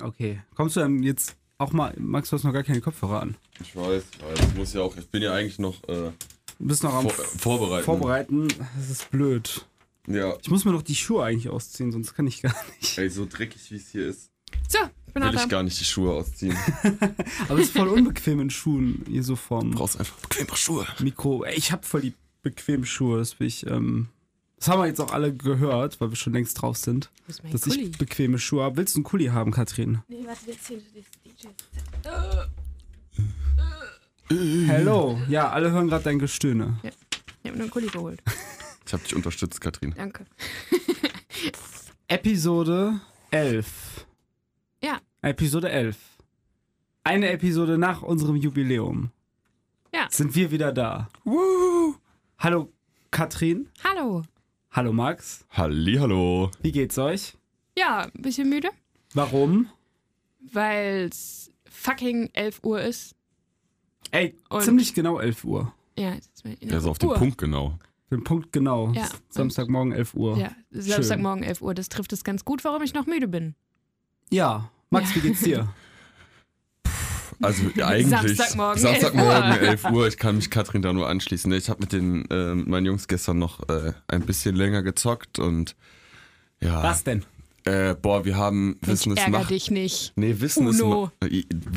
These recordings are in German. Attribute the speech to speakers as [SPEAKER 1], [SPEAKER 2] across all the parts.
[SPEAKER 1] Okay. Kommst du ähm, jetzt auch mal, Max, du hast noch gar keine Kopfhörer an.
[SPEAKER 2] Ich weiß, aber ich muss ja auch, ich bin ja eigentlich noch äh,
[SPEAKER 1] Du bist noch am
[SPEAKER 2] vor, vorbereiten.
[SPEAKER 1] Vorbereiten. Das ist blöd.
[SPEAKER 2] Ja.
[SPEAKER 1] Ich muss mir noch die Schuhe eigentlich ausziehen, sonst kann ich gar nicht.
[SPEAKER 2] Ey, so dreckig wie es hier ist,
[SPEAKER 3] So, ich bin
[SPEAKER 2] will
[SPEAKER 3] auch
[SPEAKER 2] ich
[SPEAKER 3] da.
[SPEAKER 2] gar nicht die Schuhe ausziehen.
[SPEAKER 1] Aber es ist voll unbequem in Schuhen, hier so vorm
[SPEAKER 2] Du brauchst einfach bequemere Schuhe.
[SPEAKER 1] Mikro. Ey, ich hab voll die bequemen Schuhe, das will ich, ähm, das haben wir jetzt auch alle gehört, weil wir schon längst drauf sind,
[SPEAKER 3] Wo ist mein
[SPEAKER 1] dass
[SPEAKER 3] Kuli?
[SPEAKER 1] ich bequeme Schuhe habe. Willst du einen Kuli haben, Katrin?
[SPEAKER 4] Nee, warte, jetzt hier das DJ.
[SPEAKER 1] Hello. Ja, alle hören gerade dein Gestöhne.
[SPEAKER 3] Ich habe mir einen Kuli geholt.
[SPEAKER 2] Ich habe dich unterstützt, Katrin.
[SPEAKER 3] Danke.
[SPEAKER 1] Episode 11.
[SPEAKER 3] Ja.
[SPEAKER 1] Episode 11. Eine Episode nach unserem Jubiläum.
[SPEAKER 3] Ja.
[SPEAKER 1] Sind wir wieder da. Woo. Hallo Katrin.
[SPEAKER 3] Hallo.
[SPEAKER 1] Hallo Max.
[SPEAKER 2] Hallihallo.
[SPEAKER 1] Wie geht's euch?
[SPEAKER 3] Ja, ein bisschen müde,
[SPEAKER 1] Warum?
[SPEAKER 3] weil es fucking 11 Uhr ist.
[SPEAKER 1] Ey,
[SPEAKER 3] Und-
[SPEAKER 1] ziemlich genau 11 Uhr.
[SPEAKER 3] Ja, jetzt ist mein
[SPEAKER 2] Der ist auf den
[SPEAKER 3] Uhr.
[SPEAKER 2] Punkt genau.
[SPEAKER 1] Den Punkt genau.
[SPEAKER 3] Ja.
[SPEAKER 1] Samstagmorgen 11 Uhr.
[SPEAKER 3] Ja, Samstagmorgen 11 Uhr. Das trifft es ganz gut, warum ich noch müde bin.
[SPEAKER 1] Ja. Max, wie geht's dir?
[SPEAKER 2] Also eigentlich
[SPEAKER 3] Samstagmorgen, 11
[SPEAKER 2] Samstagmorgen
[SPEAKER 3] Uhr.
[SPEAKER 2] 11 Uhr. Ich kann mich Katrin da nur anschließen. Ne, Ich habe mit den ähm, meinen Jungs gestern noch äh, ein bisschen länger gezockt und ja.
[SPEAKER 1] Was denn?
[SPEAKER 2] Äh, boah, wir haben Wissen
[SPEAKER 3] ich
[SPEAKER 2] es
[SPEAKER 3] ärger
[SPEAKER 2] macht.
[SPEAKER 3] dich nicht.
[SPEAKER 2] Nee, Wissen
[SPEAKER 3] Uno.
[SPEAKER 2] es macht.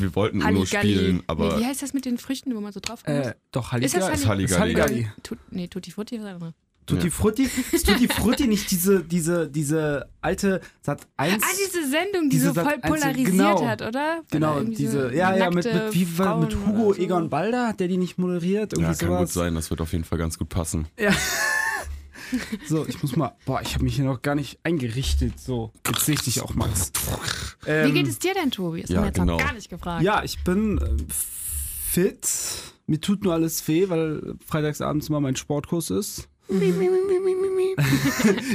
[SPEAKER 2] Wir wollten Uno
[SPEAKER 3] Halligalli.
[SPEAKER 2] spielen, aber
[SPEAKER 3] nee, wie heißt das mit den Früchten, wo man so drauf kommt?
[SPEAKER 1] Äh, doch, Halligalli.
[SPEAKER 3] Ist das
[SPEAKER 2] das Halligalli.
[SPEAKER 1] Ist Halligalli.
[SPEAKER 3] Tut, nee, Tutti Frutti ist das andere.
[SPEAKER 1] Tutti
[SPEAKER 2] Ja.
[SPEAKER 1] Frutti? Ist Tutti Frutti nicht diese, diese, diese alte Satz 1?
[SPEAKER 3] Ah, diese Sendung, die
[SPEAKER 1] Diese
[SPEAKER 3] so
[SPEAKER 1] Sat-
[SPEAKER 3] voll
[SPEAKER 1] eins-
[SPEAKER 3] polarisiert
[SPEAKER 1] genau.
[SPEAKER 3] hat, oder? Weil da
[SPEAKER 1] Genau,
[SPEAKER 3] irgendwie
[SPEAKER 1] diese,
[SPEAKER 3] so
[SPEAKER 1] ja, ja, mit,
[SPEAKER 3] nackte
[SPEAKER 1] mit, wie war, mit
[SPEAKER 3] Frauen
[SPEAKER 1] Hugo
[SPEAKER 3] oder so.
[SPEAKER 1] Egon Balder, hat der die nicht moderiert? Irgendwie
[SPEAKER 2] ja, kann
[SPEAKER 1] sowas.
[SPEAKER 2] gut sein. Das wird auf jeden Fall ganz gut passen.
[SPEAKER 1] So, ich muss mal, boah, ich habe mich hier noch gar nicht eingerichtet. So, jetzt sehe ich dich auch, Max. Ähm,
[SPEAKER 3] Wie geht es dir denn, Tobi? Das
[SPEAKER 2] ja,
[SPEAKER 3] haben wir jetzt
[SPEAKER 2] genau.
[SPEAKER 3] noch gar nicht gefragt.
[SPEAKER 1] Ja, ich bin ähm, fit. Mir tut nur alles weh, weil freitagsabends immer mein Sportkurs ist.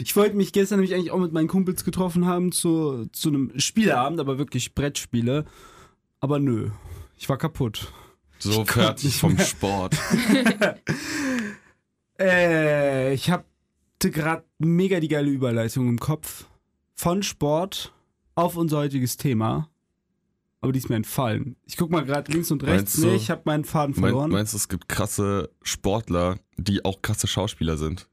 [SPEAKER 1] ich wollte mich gestern nämlich eigentlich auch mit meinen Kumpels getroffen haben zu, zu einem Spieleabend, aber wirklich Brettspiele. Aber nö, ich war kaputt.
[SPEAKER 2] So
[SPEAKER 1] konnte
[SPEAKER 2] fertig
[SPEAKER 1] nicht
[SPEAKER 2] vom
[SPEAKER 1] mehr.
[SPEAKER 2] Sport.
[SPEAKER 1] Äh, ich hatte gerade mega die geile Überleitung im Kopf. Von Sport auf unser heutiges Thema. Aber die ist mir entfallen. Ich guck mal gerade links und rechts.
[SPEAKER 2] Meinst du-
[SPEAKER 1] nee, ich habe meinen Faden
[SPEAKER 2] Mein,
[SPEAKER 1] verloren.
[SPEAKER 2] meinst du, es gibt krasse Sportler, die auch krasse Schauspieler sind?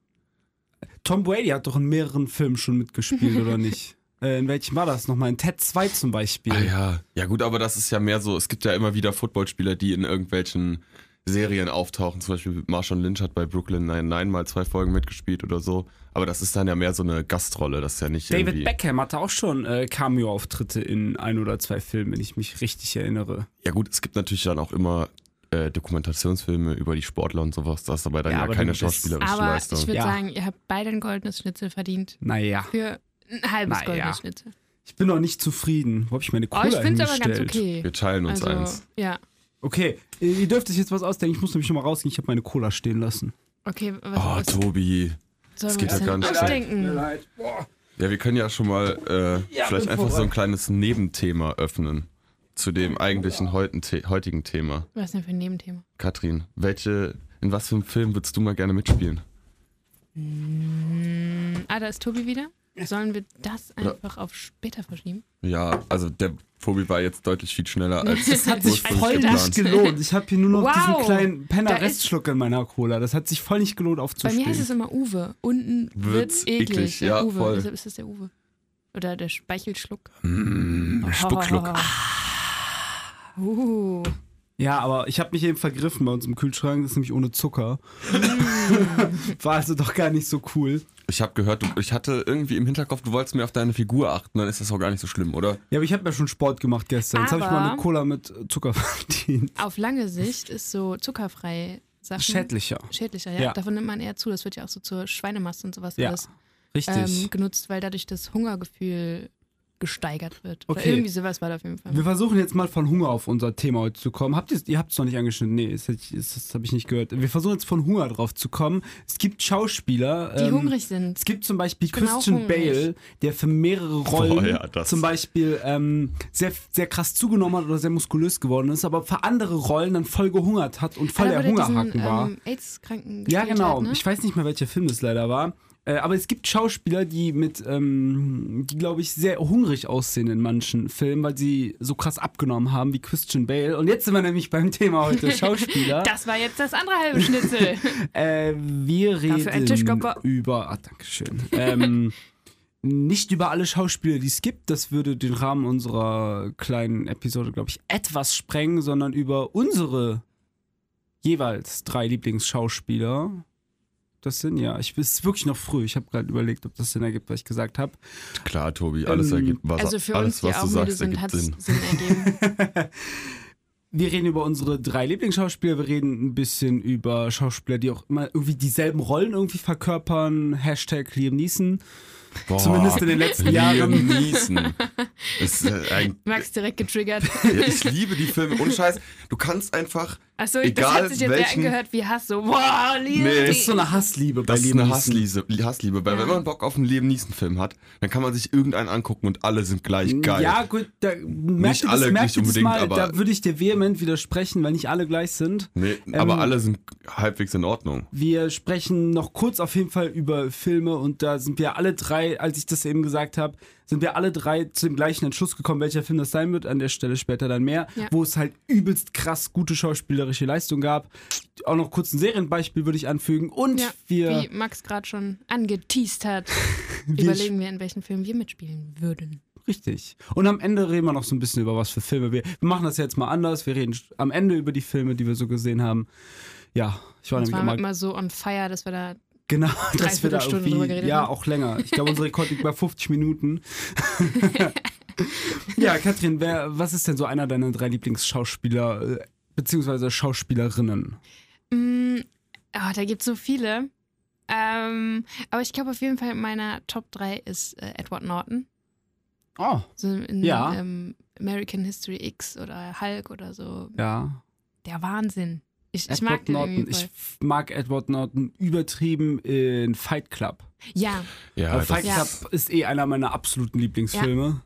[SPEAKER 1] Tom Brady hat doch in mehreren Filmen schon mitgespielt, oder nicht? Äh, in welchem war das nochmal? In Ted 2 zum Beispiel.
[SPEAKER 2] Ah ja. Ja gut, aber das ist ja mehr so, es gibt ja immer wieder Footballspieler, die in irgendwelchen Serien auftauchen. Zum Beispiel Marshall Lynch hat bei Brooklyn Nine-Nine mal zwei Folgen mitgespielt oder so. Aber das ist dann ja mehr so eine Gastrolle, das ist ja nicht
[SPEAKER 1] David
[SPEAKER 2] irgendwie...
[SPEAKER 1] Beckham hatte auch schon äh, Cameo-Auftritte in ein oder zwei Filmen, wenn ich mich richtig erinnere.
[SPEAKER 2] Ja gut, es gibt natürlich dann auch immer äh, Dokumentationsfilme über die Sportler und sowas. Das ist aber dann
[SPEAKER 1] Ja,
[SPEAKER 2] ja,
[SPEAKER 1] aber
[SPEAKER 2] keine
[SPEAKER 1] du bist-
[SPEAKER 2] schauspielerische
[SPEAKER 3] Aber ich
[SPEAKER 2] Leistung.
[SPEAKER 3] würde
[SPEAKER 1] Ja.
[SPEAKER 3] sagen, ihr habt beide ein goldenes Schnitzel verdient.
[SPEAKER 1] Naja,
[SPEAKER 3] Für ein halbes
[SPEAKER 1] Naja.
[SPEAKER 3] goldenes Schnitzel.
[SPEAKER 1] ich bin noch nicht zufrieden. Wo habe ich meine
[SPEAKER 3] Oh,
[SPEAKER 1] Cola
[SPEAKER 3] ich finde es aber ganz
[SPEAKER 1] hingestellt?
[SPEAKER 3] okay.
[SPEAKER 2] Wir teilen uns
[SPEAKER 3] also,
[SPEAKER 2] eins.
[SPEAKER 3] ja.
[SPEAKER 1] Okay, ihr dürft euch jetzt was ausdenken. Ich muss nämlich nochmal rausgehen. Ich habe meine Cola stehen lassen.
[SPEAKER 3] Okay, was,
[SPEAKER 2] Oh,
[SPEAKER 3] was
[SPEAKER 2] Tobi.
[SPEAKER 3] sollen wir
[SPEAKER 2] geht
[SPEAKER 3] uns
[SPEAKER 2] ja gar
[SPEAKER 3] denn
[SPEAKER 2] nicht.
[SPEAKER 3] ausdenken?
[SPEAKER 2] Ja, wir können ja schon mal äh,
[SPEAKER 1] Ja, bin
[SPEAKER 2] vielleicht einfach so ein
[SPEAKER 1] vorbereitet.
[SPEAKER 2] kleines Nebenthema öffnen zu dem eigentlichen heutigen, The heutigen Thema.
[SPEAKER 3] Was denn für ein Nebenthema?
[SPEAKER 2] Katrin, welche, in was für einem Film würdest du mal gerne mitspielen?
[SPEAKER 3] Ah, da ist Tobi wieder. Sollen wir das einfach auf später verschieben?
[SPEAKER 2] Ja, also der Tobi war jetzt deutlich viel schneller als
[SPEAKER 3] Das hat
[SPEAKER 2] sich voll nicht
[SPEAKER 3] gedacht.
[SPEAKER 1] gelohnt. Ich habe hier nur noch
[SPEAKER 3] Wow.
[SPEAKER 1] diesen kleinen
[SPEAKER 3] Da ist-
[SPEAKER 1] Penner-Restschluck in meiner Cola. Das hat sich voll nicht gelohnt
[SPEAKER 3] Bei
[SPEAKER 1] aufzustehen.
[SPEAKER 3] mir heißt es immer Uwe. Unten
[SPEAKER 2] Wird's
[SPEAKER 3] wird's eklig.
[SPEAKER 2] eklig,
[SPEAKER 3] Der
[SPEAKER 2] ja,
[SPEAKER 3] Uwe.
[SPEAKER 2] voll.
[SPEAKER 3] Deshalb ist es der Uwe. Oder der Speichelschluck.
[SPEAKER 2] Spuckschluck. Ah.
[SPEAKER 3] Uh.
[SPEAKER 1] Ja, aber ich habe mich eben vergriffen bei uns im Kühlschrank, das ist nämlich ohne Zucker.
[SPEAKER 3] Mm.
[SPEAKER 1] War also doch gar nicht so cool.
[SPEAKER 2] Ich habe gehört, du, ich hatte irgendwie im Hinterkopf, du wolltest mir auf deine Figur achten, dann ist das auch gar nicht so schlimm, oder?
[SPEAKER 1] Ja, aber ich habe ja schon Sport gemacht gestern. Jetzt habe ich mal eine
[SPEAKER 3] Aber-
[SPEAKER 1] Cola mit Zucker verdient.
[SPEAKER 3] Auf lange Sicht ist so zuckerfrei Sachen
[SPEAKER 1] Schädlicher.
[SPEAKER 3] schädlicher. Ja.
[SPEAKER 1] Ja.
[SPEAKER 3] Davon nimmt man eher zu. Das wird ja auch so zur Schweinemast und sowas
[SPEAKER 1] Ja,
[SPEAKER 3] alles
[SPEAKER 1] Richtig.
[SPEAKER 3] ähm, genutzt, weil dadurch das Hungergefühl gesteigert wird. Oder
[SPEAKER 1] Okay.
[SPEAKER 3] irgendwie sowas war da auf jeden Fall.
[SPEAKER 1] Wir versuchen jetzt mal von Hunger auf unser Thema heute zu kommen. Habt ihr's, ihr habt es noch nicht angeschnitten. Nee, das, hätte ich- das, das habe ich nicht gehört. Wir versuchen jetzt von Hunger drauf zu kommen. Es gibt Schauspieler.
[SPEAKER 3] Die
[SPEAKER 1] ähm,
[SPEAKER 3] hungrig sind.
[SPEAKER 1] Es gibt zum Beispiel
[SPEAKER 3] bin auch
[SPEAKER 1] Christian
[SPEAKER 3] hungrig.
[SPEAKER 1] Bale, der für mehrere Rollen
[SPEAKER 2] Boah, ja, das-
[SPEAKER 1] zum Beispiel ähm, sehr, sehr krass zugenommen hat oder sehr muskulös geworden ist, aber für andere Rollen dann voll gehungert hat und voll
[SPEAKER 3] Ah, da
[SPEAKER 1] der
[SPEAKER 3] wurde
[SPEAKER 1] Hungerhaken
[SPEAKER 3] diesen,
[SPEAKER 1] war.
[SPEAKER 3] Ähm, AIDS-Kranken
[SPEAKER 1] ja,
[SPEAKER 3] gespielt
[SPEAKER 1] genau.
[SPEAKER 3] Hat, ne?
[SPEAKER 1] Ich weiß nicht mehr, welcher Film das leider war. Äh, aber es gibt Schauspieler, die mit, ähm, die glaube ich sehr hungrig aussehen in manchen Filmen, weil sie so krass abgenommen haben wie Christian Bale. Und jetzt sind wir nämlich beim Thema heute Schauspieler.
[SPEAKER 3] Das war jetzt das andere halbe Schnitzel.
[SPEAKER 1] Äh, wir
[SPEAKER 3] Dafür ein
[SPEAKER 1] reden
[SPEAKER 3] Tischklopfer.
[SPEAKER 1] über. Ah, Dankeschön. Ähm, nicht über alle Schauspieler, die es gibt. Das würde den Rahmen unserer kleinen Episode, glaube ich, etwas sprengen, sondern über unsere jeweils drei Lieblingsschauspieler. Das sind ja. Ich es ist wirklich noch früh. Ich habe gerade überlegt, ob das Sinn ergibt, was ich gesagt habe.
[SPEAKER 2] Klar, Tobi, alles
[SPEAKER 1] Ähm,
[SPEAKER 2] ergibt was,
[SPEAKER 3] Also für
[SPEAKER 2] alles,
[SPEAKER 3] uns,
[SPEAKER 2] was
[SPEAKER 3] die
[SPEAKER 2] du
[SPEAKER 3] auch müde
[SPEAKER 2] sagst,
[SPEAKER 3] sind,
[SPEAKER 2] ergibt
[SPEAKER 3] hat
[SPEAKER 2] Sinn.
[SPEAKER 3] es Sinn ergeben.
[SPEAKER 1] Wir reden über unsere drei Lieblingsschauspieler, wir reden ein bisschen über Schauspieler, die auch immer irgendwie dieselben Rollen irgendwie verkörpern. Hashtag Liam Neeson.
[SPEAKER 2] Boah,
[SPEAKER 1] Zumindest in den letzten Jahren.
[SPEAKER 2] Liam Neeson. Ist, äh, ein,
[SPEAKER 3] Max direkt getriggert.
[SPEAKER 2] ja, ich liebe die Filme. Ohne Scheiß, du kannst einfach.
[SPEAKER 3] Achso, das
[SPEAKER 2] Egal
[SPEAKER 3] hat sich jetzt sehr
[SPEAKER 2] welchen-
[SPEAKER 3] angehört wie Hass. So, wow, Liam.
[SPEAKER 2] Nee.
[SPEAKER 1] Das ist so eine Hassliebe bei
[SPEAKER 2] Das ist
[SPEAKER 1] Liam
[SPEAKER 2] eine
[SPEAKER 1] Neeson.
[SPEAKER 2] Hassliebe, Hassliebe weil
[SPEAKER 3] Ja.
[SPEAKER 2] wenn man Bock auf einen Liam Neeson-Film hat, dann kann man sich irgendeinen angucken und alle sind gleich geil.
[SPEAKER 1] Ja, gut, da merkt ihr das,
[SPEAKER 2] alle,
[SPEAKER 1] merkt
[SPEAKER 2] nicht
[SPEAKER 1] ihr das
[SPEAKER 2] unbedingt,
[SPEAKER 1] mal,
[SPEAKER 2] aber-
[SPEAKER 1] da würde ich dir vehement widersprechen, weil nicht alle gleich sind.
[SPEAKER 2] Nee,
[SPEAKER 1] Ähm,
[SPEAKER 2] aber alle sind halbwegs in Ordnung.
[SPEAKER 1] Wir sprechen noch kurz auf jeden Fall über Filme und da sind wir alle drei, als ich das eben gesagt habe, sind wir alle drei zu dem gleichen Entschluss gekommen, welcher Film das sein wird. An der Stelle später dann mehr,
[SPEAKER 3] Ja.
[SPEAKER 1] wo es halt übelst krass gute schauspielerische Leistung gab. Auch noch kurz ein Serienbeispiel würde ich anfügen und
[SPEAKER 3] Ja,
[SPEAKER 1] wir,
[SPEAKER 3] Wie Max gerade schon angeteased hat,
[SPEAKER 1] wir
[SPEAKER 3] überlegen wir, in welchen Filmen wir mitspielen würden.
[SPEAKER 1] Richtig. Und am Ende reden wir noch so ein bisschen über was für Filme wir. Wir machen das jetzt mal anders. Wir reden am Ende über die Filme, die wir so gesehen haben. Ja, ich war
[SPEAKER 3] Das
[SPEAKER 1] nämlich
[SPEAKER 3] waren wir
[SPEAKER 1] immer,
[SPEAKER 3] immer so on fire, dass wir da.
[SPEAKER 1] genau, dass wir da
[SPEAKER 3] Dreiviertelstunde drüber
[SPEAKER 1] irgendwie
[SPEAKER 3] geredet
[SPEAKER 1] ja
[SPEAKER 3] haben.
[SPEAKER 1] auch länger. Ich glaube, unser Rekord liegt bei 50 Minuten. ja, Katrin, wer, was ist denn so einer deiner drei Lieblingsschauspieler äh, beziehungsweise Schauspielerinnen?
[SPEAKER 3] Mm, oh, da gibt es so viele. Ähm, aber ich glaube auf jeden Fall, meiner Top 3 ist äh, Edward Norton.
[SPEAKER 1] Oh,
[SPEAKER 3] So in
[SPEAKER 1] Ja.
[SPEAKER 3] ähm, American History X oder Hulk oder so.
[SPEAKER 1] ja.
[SPEAKER 3] Der Wahnsinn. Ich, ich
[SPEAKER 1] Edward
[SPEAKER 3] mag den
[SPEAKER 1] Norton.
[SPEAKER 3] irgendwie
[SPEAKER 1] Ich
[SPEAKER 3] voll.
[SPEAKER 1] mag Edward Norton übertrieben in Fight Club.
[SPEAKER 3] Ja,
[SPEAKER 1] Hm.
[SPEAKER 2] Ja,
[SPEAKER 1] Weil Fight
[SPEAKER 2] das,
[SPEAKER 3] Ja.
[SPEAKER 1] Club ist eh einer meiner absoluten Lieblingsfilme.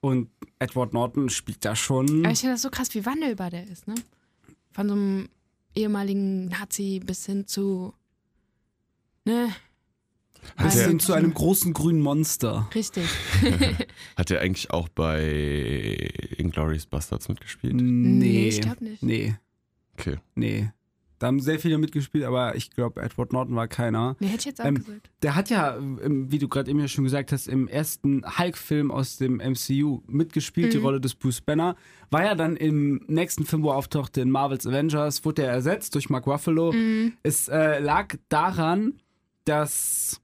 [SPEAKER 1] Und Edward Norton spielt da schon.
[SPEAKER 3] aber ich finde das so krass, wie wandelbar der ist, ne? Von so einem ehemaligen Nazi bis hin zu. Ne?
[SPEAKER 2] hat,
[SPEAKER 1] Bis
[SPEAKER 3] Also-
[SPEAKER 2] er,
[SPEAKER 1] hin zu einem großen grünen Monster.
[SPEAKER 3] Richtig.
[SPEAKER 2] hat er eigentlich auch bei Inglourious Bastards mitgespielt?
[SPEAKER 1] Nee.
[SPEAKER 3] Hm, ich glaube nicht.
[SPEAKER 1] nee,
[SPEAKER 2] Okay.
[SPEAKER 1] nee. Da haben sehr viele mitgespielt, aber ich glaube, Edward Norton war keiner.
[SPEAKER 3] Nee, hätte ich jetzt auch
[SPEAKER 1] Ähm,
[SPEAKER 3] gesagt.
[SPEAKER 1] Der hat ja, ähm, wie du gerade eben ja schon gesagt hast, im ersten Hulk-Film aus dem MCU mitgespielt, die
[SPEAKER 3] Mhm.
[SPEAKER 1] Rolle des Bruce Banner. War ja dann im nächsten Film, wo er auftauchte, in Marvel's Avengers, wurde er ersetzt durch Mark Ruffalo.
[SPEAKER 3] Mhm.
[SPEAKER 1] Es äh, lag daran, dass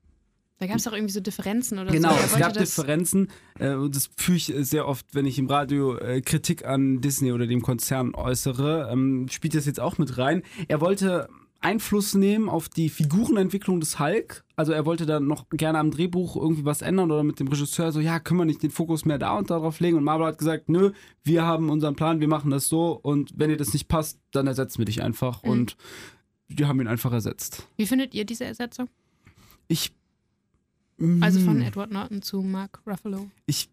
[SPEAKER 3] Da gab es auch irgendwie so Differenzen oder
[SPEAKER 1] Genau,
[SPEAKER 3] so. Er
[SPEAKER 1] es
[SPEAKER 3] wollte
[SPEAKER 1] gab
[SPEAKER 3] das-
[SPEAKER 1] Differenzen. Äh, und das fühle ich äh, sehr oft, wenn ich im Radio äh, Kritik an Disney oder dem Konzern äußere. Ähm, spielt das jetzt auch mit rein. Er wollte Einfluss nehmen auf die Figurenentwicklung des Hulk. Also er wollte da noch gerne am Drehbuch irgendwie was ändern oder mit dem Regisseur so, ja, können wir nicht den Fokus mehr da und darauf legen. Und Marvel hat gesagt, nö, wir haben unseren Plan, wir machen das so und wenn dir das nicht passt, dann ersetzen wir dich einfach.
[SPEAKER 3] Mhm.
[SPEAKER 1] Und die haben ihn einfach ersetzt.
[SPEAKER 3] Wie findet ihr diese Ersetzung?
[SPEAKER 1] Ich.
[SPEAKER 3] Also von
[SPEAKER 1] Mhm.
[SPEAKER 3] Edward Norton zu Mark Ruffalo.
[SPEAKER 1] ich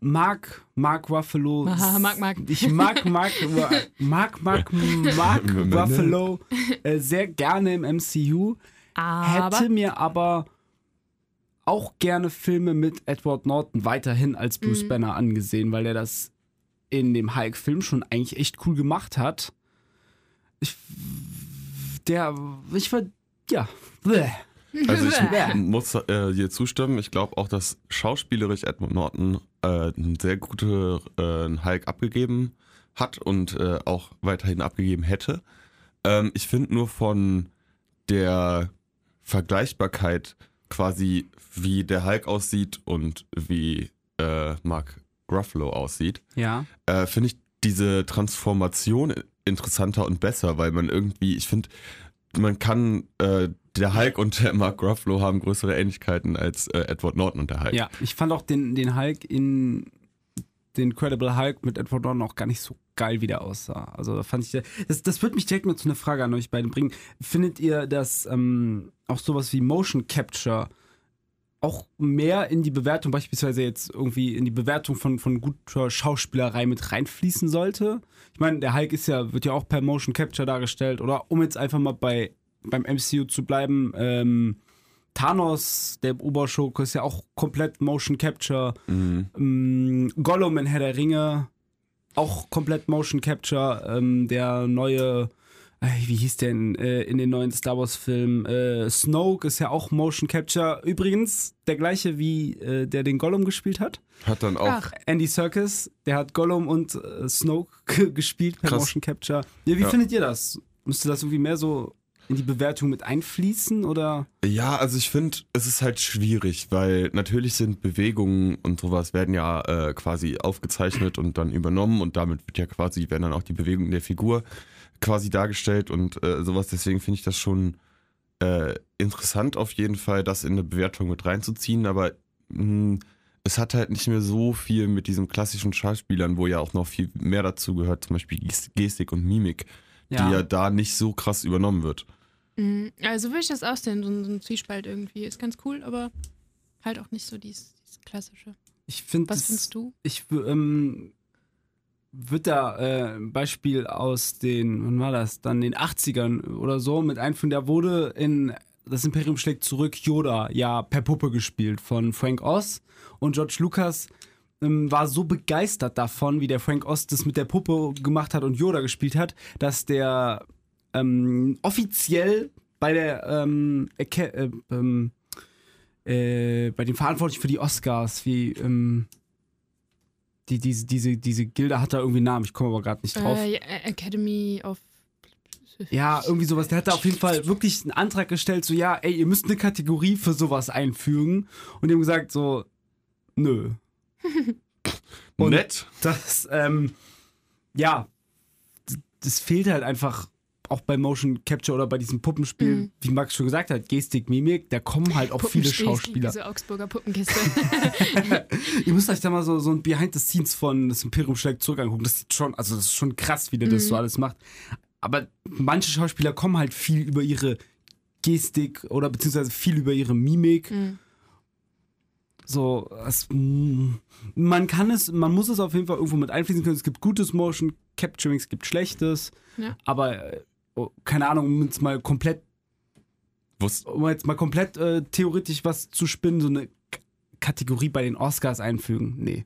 [SPEAKER 1] mag Mark Ruffalo.
[SPEAKER 3] Haha, mag, mag.
[SPEAKER 1] Ich mag Mark, Mark, Mark, Mark Ruffalo äh, sehr gerne im MCU.
[SPEAKER 3] Aber
[SPEAKER 1] Hätte mir aber auch gerne Filme mit Edward Norton weiterhin als Bruce
[SPEAKER 3] Mhm.
[SPEAKER 1] Banner angesehen, weil er das in dem Hulk-Film schon eigentlich echt cool gemacht hat. Ich, der, ich war, ja, bleh.
[SPEAKER 2] Also
[SPEAKER 1] Ja.
[SPEAKER 2] ich muss äh, dir zustimmen. Ich glaube auch, dass schauspielerisch Edmund Norton äh, einen sehr guten äh, Hulk abgegeben hat und äh, auch weiterhin abgegeben hätte. Ähm, ich finde nur von der Vergleichbarkeit quasi, wie der Hulk aussieht und wie äh, Mark Ruffalo aussieht,
[SPEAKER 1] Ja.
[SPEAKER 2] äh, finde ich diese Transformation interessanter und besser, weil man irgendwie, ich finde, man kann, äh, der Hulk und der Mark Ruffalo haben größere Ähnlichkeiten als äh, Edward Norton und der Hulk.
[SPEAKER 1] Ja, ich fand auch den, den Hulk in den Incredible Hulk mit Edward Norton auch gar nicht so geil, wie der aussah. Also da fand ich, das, das wird mich direkt mal zu einer Frage an euch beiden bringen. Findet ihr, dass ähm, auch sowas wie Motion Capture auch mehr in die Bewertung, beispielsweise jetzt irgendwie in die Bewertung von, von guter Schauspielerei mit reinfließen sollte? Ich meine, der Hulk ist ja, wird ja auch per Motion Capture dargestellt oder um jetzt einfach mal bei, beim MCU zu bleiben, ähm, Thanos, der Oberschurke, ist ja auch komplett Motion Capture. Ähm, Gollum in Herr der Ringe, auch komplett Motion Capture. Ähm, der neue, äh, wie hieß der in, äh, in den neuen Star Wars-Filmen? Äh, Snoke ist ja auch Motion Capture. Übrigens der gleiche, wie äh, der den Gollum gespielt hat.
[SPEAKER 2] Hat dann auch.
[SPEAKER 3] Ach,
[SPEAKER 1] Andy Serkis, der hat Gollum und äh, Snoke ge- gespielt per
[SPEAKER 2] Krass.
[SPEAKER 1] Motion Capture. Ja, wie
[SPEAKER 2] Ja.
[SPEAKER 1] findet ihr das? Müsste das irgendwie mehr so in die Bewertung mit einfließen oder?
[SPEAKER 2] Ja, also ich finde, es ist halt schwierig, weil natürlich sind Bewegungen und sowas werden ja äh, quasi aufgezeichnet und dann übernommen und damit wird ja quasi, werden dann auch die Bewegungen der Figur quasi dargestellt und äh, sowas. Deswegen finde ich das schon äh, interessant auf jeden Fall, das in eine Bewertung mit reinzuziehen, aber mh, es hat halt nicht mehr so viel mit diesen klassischen Schauspielern, wo ja auch noch viel mehr dazu gehört, zum Beispiel Ges- Gestik und Mimik, die ja da nicht so krass übernommen wird.
[SPEAKER 3] mh, also würde ich das aussehen, so ein, so ein Zwiespalt irgendwie. Ist ganz cool, aber halt auch nicht so dieses, dieses klassische.
[SPEAKER 1] Ich finde
[SPEAKER 3] Was findest du?
[SPEAKER 1] ich wü- ähm, würde da äh, ein Beispiel aus den, wann war das, dann den 80ern oder so mit einführen, da wurde in Das Imperium schlägt zurück Yoda ja per Puppe gespielt von Frank Oz und George Lucas ähm, war so begeistert davon, wie der Frank Oz das mit der Puppe gemacht hat und Yoda gespielt hat, dass der ähm, offiziell bei der ähm, Erke- äh, ähm, äh, bei den Verantwortlichen für die Oscars, wie ähm, die, diese, diese, diese Gilde hat da irgendwie einen Namen, ich komme aber gerade nicht drauf.
[SPEAKER 3] Äh, ja, Academy of.
[SPEAKER 1] Ja, irgendwie sowas. Der hat da auf jeden Fall wirklich einen Antrag gestellt, so, ja, ey, ihr müsst eine Kategorie für sowas einfügen. Und die haben gesagt, so, nö. Und-
[SPEAKER 2] Nett.
[SPEAKER 1] Das, ähm, ja, d- das fehlt halt einfach auch bei Motion Capture oder bei diesem Puppenspiel,
[SPEAKER 3] Mhm.
[SPEAKER 1] wie Max schon gesagt hat, Gestik, Mimik, da kommen halt auch viele
[SPEAKER 3] Puppenspiel,
[SPEAKER 1] Schauspieler.
[SPEAKER 3] Diese Augsburger Puppenkiste.
[SPEAKER 1] Ihr müsst euch da mal so, so ein Behind the Scenes von das Imperium schlägt zurück angucken. Das sieht schon, also das ist schon krass, wie der das
[SPEAKER 3] Mhm.
[SPEAKER 1] so alles macht. Aber manche Schauspieler kommen halt viel über ihre Gestik oder beziehungsweise viel über ihre Mimik.
[SPEAKER 3] Mhm.
[SPEAKER 1] So, es, mm, man kann es, man muss es auf jeden Fall irgendwo mit einfließen können. Es gibt gutes Motion Capturing, es gibt schlechtes.
[SPEAKER 3] Ja.
[SPEAKER 1] Aber äh, oh, keine Ahnung, um jetzt mal komplett
[SPEAKER 2] Wusst,
[SPEAKER 1] um jetzt mal komplett äh, theoretisch was zu spinnen, so eine K Kategorie bei den Oscars einfügen. Nee.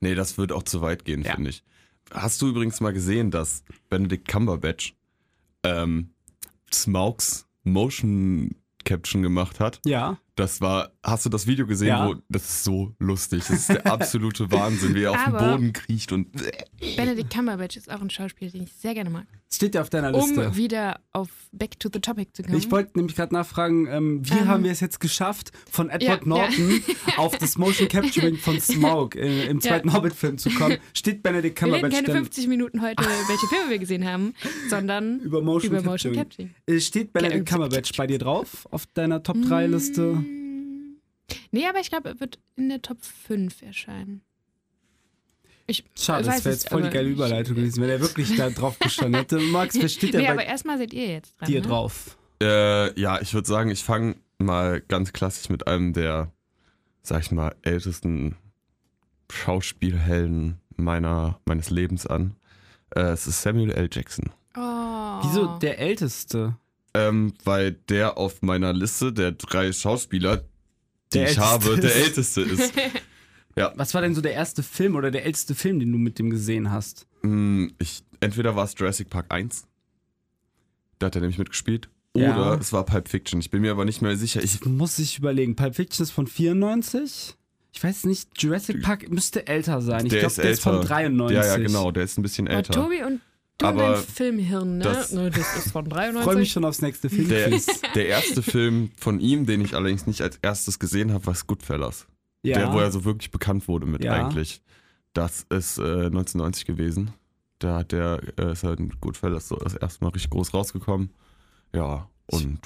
[SPEAKER 2] Nee, das wird auch zu weit gehen,
[SPEAKER 1] Ja.
[SPEAKER 2] finde ich. Hast du übrigens mal gesehen, dass Benedict Cumberbatch ähm, Smaugs Motion Caption gemacht hat?
[SPEAKER 1] Ja.
[SPEAKER 2] Das war, hast du das Video gesehen,
[SPEAKER 1] Ja.
[SPEAKER 2] wo das ist so lustig. Das ist der absolute Wahnsinn, wie er auf den
[SPEAKER 3] Aber-
[SPEAKER 2] Boden kriecht und
[SPEAKER 3] Benedict Cumberbatch ist auch ein Schauspieler, den ich sehr gerne mag.
[SPEAKER 1] Steht ja auf deiner
[SPEAKER 3] Um
[SPEAKER 1] Liste.
[SPEAKER 3] wieder auf Back to the Topic zu kommen.
[SPEAKER 1] Ich wollte nämlich gerade nachfragen, ähm, wie
[SPEAKER 3] Ähm.
[SPEAKER 1] haben wir es jetzt geschafft, von Edward
[SPEAKER 3] ja.
[SPEAKER 1] Norton auf das Motion Capturing von Smaug äh, im zweiten Hobbit-Film zu kommen? Steht Benedict
[SPEAKER 3] wir reden
[SPEAKER 1] Cumberbatch
[SPEAKER 3] keine
[SPEAKER 1] denn
[SPEAKER 3] 50 Minuten heute, welche Filme wir gesehen haben, sondern
[SPEAKER 1] über Motion
[SPEAKER 3] über Motion
[SPEAKER 1] Capturing?
[SPEAKER 3] Capturing.
[SPEAKER 1] Äh, Steht Benedict
[SPEAKER 3] Ja,
[SPEAKER 1] Cumberbatch bei dir drauf auf deiner Top 3-Liste?
[SPEAKER 3] Mm. Nee, aber ich glaube, er wird in der Top 5 erscheinen. Ich
[SPEAKER 1] Schade,
[SPEAKER 3] weiß
[SPEAKER 1] das wäre
[SPEAKER 3] es,
[SPEAKER 1] jetzt voll die
[SPEAKER 3] aber
[SPEAKER 1] geile
[SPEAKER 3] ich-
[SPEAKER 1] Überleitung gewesen, wenn er wirklich da drauf gestanden hätte. Max, wer steht denn
[SPEAKER 3] Nee, aber
[SPEAKER 1] bei
[SPEAKER 3] erstmal seid ihr jetzt dran.
[SPEAKER 1] dir
[SPEAKER 3] ne?
[SPEAKER 1] drauf?
[SPEAKER 2] Äh, ja, ich würde sagen, ich fange mal ganz klassisch mit einem der, sag ich mal, ältesten Schauspielhelden meiner, meines Lebens an. Äh, es ist Samuel L. Jackson.
[SPEAKER 3] Oh.
[SPEAKER 1] Wieso der Älteste?
[SPEAKER 2] Ähm, weil der auf meiner Liste der drei Schauspieler, die
[SPEAKER 1] Der
[SPEAKER 2] ich
[SPEAKER 1] Älteste
[SPEAKER 2] habe, der
[SPEAKER 1] ist.
[SPEAKER 2] älteste ist.
[SPEAKER 1] Was war denn so der erste Film oder der älteste Film, den du mit dem gesehen hast?
[SPEAKER 2] Hm, ich, entweder war es Jurassic Park 1, da hat er nämlich mitgespielt, oder
[SPEAKER 1] Ja.
[SPEAKER 2] es war Pulp Fiction. Ich bin mir aber nicht mehr sicher. Ich,
[SPEAKER 1] Muss ich überlegen. Pulp Fiction ist von 94? Ich weiß nicht, Jurassic Park müsste älter sein. Ich
[SPEAKER 2] der
[SPEAKER 1] glaube,
[SPEAKER 2] ist
[SPEAKER 1] der ist von
[SPEAKER 2] älter.
[SPEAKER 1] 93.
[SPEAKER 2] ja, ja, genau, der ist ein bisschen
[SPEAKER 3] Oh,
[SPEAKER 2] älter.
[SPEAKER 3] Tobi und du
[SPEAKER 2] Aber
[SPEAKER 3] und dein Filmhirn, ne?
[SPEAKER 2] das-
[SPEAKER 3] Ne, das ist von
[SPEAKER 1] Ich freue mich
[SPEAKER 3] 93.
[SPEAKER 1] schon aufs nächste Film.
[SPEAKER 2] Der, der erste Film von ihm, den ich allerdings nicht als erstes gesehen habe, war Goodfellas.
[SPEAKER 1] ja.
[SPEAKER 2] Der, wo er so wirklich bekannt wurde mit
[SPEAKER 1] Ja.
[SPEAKER 2] eigentlich. Das ist äh, 1990 gewesen. Da hat der, äh, ist halt ein Goodfellas so das erste Mal richtig groß rausgekommen. Ja, und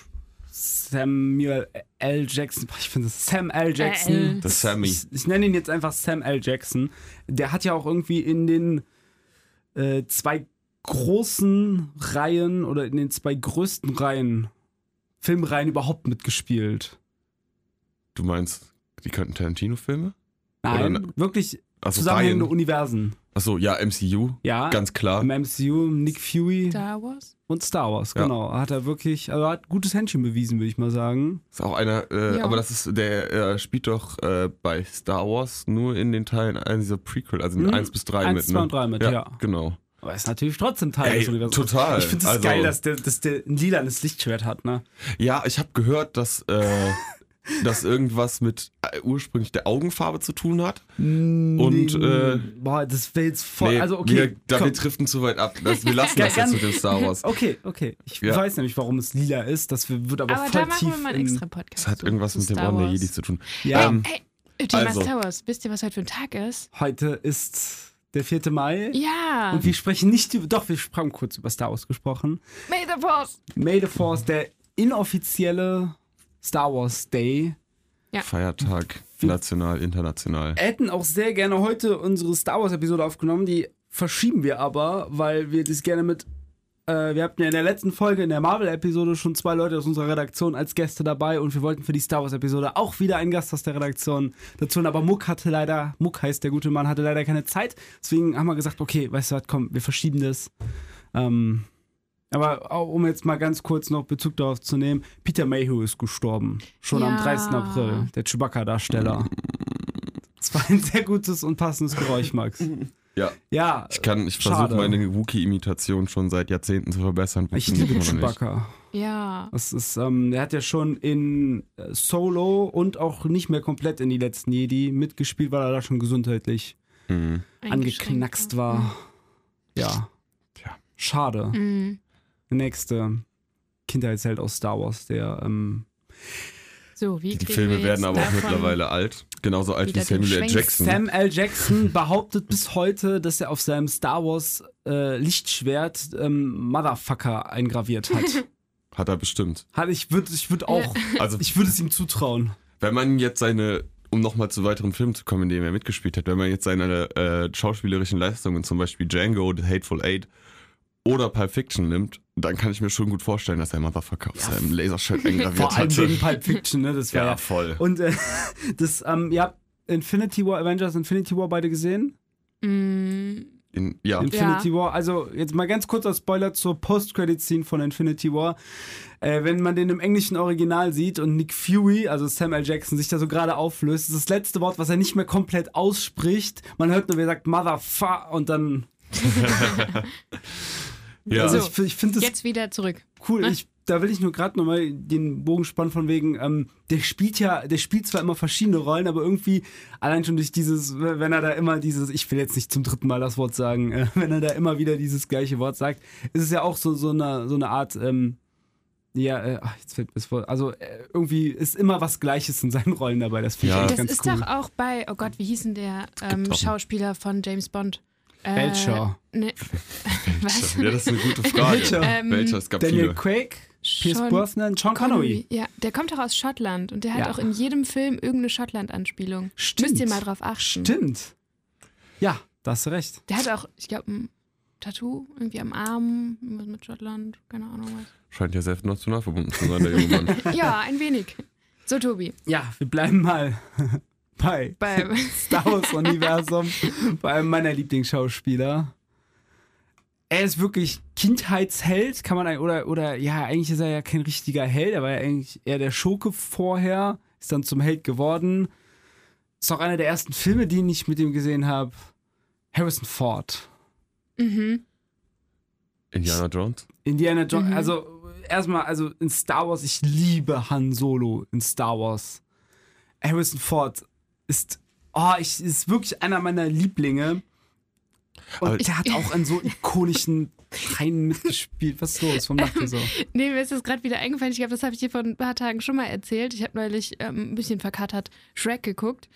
[SPEAKER 1] Samuel L. Jackson. Boah, Ich finde das Sam L.
[SPEAKER 3] L.
[SPEAKER 1] Jackson.
[SPEAKER 2] Das Sammy.
[SPEAKER 1] Ich, ich nenne ihn jetzt einfach Sam L. Jackson. Der hat ja auch irgendwie in den äh, zwei großen Reihen oder in den zwei größten Reihen, Filmreihen überhaupt mitgespielt.
[SPEAKER 2] du meinst, die könnten Tarantino-Filme?
[SPEAKER 1] Nein,
[SPEAKER 2] Oder-
[SPEAKER 1] wirklich
[SPEAKER 2] Also
[SPEAKER 1] zusammenhängende
[SPEAKER 2] Ryan.
[SPEAKER 1] Universen.
[SPEAKER 2] Achso, ja, MCU.
[SPEAKER 1] Ja,
[SPEAKER 2] Ganz klar.
[SPEAKER 1] im MCU, Nick Fury
[SPEAKER 3] Star Wars?
[SPEAKER 1] und Star Wars,
[SPEAKER 2] Ja.
[SPEAKER 1] genau. Hat er wirklich, also hat gutes Händchen bewiesen, würde ich mal sagen.
[SPEAKER 2] Ist auch einer, äh,
[SPEAKER 3] Ja.
[SPEAKER 2] aber das ist, der äh, spielt doch äh, bei Star Wars nur in den Teilen äh, dieser Prequel, also mit
[SPEAKER 1] Mhm.
[SPEAKER 2] 1 bis 3
[SPEAKER 1] Eins,
[SPEAKER 2] mit.
[SPEAKER 1] zwei und drei mit, ja.
[SPEAKER 2] Genau.
[SPEAKER 1] Aber ist natürlich trotzdem Teil
[SPEAKER 2] Ey,
[SPEAKER 1] des Universums.
[SPEAKER 2] total.
[SPEAKER 1] Ich finde es
[SPEAKER 2] Also-
[SPEAKER 1] geil, dass der, dass der ein lilanes Lichtschwert hat, ne?
[SPEAKER 2] Ja, ich habe gehört, dass, äh, dass irgendwas mit äh, ursprünglich der Augenfarbe zu tun hat.
[SPEAKER 1] Und,
[SPEAKER 2] äh,
[SPEAKER 1] boah, das wäre jetzt voll, also okay.
[SPEAKER 2] wir, da,
[SPEAKER 1] komm. Oh,
[SPEAKER 2] wir driften zu weit ab. Das, wir lassen das
[SPEAKER 1] Gern-
[SPEAKER 2] jetzt mit dem Star Wars.
[SPEAKER 1] Okay, okay. Ich
[SPEAKER 2] Ja.
[SPEAKER 1] weiß nämlich, warum es lila ist. Das wird aber,
[SPEAKER 3] Aber,
[SPEAKER 1] voll
[SPEAKER 3] da machen
[SPEAKER 1] tief.
[SPEAKER 3] wir mal
[SPEAKER 1] in-
[SPEAKER 3] einen extra Podcast.
[SPEAKER 2] Das hat
[SPEAKER 3] zu-
[SPEAKER 2] irgendwas
[SPEAKER 3] zu
[SPEAKER 2] mit dem
[SPEAKER 3] Star
[SPEAKER 2] One der
[SPEAKER 3] Wars.
[SPEAKER 2] Jedi zu tun.
[SPEAKER 1] ja,
[SPEAKER 2] Ähm,
[SPEAKER 3] Ey, ey, Thema
[SPEAKER 2] also.
[SPEAKER 3] Star Wars. Wisst ihr, was heute für ein Tag ist?
[SPEAKER 1] heute ist der 4. Mai.
[SPEAKER 3] Ja.
[SPEAKER 1] Und wir sprechen nicht über. Doch, wir haben kurz über Star Wars gesprochen.
[SPEAKER 3] May the Force.
[SPEAKER 1] May the Force, der inoffizielle Star Wars Day.
[SPEAKER 3] Ja.
[SPEAKER 2] Feiertag, national, international.
[SPEAKER 1] Hätten auch sehr gerne heute unsere Star Wars-Episode aufgenommen. Die verschieben wir aber, weil wir das gerne mit. Äh, wir hatten ja in der letzten Folge, in der Marvel-Episode, schon zwei Leute aus unserer Redaktion als Gäste dabei und wir wollten für die Star Wars-Episode auch wieder einen Gast aus der Redaktion dazu. holen. Aber Muck hatte leider, Muck heißt der gute Mann, hatte leider keine Zeit. Deswegen haben wir gesagt, okay, weißt du was, komm, wir verschieben das. Ähm, aber auch, um jetzt mal ganz kurz noch Bezug darauf zu nehmen, Peter Mayhew ist gestorben. Schon am
[SPEAKER 3] Ja.
[SPEAKER 1] 13. April, der Chewbacca-Darsteller. Es war ein sehr gutes und passendes Geräusch, Max.
[SPEAKER 2] Ja.
[SPEAKER 1] Ja,
[SPEAKER 2] Ich kann, ich
[SPEAKER 1] Schade.
[SPEAKER 2] versuche meine Wookie-Imitation schon seit Jahrzehnten zu verbessern.
[SPEAKER 1] ich
[SPEAKER 2] Funktioniert
[SPEAKER 1] liebe
[SPEAKER 2] immer noch nicht.
[SPEAKER 1] Chewbacca.
[SPEAKER 3] Ja.
[SPEAKER 1] Das ist, ähm, der hat ja schon in äh, Solo und auch nicht mehr komplett in die letzten Jedi mitgespielt, weil er da schon gesundheitlich
[SPEAKER 2] Mhm.
[SPEAKER 3] eingeschränkt ne?
[SPEAKER 1] angeknackst war. Ja.
[SPEAKER 2] Tja.
[SPEAKER 1] Schade.
[SPEAKER 3] Mhm.
[SPEAKER 1] Der nächste Kindheitsheld aus Star Wars, der ähm,
[SPEAKER 3] So, wie
[SPEAKER 2] Die
[SPEAKER 3] kriegen
[SPEAKER 2] Filme
[SPEAKER 3] wir
[SPEAKER 2] werden
[SPEAKER 3] jetzt
[SPEAKER 2] aber auch
[SPEAKER 3] davon-
[SPEAKER 2] mittlerweile alt. Genauso alt wie
[SPEAKER 3] wieder den
[SPEAKER 2] Samuel L.
[SPEAKER 3] Schwenk-
[SPEAKER 2] Jackson.
[SPEAKER 1] Sam L. Jackson behauptet bis heute, dass er auf seinem Star Wars äh, Lichtschwert ähm, Motherfucker eingraviert hat.
[SPEAKER 2] Hat er bestimmt.
[SPEAKER 1] hat ich würde ich würd auch,
[SPEAKER 2] Also,
[SPEAKER 1] ich würde es ihm zutrauen.
[SPEAKER 2] wenn man jetzt seine, um nochmal zu weiteren Filmen zu kommen, in denen er mitgespielt hat, wenn man jetzt seine äh, schauspielerischen Leistungen, zum Beispiel Django, The Hateful Eight oder Pulp Fiction nimmt, dann kann ich mir schon gut vorstellen, dass er Motherfucker auf seinem Lasershirt
[SPEAKER 1] Vor
[SPEAKER 2] eingraviert
[SPEAKER 1] allem wegen
[SPEAKER 2] hatte.
[SPEAKER 1] Pulp Fiction, ne? Das war ja.
[SPEAKER 2] Ja, voll.
[SPEAKER 1] Und äh, das, ähm, ihr habt Infinity War, Avengers Infinity War beide gesehen?
[SPEAKER 3] Mhm.
[SPEAKER 2] In, ja,
[SPEAKER 1] Infinity War, also jetzt mal ganz kurzer Spoiler zur Post-Credit-Scene von Infinity War. Äh, wenn man den im englischen Original sieht und Nick Fury, also Sam L. Jackson, sich da so gerade auflöst, ist das letzte Wort, was er nicht mehr komplett ausspricht. Man hört nur, wie er sagt, Motherfucker und dann.
[SPEAKER 2] Ja.
[SPEAKER 1] Also
[SPEAKER 3] So,
[SPEAKER 1] ich, ich finde das
[SPEAKER 3] Jetzt wieder zurück.
[SPEAKER 1] cool. Ich, da will ich nur gerade nochmal den Bogen spannen von wegen, ähm, der spielt ja, der spielt zwar immer verschiedene Rollen, aber irgendwie allein schon durch dieses, wenn er da immer dieses, ich will jetzt nicht zum dritten Mal das Wort sagen, äh, wenn er da immer wieder dieses gleiche Wort sagt, ist es ja auch so, so, eine, so eine Art, ähm, ja, äh, ach, jetzt fällt mir das Wort, also äh, irgendwie ist immer was Gleiches in seinen Rollen dabei, das finde ich
[SPEAKER 2] Ja.
[SPEAKER 1] eigentlich
[SPEAKER 3] Das
[SPEAKER 1] ganz
[SPEAKER 3] ist
[SPEAKER 1] cool.
[SPEAKER 3] doch auch bei, oh Gott, wie hieß denn der ähm,
[SPEAKER 2] auch-
[SPEAKER 3] Schauspieler von James Bond? Äh,
[SPEAKER 1] Belcher.
[SPEAKER 3] Ne, was?
[SPEAKER 2] ja, das ist eine gute Frage.
[SPEAKER 1] Welcher?
[SPEAKER 3] Ähm,
[SPEAKER 2] Welcher? Es gab
[SPEAKER 1] Daniel
[SPEAKER 2] viele.
[SPEAKER 1] Craig, Pierce
[SPEAKER 3] Sean
[SPEAKER 1] Brosnan, Sean Connery.
[SPEAKER 3] Ja, der kommt doch aus Schottland und der hat
[SPEAKER 1] Ja.
[SPEAKER 3] auch in jedem Film irgendeine Schottland-Anspielung.
[SPEAKER 1] Stimmt.
[SPEAKER 3] Müsst ihr mal drauf achten.
[SPEAKER 1] Stimmt. Ja, da hast du recht.
[SPEAKER 3] Der hat auch, ich glaube, ein Tattoo irgendwie am Arm irgendwas mit Schottland, keine Ahnung
[SPEAKER 2] Scheint ja selbst noch zu nah verbunden zu sein, der junge Mann.
[SPEAKER 3] was. Ja, ein wenig. So, Tobi,
[SPEAKER 1] Ja, wir bleiben mal bei
[SPEAKER 3] bei
[SPEAKER 1] Star Wars Universum, bei einem meiner Lieblingsschauspieler. Er ist wirklich Kindheitsheld, kann man ein- oder oder ja, eigentlich ist er ja kein richtiger Held, er war ja eigentlich eher der Schurke vorher, ist dann zum Held geworden. Ist auch einer der ersten Filme, die ich mit ihm gesehen habe. Harrison Ford.
[SPEAKER 3] mhm.
[SPEAKER 2] Indiana Jones?
[SPEAKER 1] Indiana Jones,
[SPEAKER 3] Mhm.
[SPEAKER 1] also erstmal, also in Star Wars, ich liebe Han Solo in Star Wars. Harrison Ford ist, oh, ich, ist wirklich einer meiner Lieblinge.
[SPEAKER 2] Aber-
[SPEAKER 1] Und der hat auch an so ikonischen Reihen mitgespielt. Was ist los? Warum lacht ihr so?
[SPEAKER 3] Nee, mir ist das gerade wieder eingefallen. Ich glaube, das habe ich dir vor ein paar Tagen schon mal erzählt. Ich habe neulich ähm, ein bisschen verkatert Shrek geguckt.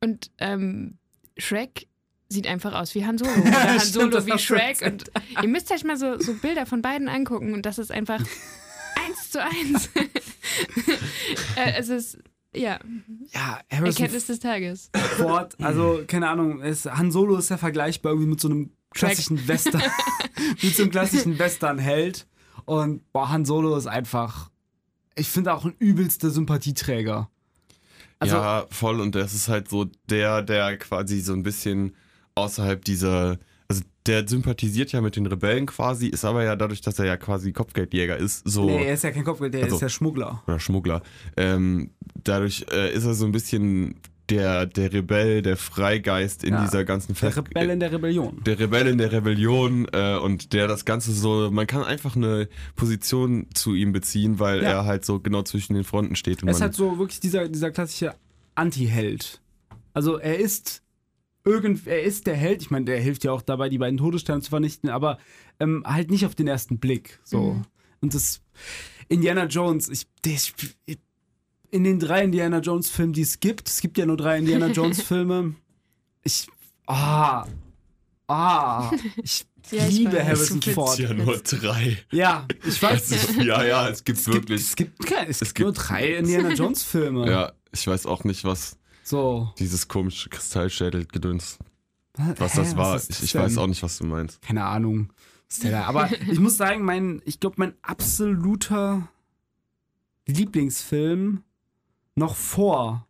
[SPEAKER 3] Und ähm, Shrek sieht einfach aus wie Han Solo. Oder Han
[SPEAKER 1] Stimmt,
[SPEAKER 3] Solo
[SPEAKER 1] das
[SPEAKER 3] wie
[SPEAKER 1] hast du
[SPEAKER 3] Shrek. Und ihr müsst euch mal so, so Bilder von beiden angucken. Und das ist einfach eins zu eins. äh, es ist, ja,
[SPEAKER 1] Ja, Harrison
[SPEAKER 3] Erkenntnis des Tages.
[SPEAKER 1] Ford, also keine Ahnung, ist, Han Solo ist ja vergleichbar irgendwie mit so einem klassischen Western, mit so einem klassischen Western-Held. Und boah, Han Solo ist einfach, ich finde auch ein übelster Sympathieträger. Also,
[SPEAKER 2] ja, voll. Und das ist halt so der, der quasi so ein bisschen außerhalb dieser. Also der sympathisiert ja mit den Rebellen quasi, ist aber ja dadurch, dass er ja quasi Kopfgeldjäger ist, so.
[SPEAKER 1] nee, er ist ja kein Kopfgeld, der
[SPEAKER 2] Also-
[SPEAKER 1] ist ja Schmuggler.
[SPEAKER 2] Oder Schmuggler. Ähm, dadurch äh, ist er so ein bisschen der, der Rebell, der Freigeist in
[SPEAKER 1] Ja,
[SPEAKER 2] dieser ganzen
[SPEAKER 1] Der
[SPEAKER 2] Fest
[SPEAKER 1] Rebell in der Rebellion.
[SPEAKER 2] der Rebell in der Rebellion äh, und der das Ganze so, man kann einfach eine Position zu ihm beziehen, weil
[SPEAKER 1] Ja.
[SPEAKER 2] er halt so genau zwischen den Fronten steht. Und
[SPEAKER 1] Er ist
[SPEAKER 2] man,
[SPEAKER 1] halt so wirklich dieser, dieser klassische Anti-Held. Also er ist irgend, er ist der Held. Ich meine, der hilft ja auch dabei, die beiden Todessterne zu vernichten, aber ähm, halt nicht auf den ersten Blick. So.
[SPEAKER 3] Mhm.
[SPEAKER 1] Und das Indiana Jones, ich, der sp- in den drei Indiana Jones Filmen, die es gibt, es gibt ja nur drei Indiana Jones Filme. Ich, ah, ah, ich
[SPEAKER 3] Ja, ich
[SPEAKER 1] liebe
[SPEAKER 3] weiß.
[SPEAKER 1] Harrison
[SPEAKER 3] Es gibt
[SPEAKER 1] Ford.
[SPEAKER 2] ja nur drei.
[SPEAKER 1] Ja, ich weiß.
[SPEAKER 2] Es ist- ja, ja, es gibt
[SPEAKER 1] Es gibt,
[SPEAKER 2] wirklich.
[SPEAKER 1] es gibt, keine- es
[SPEAKER 2] Es
[SPEAKER 1] gibt nur
[SPEAKER 2] gibt-
[SPEAKER 1] drei Indiana Jones Filme.
[SPEAKER 2] ja, ich weiß auch nicht, was
[SPEAKER 1] So.
[SPEAKER 2] dieses komische Kristallschädelgedöns, was
[SPEAKER 1] Hä,
[SPEAKER 2] das war.
[SPEAKER 1] ist das
[SPEAKER 2] ich ich weiß
[SPEAKER 1] denn?
[SPEAKER 2] auch nicht, was du meinst.
[SPEAKER 1] Keine Ahnung. Was der da- Aber ich muss sagen, mein, ich glaube, mein absoluter Lieblingsfilm noch vor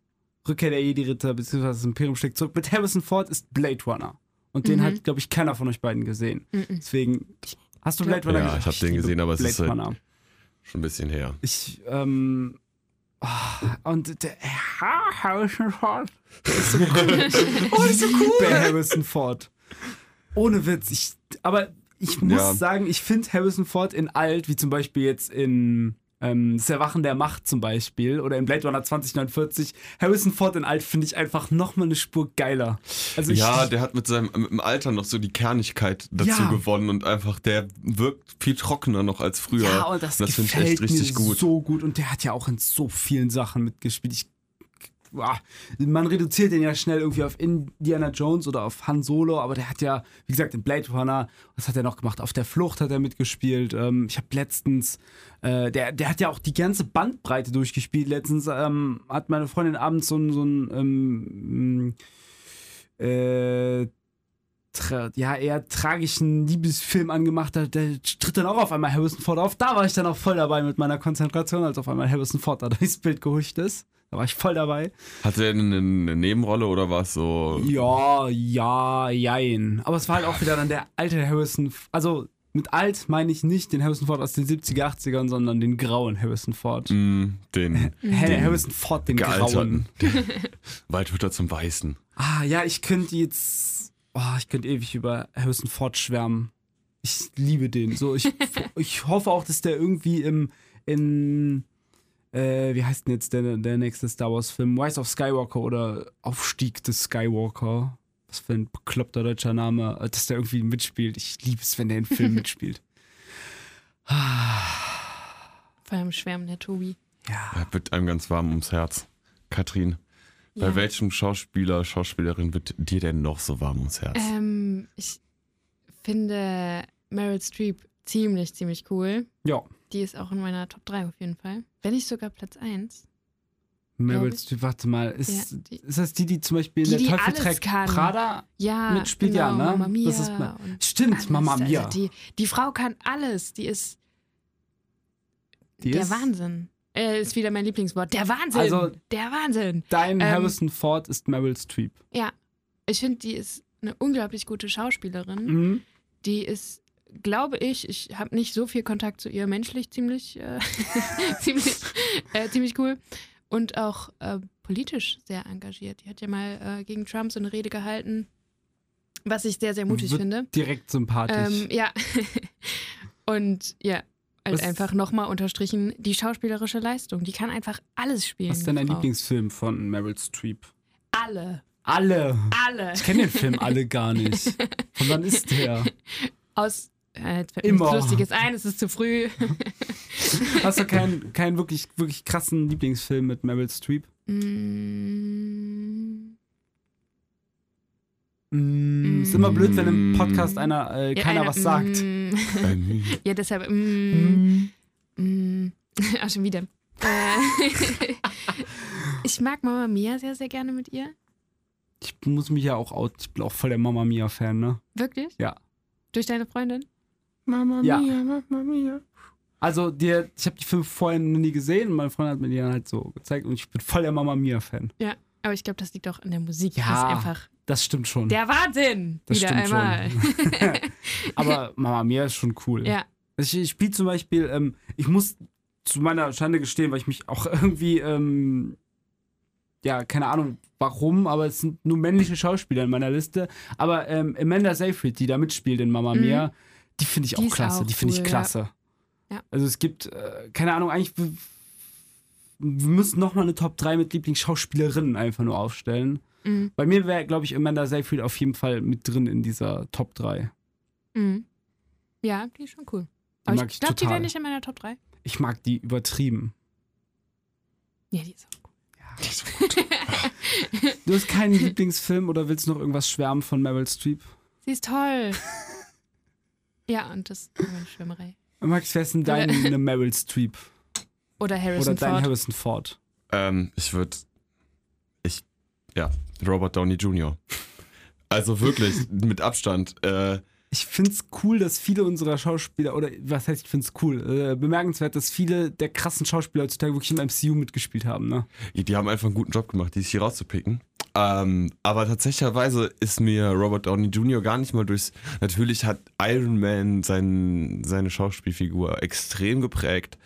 [SPEAKER 1] Rückkehr der Jedi-Ritter bzw. das Imperium schlägt zurück mit Harrison Ford ist Blade Runner. Und den
[SPEAKER 3] Mhm.
[SPEAKER 1] hat, glaube ich, keiner von euch beiden gesehen.
[SPEAKER 3] Mhm.
[SPEAKER 1] Deswegen, hast du Blade Runner
[SPEAKER 2] Ja,
[SPEAKER 1] gesehen?
[SPEAKER 2] ich hab den
[SPEAKER 1] liebe
[SPEAKER 2] gesehen, aber es
[SPEAKER 1] Blade
[SPEAKER 2] ist halt-
[SPEAKER 1] Runner.
[SPEAKER 2] Schon ein bisschen her.
[SPEAKER 1] Ich, ähm. ah, Und der Ha- Harrison Ford ist so cool. oh, ist so cool. Der Harrison Ford. Ohne Witz. Ich, aber ich muss
[SPEAKER 2] Ja.
[SPEAKER 1] sagen, ich finde Harrison Ford in alt, wie zum Beispiel jetzt in ähm, Das Erwachen der Macht zum Beispiel oder in Blade Runner 2049, Harrison Ford in alt finde ich einfach nochmal eine Spur geiler. Also ich,
[SPEAKER 2] Ja, der hat mit seinem mit dem Alter noch so die Kernigkeit dazu
[SPEAKER 1] Ja.
[SPEAKER 2] gewonnen und einfach, der wirkt viel trockener noch als früher.
[SPEAKER 1] Ja, und das,
[SPEAKER 2] das finde ich
[SPEAKER 1] gefällt
[SPEAKER 2] echt richtig
[SPEAKER 1] mir
[SPEAKER 2] gut.
[SPEAKER 1] so gut. Und der hat ja auch in so vielen Sachen mitgespielt. Ich, ah, man reduziert den ja schnell irgendwie auf Indiana Jones oder auf Han Solo, aber der hat ja, wie gesagt, in Blade Runner, was hat er noch gemacht? Auf der Flucht hat er mitgespielt. Ähm, ich habe letztens, äh, der, der hat ja auch die ganze Bandbreite durchgespielt. Letztens ähm, hat meine Freundin abends so ein, so ein ähm, äh, tra ja, eher tragischen Liebesfilm angemacht hat, der tritt dann auch auf einmal Harrison Ford auf. Da war ich dann auch voll dabei mit meiner Konzentration, als auf einmal Harrison Ford da durchs Bild gehuscht ist. Da war ich voll dabei.
[SPEAKER 2] Hatte er eine, eine Nebenrolle oder war es so?
[SPEAKER 1] Ja, ja, jein. Aber es war halt auch wieder dann der alte Harrison. F- Also mit alt meine ich nicht den Harrison Ford aus den 70er, 80ern, sondern den grauen Harrison Ford.
[SPEAKER 2] Mm, den
[SPEAKER 1] Hey,
[SPEAKER 2] den
[SPEAKER 1] Harrison Ford, Mhm. den grauen.
[SPEAKER 2] gealterten. Bald wird er zum Weißen.
[SPEAKER 1] Ah, ja, ich könnte jetzt. Oh, ich könnte ewig über Harrison Ford schwärmen. Ich liebe den. So, ich, ich hoffe auch, dass der irgendwie im. In, äh, wie heißt denn jetzt der, der nächste Star Wars-Film? Rise of Skywalker oder Aufstieg des Skywalker. Was für ein bekloppter deutscher Name, äh, dass der irgendwie mitspielt. Ich liebe es, wenn der in Filmen mitspielt. Ah,
[SPEAKER 3] Vor allem schwärmen der Tobi.
[SPEAKER 1] Ja.
[SPEAKER 2] Er wird einem ganz warm ums Herz. Katrin, bei
[SPEAKER 3] Ja.
[SPEAKER 2] welchem Schauspieler, Schauspielerin wird dir denn noch so warm ums Herz?
[SPEAKER 3] Ähm, ich finde Meryl Streep ziemlich, ziemlich cool.
[SPEAKER 1] Ja.
[SPEAKER 3] Die ist auch in meiner Top 3 auf jeden Fall. Wenn nicht sogar Platz 1.
[SPEAKER 1] Meryl
[SPEAKER 3] Glaube ich.
[SPEAKER 1] Streep, warte mal.
[SPEAKER 3] Ja,
[SPEAKER 1] Ist,
[SPEAKER 3] die,
[SPEAKER 1] ist das die, die zum Beispiel in
[SPEAKER 3] Die,
[SPEAKER 1] der
[SPEAKER 3] die
[SPEAKER 1] Teufel
[SPEAKER 3] alles
[SPEAKER 1] trägt
[SPEAKER 3] kann.
[SPEAKER 1] Prada
[SPEAKER 3] ja
[SPEAKER 1] mitspielt, ja,
[SPEAKER 3] genau,
[SPEAKER 1] ne?
[SPEAKER 3] Mamma Mia
[SPEAKER 1] Das ist-
[SPEAKER 3] und
[SPEAKER 1] Stimmt,
[SPEAKER 3] alles.
[SPEAKER 1] Mama Mia.
[SPEAKER 3] Also die, die Frau kann alles. Die ist
[SPEAKER 1] Die
[SPEAKER 3] der
[SPEAKER 1] ist-
[SPEAKER 3] Wahnsinn. Äh, ist wieder mein Lieblingswort. Der Wahnsinn.
[SPEAKER 1] Also-
[SPEAKER 3] der Wahnsinn.
[SPEAKER 1] Dein
[SPEAKER 3] Ähm,
[SPEAKER 1] Harrison Ford ist Meryl Streep.
[SPEAKER 3] Ich finde, die ist eine unglaublich gute Schauspielerin.
[SPEAKER 1] Mhm.
[SPEAKER 3] Die ist, glaube ich, ich habe nicht so viel Kontakt zu ihr, menschlich ziemlich, äh, ziemlich, äh, ziemlich cool. Und auch äh, politisch sehr engagiert. Die hat ja mal äh, gegen Trump so eine Rede gehalten, was ich sehr, sehr mutig
[SPEAKER 1] Wird
[SPEAKER 3] finde.
[SPEAKER 1] Direkt sympathisch.
[SPEAKER 3] Ähm, ja. Und ja, halt
[SPEAKER 1] Was-
[SPEAKER 3] einfach nochmal unterstrichen, die schauspielerische Leistung. Die kann einfach alles spielen.
[SPEAKER 1] Was ist denn
[SPEAKER 3] die
[SPEAKER 1] dein
[SPEAKER 3] Frau.
[SPEAKER 1] Lieblingsfilm von Meryl Streep?
[SPEAKER 3] Alle.
[SPEAKER 1] Alle.
[SPEAKER 3] Alle.
[SPEAKER 1] Ich kenne den Film alle gar nicht. Von wann ist der?
[SPEAKER 3] Aus. Äh, jetzt fällt mir
[SPEAKER 1] Immer.
[SPEAKER 3] nichts Lustiges ein, es ist zu früh.
[SPEAKER 1] Hast du keinen, keinen wirklich, wirklich krassen Lieblingsfilm mit Meryl Streep?
[SPEAKER 3] Mm.
[SPEAKER 1] Mm, Ist immer blöd, wenn im Podcast einer äh,
[SPEAKER 3] Ja,
[SPEAKER 1] keiner
[SPEAKER 3] einer-
[SPEAKER 1] was sagt.
[SPEAKER 3] Mm.
[SPEAKER 2] Bei mir.
[SPEAKER 3] Ja, deshalb. Mm,
[SPEAKER 1] Mm.
[SPEAKER 3] mm. Ach, schon wieder. Äh, ich mag Mama Mia sehr, sehr gerne mit ihr.
[SPEAKER 1] Ich muss mich ja auch out. Ich bin auch voll der Mama Mia-Fan, ne?
[SPEAKER 3] Wirklich?
[SPEAKER 1] Ja.
[SPEAKER 3] Durch deine Freundin?
[SPEAKER 2] Mama
[SPEAKER 1] Ja.
[SPEAKER 2] Mia, Mama Mia.
[SPEAKER 1] Also, die, ich habe die Filme vorher noch nie gesehen und meine Freundin hat mir die dann halt so gezeigt und ich bin voll der Mama Mia-Fan.
[SPEAKER 3] Ja, aber ich glaube, das liegt auch an der Musik.
[SPEAKER 1] Ja.
[SPEAKER 3] Das ist einfach
[SPEAKER 1] Das stimmt schon.
[SPEAKER 3] der Wahnsinn.
[SPEAKER 1] Das
[SPEAKER 3] Wieder
[SPEAKER 1] stimmt schon.
[SPEAKER 3] einmal.
[SPEAKER 1] Aber Mama Mia ist schon cool. Also Ich,
[SPEAKER 3] ja,
[SPEAKER 1] ich spiele zum Beispiel, ähm, ich muss zu meiner Schande gestehen, weil ich mich auch irgendwie, ähm, ja, keine Ahnung warum, aber es sind nur männliche Schauspieler in meiner Liste. Aber ähm, Amanda Seyfried, die da mitspielt in Mama
[SPEAKER 3] Mhm.
[SPEAKER 1] Mia, die finde ich
[SPEAKER 3] Die
[SPEAKER 1] auch
[SPEAKER 3] ist
[SPEAKER 1] klasse.
[SPEAKER 3] auch
[SPEAKER 1] die finde
[SPEAKER 3] cool,
[SPEAKER 1] ich
[SPEAKER 3] ja.
[SPEAKER 1] klasse.
[SPEAKER 3] Ja.
[SPEAKER 1] Also es gibt, äh, keine Ahnung, eigentlich, wir, wir müssen nochmal eine Top 3 mit Lieblingsschauspielerinnen einfach nur aufstellen.
[SPEAKER 3] Mhm.
[SPEAKER 1] Bei mir wäre, glaube ich, Amanda Seyfried auf jeden Fall mit drin in dieser Top 3.
[SPEAKER 3] mhm. ja, die ist schon cool.
[SPEAKER 1] Die
[SPEAKER 3] Aber
[SPEAKER 1] mag
[SPEAKER 3] ich
[SPEAKER 1] ich
[SPEAKER 3] glaube, die
[SPEAKER 1] total.
[SPEAKER 3] wäre nicht in meiner Top 3.
[SPEAKER 1] Ich mag die übertrieben.
[SPEAKER 3] Ja, die ist auch cool.
[SPEAKER 1] Du hast keinen Lieblingsfilm oder willst noch irgendwas schwärmen von Meryl Streep?
[SPEAKER 3] Sie ist toll. ja, und das ist meine Schwimmerei.
[SPEAKER 1] Max, wer ist denn deine Meryl Streep?
[SPEAKER 3] Oder
[SPEAKER 1] Oder
[SPEAKER 3] Harrison
[SPEAKER 1] dein
[SPEAKER 3] Ford.
[SPEAKER 1] Harrison Ford?
[SPEAKER 2] Ähm, ich würde. Ich. Ja, Robert Downey Jr. Also wirklich, mit Abstand. Äh,
[SPEAKER 1] Ich find's cool, dass viele unserer Schauspieler, oder was heißt, ich find's cool, äh, bemerkenswert, dass viele der krassen Schauspieler heutzutage wirklich im MCU mitgespielt haben, ne?
[SPEAKER 2] die haben einfach einen guten Job gemacht, die sich hier rauszupicken. Ähm, aber tatsächlicherweise ist mir Robert Downey Jr. gar nicht mal durchs. Natürlich hat Iron Man sein, seine Schauspielfigur extrem geprägt.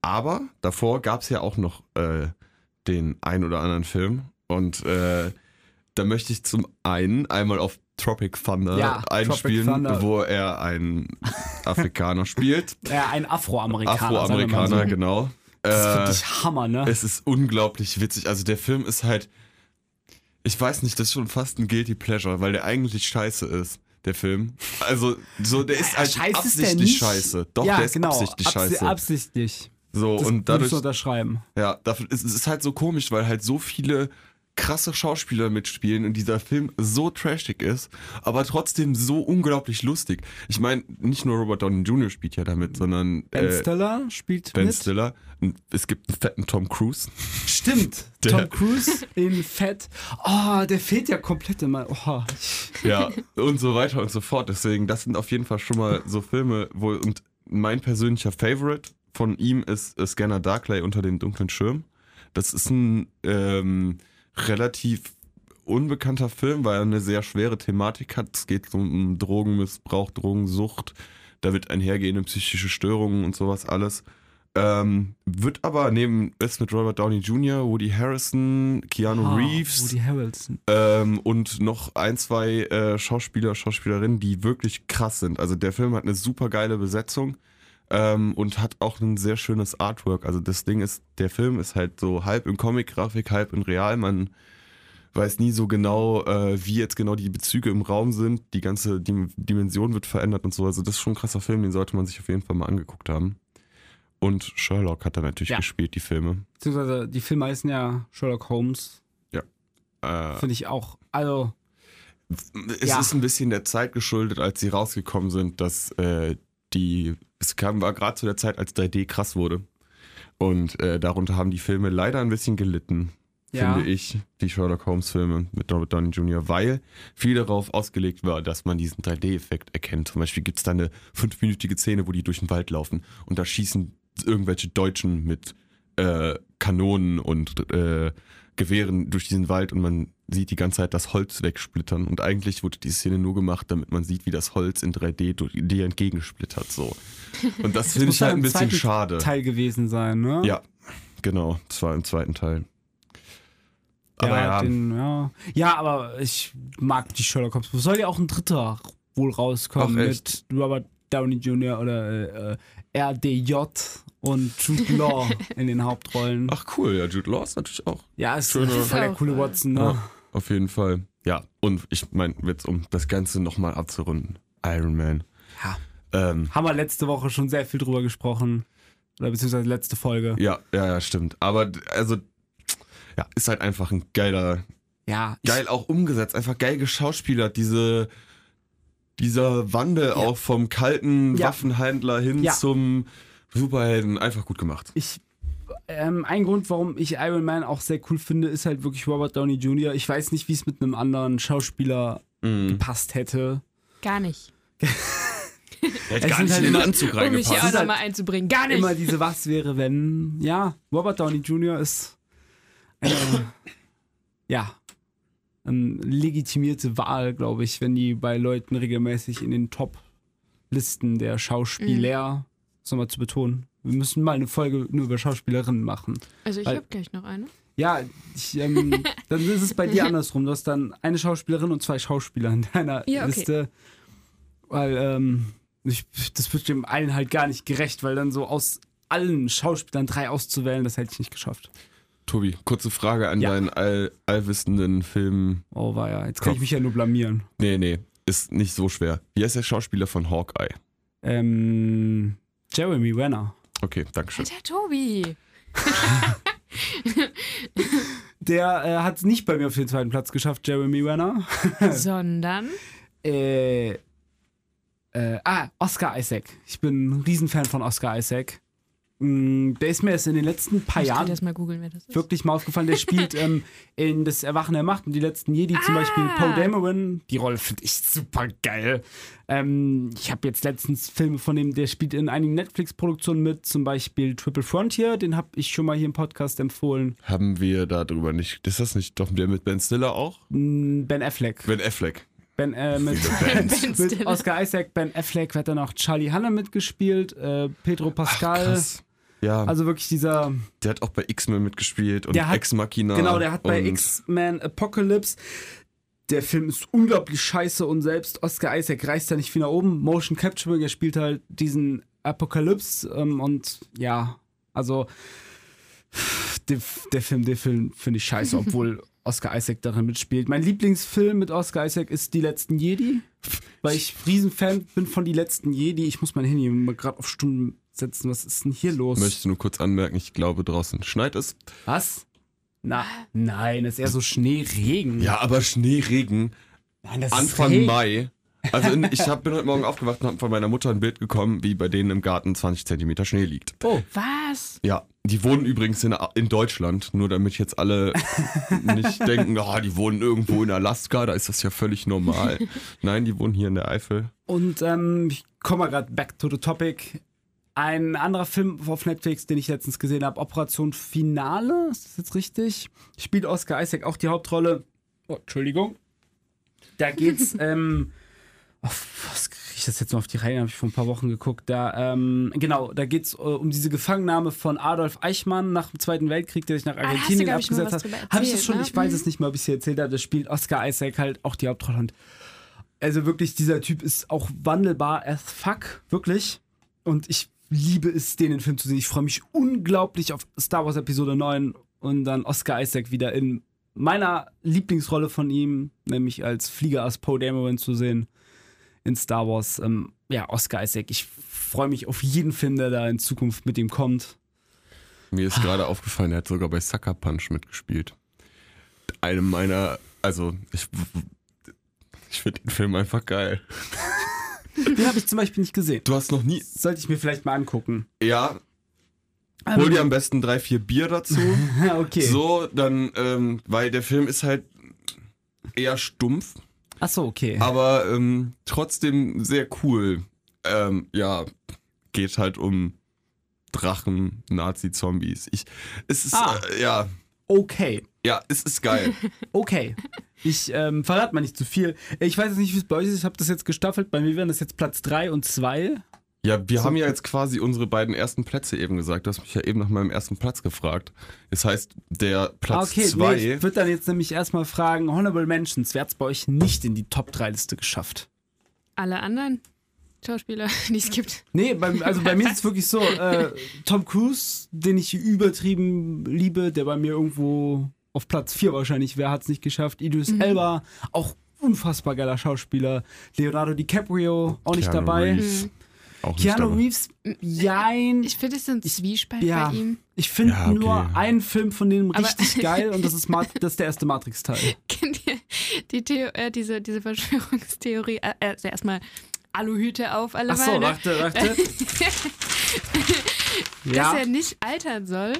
[SPEAKER 2] Aber davor gab es ja auch noch äh, den ein oder anderen Film. Und äh, da möchte ich zum einen einmal auf Tropic Thunder
[SPEAKER 1] Ja,
[SPEAKER 2] einspielen,
[SPEAKER 1] Tropic Thunder.
[SPEAKER 2] wo er einen Afrikaner spielt.
[SPEAKER 1] Äh, ein Afroamerikaner. sagen wir
[SPEAKER 2] Afroamerikaner,
[SPEAKER 1] mal so.
[SPEAKER 2] genau.
[SPEAKER 1] Das
[SPEAKER 2] Äh,
[SPEAKER 1] find ich Hammer, ne?
[SPEAKER 2] es ist unglaublich witzig. Also der Film ist halt, ich weiß nicht, das ist schon fast ein guilty pleasure, weil der eigentlich scheiße ist. Der Film. Also, so, der ist halt
[SPEAKER 1] Scheiße ist der
[SPEAKER 2] absichtlich
[SPEAKER 1] nicht.
[SPEAKER 2] scheiße. Doch,
[SPEAKER 1] ja,
[SPEAKER 2] der ist
[SPEAKER 1] genau.
[SPEAKER 2] absichtlich
[SPEAKER 1] Absi-
[SPEAKER 2] scheiße.
[SPEAKER 1] Absichtlich.
[SPEAKER 2] so,
[SPEAKER 1] Das
[SPEAKER 2] und
[SPEAKER 1] würdest
[SPEAKER 2] dadurch,
[SPEAKER 1] du unterschreiben.
[SPEAKER 2] ja, dafür, es es ist halt so komisch, weil halt so viele krasse Schauspieler mitspielen und dieser Film so trashig ist, aber trotzdem so unglaublich lustig. Ich meine, nicht nur Robert Downey Jr. spielt ja damit, sondern
[SPEAKER 1] Ben
[SPEAKER 2] äh,
[SPEAKER 1] Stiller spielt
[SPEAKER 2] ben
[SPEAKER 1] mit.
[SPEAKER 2] Stiller. Und es gibt einen fetten Tom Cruise.
[SPEAKER 1] Stimmt.
[SPEAKER 2] Der-
[SPEAKER 1] Tom Cruise in Fett. Oh, der fehlt ja komplett immer. Oh,
[SPEAKER 2] Ja, und so weiter und so fort. Deswegen, das sind auf jeden Fall schon mal so Filme, wo und mein persönlicher Favorite von ihm ist äh, Scanner Darkly unter dem dunklen Schirm. Das ist ein ähm, relativ unbekannter Film, weil er eine sehr schwere Thematik hat. Es geht so um Drogenmissbrauch, Drogensucht, damit einhergehende psychische Störungen und sowas alles. Ähm, wird aber neben ist mit Robert Downey Jr., Woody Harrison, Keanu
[SPEAKER 1] Ah,
[SPEAKER 2] Reeves,
[SPEAKER 1] Woody Harrelson.
[SPEAKER 2] ähm, und noch ein, zwei äh, Schauspieler, Schauspielerinnen, die wirklich krass sind. Also der Film hat eine super geile Besetzung ähm, und hat auch ein sehr schönes Artwork. Also das Ding ist, der Film ist halt so halb in Comic-Grafik, halb in Real. Man weiß nie so genau, äh, wie jetzt genau die Bezüge im Raum sind. Die ganze Dim Dimension wird verändert und so. Also das ist schon ein krasser Film, den sollte man sich auf jeden Fall mal angeguckt haben. Und Sherlock hat er natürlich
[SPEAKER 1] Ja.
[SPEAKER 2] gespielt, die Filme.
[SPEAKER 1] Beziehungsweise die Filme heißen ja Sherlock Holmes.
[SPEAKER 2] Äh,
[SPEAKER 1] Finde ich auch. Also,
[SPEAKER 2] Es
[SPEAKER 1] Ja.
[SPEAKER 2] ist ein bisschen der Zeit geschuldet, als sie rausgekommen sind, dass äh, die. Es kam, war gerade zu der Zeit, als 3D krass wurde. Und äh, darunter haben die Filme leider ein bisschen gelitten,
[SPEAKER 1] ja.
[SPEAKER 2] finde ich, die Sherlock Holmes-Filme mit Robert Downey Jr., weil viel darauf ausgelegt war, dass man diesen 3D-Effekt erkennt. Zum Beispiel gibt es da eine fünfminütige Szene, wo die durch den Wald laufen und da schießen irgendwelche Deutschen mit äh, Kanonen und äh, Gewehren durch diesen Wald und man sieht die ganze Zeit das Holz wegsplittern. Und eigentlich wurde die Szene nur gemacht, damit man sieht, wie das Holz in 3D durch- dir entgegensplittert. So. Und das finde
[SPEAKER 1] muss
[SPEAKER 2] ich
[SPEAKER 1] dann
[SPEAKER 2] halt ein
[SPEAKER 1] im
[SPEAKER 2] bisschen
[SPEAKER 1] zweiten
[SPEAKER 2] schade.
[SPEAKER 1] Teil gewesen sein, ne?
[SPEAKER 2] Ja, genau. Das war im zweiten Teil.
[SPEAKER 1] Ja,
[SPEAKER 2] Aber ja,
[SPEAKER 1] Den, ja. ja, aber ich mag die Sherlock Holmes. Soll ja auch ein dritter wohl rauskommen
[SPEAKER 2] Ach,
[SPEAKER 1] mit
[SPEAKER 2] echt?
[SPEAKER 1] Robert Downey Jr. oder äh, RDJ und Jude Law in den Hauptrollen.
[SPEAKER 2] Ach cool, ja, Jude Law ist natürlich auch.
[SPEAKER 1] ja, ist
[SPEAKER 2] schöner-
[SPEAKER 1] voll der
[SPEAKER 3] Ist auch,
[SPEAKER 1] coole
[SPEAKER 3] äh,
[SPEAKER 1] Watson, ne?
[SPEAKER 2] Ja, auf jeden Fall. Ja, und ich meine, jetzt um das Ganze nochmal abzurunden, Iron Man.
[SPEAKER 1] Ja.
[SPEAKER 2] Ähm,
[SPEAKER 1] Haben wir letzte Woche schon sehr viel drüber gesprochen. Oder beziehungsweise letzte Folge.
[SPEAKER 2] ja, ja, ja, stimmt. Aber d- also, ja, ist halt einfach ein geiler,
[SPEAKER 1] Ja, ich-
[SPEAKER 2] geil auch umgesetzt, einfach geil geschauspielert, diese, dieser Wandel auch vom kalten
[SPEAKER 1] Ja.
[SPEAKER 2] Waffenhändler hin
[SPEAKER 1] Ja.
[SPEAKER 2] zum Superhelden, einfach gut gemacht.
[SPEAKER 1] Ich, ähm, ein Grund, warum ich Iron Man auch sehr cool finde, ist halt wirklich Robert Downey Jr. Ich weiß nicht, wie es mit einem anderen Schauspieler
[SPEAKER 2] Mhm.
[SPEAKER 1] passt hätte.
[SPEAKER 3] Gar nicht.
[SPEAKER 2] Der
[SPEAKER 1] Es
[SPEAKER 2] hat gar
[SPEAKER 1] sind
[SPEAKER 2] nicht
[SPEAKER 1] halt
[SPEAKER 2] in den
[SPEAKER 1] immer-
[SPEAKER 2] Anzug
[SPEAKER 3] um mich hier
[SPEAKER 2] reingepasst.
[SPEAKER 3] auch nochmal einzubringen. Gar nicht.
[SPEAKER 1] Immer diese Was wäre, wenn. Ja, Robert Downey Jr. ist eine, ja, eine legitimierte Wahl, glaube ich, wenn die bei Leuten regelmäßig in den Top-Listen der
[SPEAKER 3] Mhm.
[SPEAKER 1] Schauspieler, das nochmal zu betonen, wir müssen mal eine Folge nur über Schauspielerinnen machen.
[SPEAKER 3] Also ich
[SPEAKER 1] Weil-
[SPEAKER 3] habe gleich noch eine.
[SPEAKER 1] Ja, ich, ähm, dann ist es bei dir andersrum. Du hast dann eine Schauspielerin und zwei Schauspieler in deiner
[SPEAKER 3] Ja, okay.
[SPEAKER 1] Liste. Weil ähm, ich, das wird dem allen halt gar nicht gerecht, weil dann so aus allen Schauspielern drei auszuwählen, das hätte ich nicht geschafft.
[SPEAKER 2] Tobi, kurze Frage an
[SPEAKER 1] Ja.
[SPEAKER 2] deinen all, allwissenden Film.
[SPEAKER 1] Oh, war ja. Jetzt kann ich mich ja nur blamieren.
[SPEAKER 2] Nee, nee, ist nicht so schwer. Wie heißt der Schauspieler von Hawkeye?
[SPEAKER 1] Ähm, Jeremy Renner.
[SPEAKER 2] Okay, dankeschön.
[SPEAKER 3] Alter Tobi.
[SPEAKER 1] Der äh, hat es nicht bei mir auf den zweiten Platz geschafft, Jeremy Renner.
[SPEAKER 3] Sondern.
[SPEAKER 1] Äh, äh, ah, Oscar Isaac. Ich bin ein Riesenfan von Oscar Isaac. Mm, Der ist mir erst in den letzten paar
[SPEAKER 3] Ich
[SPEAKER 1] Jahren
[SPEAKER 3] das mal googeln, wer das ist.
[SPEAKER 1] wirklich mal aufgefallen. Der spielt ähm, in Das Erwachen der Macht und die letzten Jedi zum Beispiel Poe Dameron. Die Rolle finde ich super geil. Ähm, ich habe jetzt letztens Filme von dem, der spielt in einigen Netflix-Produktionen mit, zum Beispiel Triple Frontier. Den habe ich schon mal hier im Podcast empfohlen.
[SPEAKER 2] Haben wir darüber nicht. Ist das nicht doch der mit Ben Stiller auch?
[SPEAKER 1] Mm, Ben Affleck.
[SPEAKER 2] Ben Affleck.
[SPEAKER 1] Ben, äh, mit,
[SPEAKER 3] Ben
[SPEAKER 1] mit
[SPEAKER 3] Stiller.
[SPEAKER 1] Oscar Isaac, Ben Affleck, wer hat da noch? Charlie Hanna mitgespielt, äh, Pedro Pascal.
[SPEAKER 2] Krass. Ja,
[SPEAKER 1] also wirklich dieser,
[SPEAKER 2] der hat auch bei X-Men mitgespielt und
[SPEAKER 1] Der hat-
[SPEAKER 2] Ex Machina.
[SPEAKER 1] genau, der hat bei
[SPEAKER 2] und-
[SPEAKER 1] X-Men Apocalypse. Der Film ist unglaublich scheiße und selbst Oscar Isaac reißt da nicht viel nach oben. Motion Capturing, er spielt halt diesen Apokalypse ähm, und ja, also der, der Film, der Film finde ich scheiße, obwohl Oscar Isaac darin mitspielt. Mein Lieblingsfilm mit Oscar Isaac ist Die letzten Jedi, weil ich Riesenfan bin von Die letzten Jedi. Ich muss mein Handy mal gerade auf Stunden setzen. Was ist denn hier los?
[SPEAKER 2] Möchte nur kurz anmerken, ich glaube draußen schneit es.
[SPEAKER 1] Was? Na, nein, das ist eher so Schneeregen.
[SPEAKER 2] Ja, aber Schneeregen
[SPEAKER 1] nein, das
[SPEAKER 2] Anfang
[SPEAKER 1] ist Regen.
[SPEAKER 2] Mai. Also in, ich hab, bin heute Morgen aufgewacht und habe von meiner Mutter ein Bild bekommen, wie bei denen im Garten 20 Zentimeter Schnee liegt.
[SPEAKER 1] Oh,
[SPEAKER 3] Was?
[SPEAKER 2] Ja, die wohnen übrigens in, in Deutschland, nur damit jetzt alle nicht denken, ah, die wohnen irgendwo in Alaska, da ist das ja völlig normal. Nein, die wohnen hier in der Eifel.
[SPEAKER 1] und ähm, ich komme mal gerade back to the topic. Ein anderer Film auf Netflix, den ich letztens gesehen habe, Operation Finale, ist das jetzt richtig? Spielt Oscar Isaac auch die Hauptrolle. Oh, Entschuldigung. Da geht's, ähm, oh, was kriege ich das jetzt noch auf die Reihe? Habe ich vor ein paar Wochen geguckt. Da, ähm, genau, da geht's äh, um diese Gefangennahme von Adolf Eichmann nach dem Zweiten Weltkrieg, der sich nach
[SPEAKER 3] Ah, da hast du,
[SPEAKER 1] Argentinien
[SPEAKER 3] glaub ich, mal
[SPEAKER 1] abgesetzt
[SPEAKER 3] was
[SPEAKER 1] hat.
[SPEAKER 3] drüber
[SPEAKER 1] Habe ich das
[SPEAKER 3] erzählt,
[SPEAKER 1] schon?
[SPEAKER 3] ne?
[SPEAKER 1] Ich weiß
[SPEAKER 3] Mhm.
[SPEAKER 1] es nicht mehr, ob ich es hier erzählt habe. Das spielt Oscar Isaac halt auch die Hauptrolle. Und also wirklich, dieser Typ ist auch wandelbar as fuck, wirklich. Und ich liebe es, den in den Film zu sehen. Ich freue mich unglaublich auf Star Wars Episode 9 und dann Oscar Isaac wieder in meiner Lieblingsrolle von ihm, nämlich als Flieger als Poe Dameron zu sehen in Star Wars. Ähm, ja, Oscar Isaac. Ich freue mich auf jeden Film, der da in Zukunft mit ihm kommt.
[SPEAKER 2] Mir ist gerade aufgefallen, er hat sogar bei Sucker Punch mitgespielt. Einem meiner, also ich, ich finde den Film einfach geil.
[SPEAKER 1] Den habe ich zum Beispiel nicht gesehen.
[SPEAKER 2] Du hast noch nie,
[SPEAKER 1] Sollte ich mir vielleicht mal angucken.
[SPEAKER 2] ja, hol dir am besten drei, vier Bier dazu.
[SPEAKER 1] Ja, Ähm. okay.
[SPEAKER 2] So, dann, ähm, weil der Film ist halt eher stumpf.
[SPEAKER 1] Ach so, okay.
[SPEAKER 2] aber ähm, trotzdem sehr cool. Ähm, ja, geht halt um Drachen, Nazi-Zombies. Ich, es ist,
[SPEAKER 1] Ah.
[SPEAKER 2] äh, ja,
[SPEAKER 1] Okay,
[SPEAKER 2] ja, es ist geil.
[SPEAKER 1] okay. Ich ähm, verrate mal nicht zu viel. Ich weiß jetzt nicht, wie es bei euch ist. Ich habe das jetzt gestaffelt. Bei mir wären das jetzt Platz 3 und 2.
[SPEAKER 2] ja, wir
[SPEAKER 1] So.
[SPEAKER 2] haben ja jetzt quasi unsere beiden ersten Plätze eben gesagt. Du hast mich ja eben nach meinem ersten Platz gefragt. Das heißt, der Platz
[SPEAKER 1] Ah, okay,
[SPEAKER 2] zwei
[SPEAKER 1] nee, ich würde dann jetzt nämlich erstmal fragen, Honorable Mentions, wer hat es bei euch nicht in die Top-3-Liste geschafft?
[SPEAKER 3] Alle anderen Schauspieler, die es gibt.
[SPEAKER 1] Nee, beim, also bei mir ist es wirklich so, äh, Tom Cruise, den ich übertrieben liebe, der bei mir irgendwo auf Platz 4 wahrscheinlich wäre, hat es nicht geschafft. Idris
[SPEAKER 3] Mhm.
[SPEAKER 1] Elba, auch unfassbar geiler Schauspieler. Leonardo DiCaprio, auch nicht
[SPEAKER 2] Keanu
[SPEAKER 1] dabei. Mhm.
[SPEAKER 2] Reeves, auch nicht
[SPEAKER 1] Keanu
[SPEAKER 2] dabei.
[SPEAKER 1] Reeves, jein.
[SPEAKER 3] Mhm. Ich finde, es ist ein Zwiespalt
[SPEAKER 1] Ja,
[SPEAKER 3] bei ihm.
[SPEAKER 1] ich finde
[SPEAKER 2] Ja, okay.
[SPEAKER 1] nur einen Film von dem
[SPEAKER 3] Aber-
[SPEAKER 1] richtig geil und das ist, Ma das ist der erste Matrix-Teil.
[SPEAKER 3] Kennt ihr die Theo äh, diese, diese Verschwörungstheorie? Äh, äh, also erstmal Aluhüte auf, alle
[SPEAKER 1] Achso,
[SPEAKER 3] mal, ne?
[SPEAKER 1] warte, warte.
[SPEAKER 3] Dass
[SPEAKER 1] ja,
[SPEAKER 3] er nicht altern soll.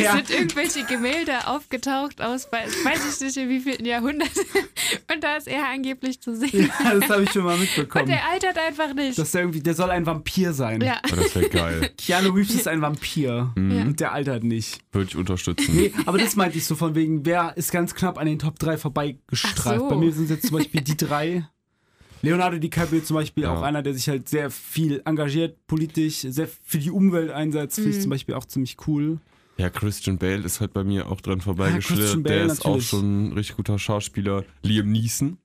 [SPEAKER 1] Ja.
[SPEAKER 3] Es sind irgendwelche Gemälde aufgetaucht aus, wei- weiß ich nicht, in wie vielen Jahrhundert. Und da ist er angeblich zu sehen.
[SPEAKER 1] Ja, das habe ich schon mal
[SPEAKER 3] Und
[SPEAKER 1] mitbekommen.
[SPEAKER 3] der altert einfach nicht.
[SPEAKER 1] Dass der, irgendwie, der soll ein Vampir sein.
[SPEAKER 3] ja.
[SPEAKER 2] Oh, das wäre geil.
[SPEAKER 1] Keanu Reeves ist ein Vampir.
[SPEAKER 2] Mhm.
[SPEAKER 1] Und der altert nicht.
[SPEAKER 2] Würde ich unterstützen.
[SPEAKER 1] Nee, aber das meinte ich so von wegen, wer ist ganz knapp an den Top 3
[SPEAKER 3] Ach
[SPEAKER 1] vorbeigestreift.
[SPEAKER 3] so.
[SPEAKER 1] Bei mir sind es jetzt zum Beispiel die drei. Leonardo DiCaprio zum Beispiel
[SPEAKER 2] Ja.
[SPEAKER 1] auch einer, der sich halt sehr viel engagiert, politisch, sehr für die Umwelt einsetzt,
[SPEAKER 3] Mhm.
[SPEAKER 1] finde ich zum Beispiel auch ziemlich cool.
[SPEAKER 2] Ja, Christian Bale ist halt bei mir auch dran
[SPEAKER 1] Ja, Christian
[SPEAKER 2] vorbeigeschlirrt.
[SPEAKER 1] Bale
[SPEAKER 2] Der ist auch
[SPEAKER 1] natürlich.
[SPEAKER 2] schon ein richtig guter Schauspieler. Liam Neeson.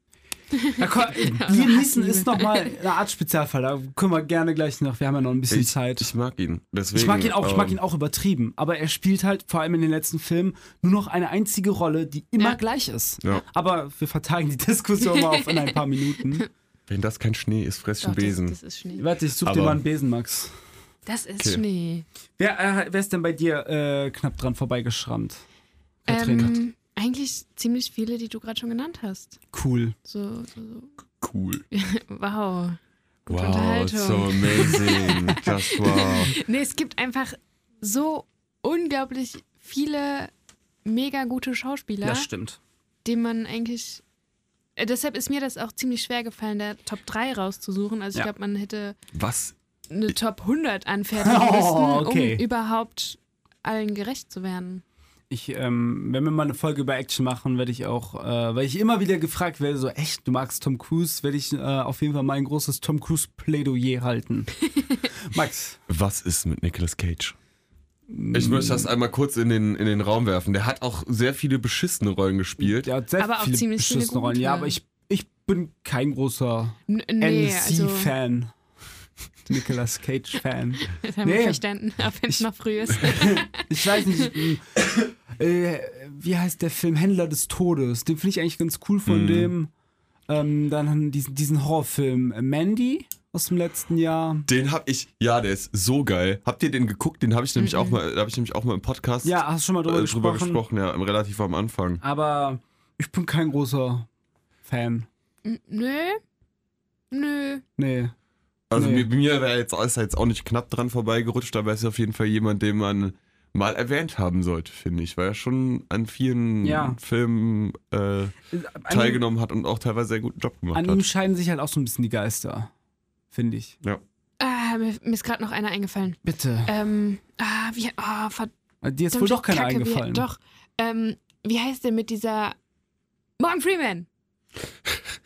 [SPEAKER 1] Ja, komm, Liam Neeson ist nochmal eine Art Spezialfall, da können wir gerne gleich noch, wir haben ja noch ein bisschen
[SPEAKER 2] Ich,
[SPEAKER 1] Zeit.
[SPEAKER 2] ich mag ihn. Deswegen,
[SPEAKER 1] Ich mag ihn auch, ich mag
[SPEAKER 2] ähm,
[SPEAKER 1] ihn auch übertrieben. Aber er spielt halt, vor allem in den letzten Filmen, nur noch eine einzige Rolle, die immer
[SPEAKER 3] Ja.
[SPEAKER 1] gleich ist.
[SPEAKER 2] Ja.
[SPEAKER 1] Aber wir vertagen die Diskussion mal auf in ein paar Minuten.
[SPEAKER 2] Wenn das kein Schnee ist, fress ich
[SPEAKER 3] Doch,
[SPEAKER 2] einen
[SPEAKER 3] das,
[SPEAKER 2] Besen.
[SPEAKER 3] das ist Schnee.
[SPEAKER 1] Warte, ich such dir
[SPEAKER 2] Aber-
[SPEAKER 1] mal einen Besen, Max.
[SPEAKER 3] Das ist
[SPEAKER 2] Okay.
[SPEAKER 3] Schnee.
[SPEAKER 1] Wer, äh, wer ist denn bei dir äh, knapp dran vorbeigeschrammt? Katrin.
[SPEAKER 3] Ähm, eigentlich ziemlich viele, die du gerade schon genannt hast.
[SPEAKER 1] Cool.
[SPEAKER 3] So, so.
[SPEAKER 2] Cool.
[SPEAKER 3] wow. Gute
[SPEAKER 2] Wow,
[SPEAKER 3] Unterhaltung.
[SPEAKER 2] so amazing. Das war.
[SPEAKER 3] Nee, es gibt einfach so unglaublich viele mega gute Schauspieler,
[SPEAKER 1] stimmt.
[SPEAKER 3] denen man eigentlich. Äh, deshalb ist mir das auch ziemlich schwer gefallen, da Top 3 rauszusuchen. Also
[SPEAKER 1] Ja.
[SPEAKER 3] ich glaube, man hätte
[SPEAKER 2] Was?
[SPEAKER 3] eine Top 100 anfertigen
[SPEAKER 1] Oh,
[SPEAKER 3] müssen,
[SPEAKER 1] okay.
[SPEAKER 3] um überhaupt allen gerecht zu werden.
[SPEAKER 1] Ich, ähm, wenn wir mal eine Folge über Action machen, werde ich auch, äh, weil ich immer wieder gefragt werde, so echt, du magst Tom Cruise, werde ich äh, auf jeden Fall mal ein großes Tom Cruise Plädoyer halten. Max.
[SPEAKER 2] Was ist mit Nicolas Cage?
[SPEAKER 1] Mm.
[SPEAKER 2] Ich möchte das einmal kurz in den, in den Raum werfen. Der hat auch sehr viele beschissene Rollen gespielt.
[SPEAKER 1] Der hat sehr
[SPEAKER 3] Aber auch
[SPEAKER 1] viele
[SPEAKER 3] ziemlich viele
[SPEAKER 1] beschissene Rollen. Ja,
[SPEAKER 3] gute.
[SPEAKER 1] aber ich, ich bin kein großer
[SPEAKER 3] N nee, also
[SPEAKER 1] NC-Fan. Nicolas Cage-Fan.
[SPEAKER 3] das haben wir
[SPEAKER 1] Nee.
[SPEAKER 3] verstanden, auch wenn es
[SPEAKER 1] Ich-
[SPEAKER 3] noch früh ist.
[SPEAKER 1] Ich weiß nicht, ich, äh, wie heißt der Film? Händler des Todes. Den finde ich eigentlich ganz cool von
[SPEAKER 2] Mhm.
[SPEAKER 1] dem. Ähm, dann diesen, diesen Horrorfilm äh, Mandy aus dem letzten Jahr.
[SPEAKER 2] Den hab ich, ja, der ist so geil. Habt ihr den geguckt? Den habe ich nämlich
[SPEAKER 3] Mhm.
[SPEAKER 2] auch mal, da habe ich nämlich auch mal im Podcast
[SPEAKER 1] Ja, hast du schon mal
[SPEAKER 2] äh,
[SPEAKER 1] drüber,
[SPEAKER 2] drüber
[SPEAKER 1] gesprochen.
[SPEAKER 2] gesprochen, ja, relativ am Anfang.
[SPEAKER 1] Aber ich bin kein großer Fan.
[SPEAKER 3] N- Nö. Nö.
[SPEAKER 1] Nee. Äh,
[SPEAKER 2] Also
[SPEAKER 1] Nee.
[SPEAKER 2] mir, mir wäre jetzt, ist er jetzt auch nicht knapp dran vorbeigerutscht, aber er ist auf jeden Fall jemand, den man mal erwähnt haben sollte, finde ich, weil er schon an vielen
[SPEAKER 1] Ja.
[SPEAKER 2] Filmen äh,
[SPEAKER 1] An ihm,
[SPEAKER 2] teilgenommen hat und auch teilweise einen guten Job gemacht
[SPEAKER 1] an ihm
[SPEAKER 2] hat.
[SPEAKER 1] scheiden sich halt auch so ein bisschen die Geister. Finde ich.
[SPEAKER 3] Ah, mir, mir ist gerade noch einer eingefallen.
[SPEAKER 1] Bitte.
[SPEAKER 3] Ähm, ah, wie, ah, verdammt.
[SPEAKER 1] Dir ist wohl doch keiner
[SPEAKER 3] Kacke,
[SPEAKER 1] eingefallen.
[SPEAKER 3] Wie, doch. Ähm, wie heißt der mit dieser Morgan Freeman?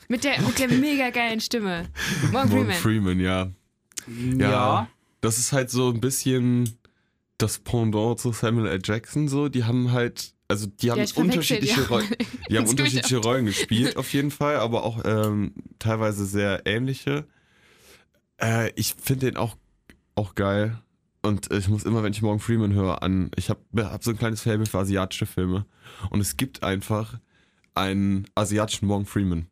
[SPEAKER 3] Mit der, mit der mega geilen Stimme.
[SPEAKER 2] Morgan
[SPEAKER 3] Morgan Freeman.
[SPEAKER 2] Freeman, ja.
[SPEAKER 1] Ja.
[SPEAKER 2] Ja. Das ist halt so ein bisschen das Pendant zu Samuel L. Jackson so. Die haben halt, also die haben
[SPEAKER 3] Ja, ich verwechsel die
[SPEAKER 2] unterschiedliche
[SPEAKER 3] auch.
[SPEAKER 2] Rollen. Die haben
[SPEAKER 3] Das tue ich
[SPEAKER 2] unterschiedliche Rollen gespielt, auf jeden Fall, aber auch ähm, teilweise sehr ähnliche. Äh, ich finde den auch, auch geil. Und äh, ich muss immer, wenn ich Morgan Freeman höre, an. Ich habe hab so ein kleines Faible für asiatische Filme. Und es gibt einfach einen asiatischen Morgan Freeman.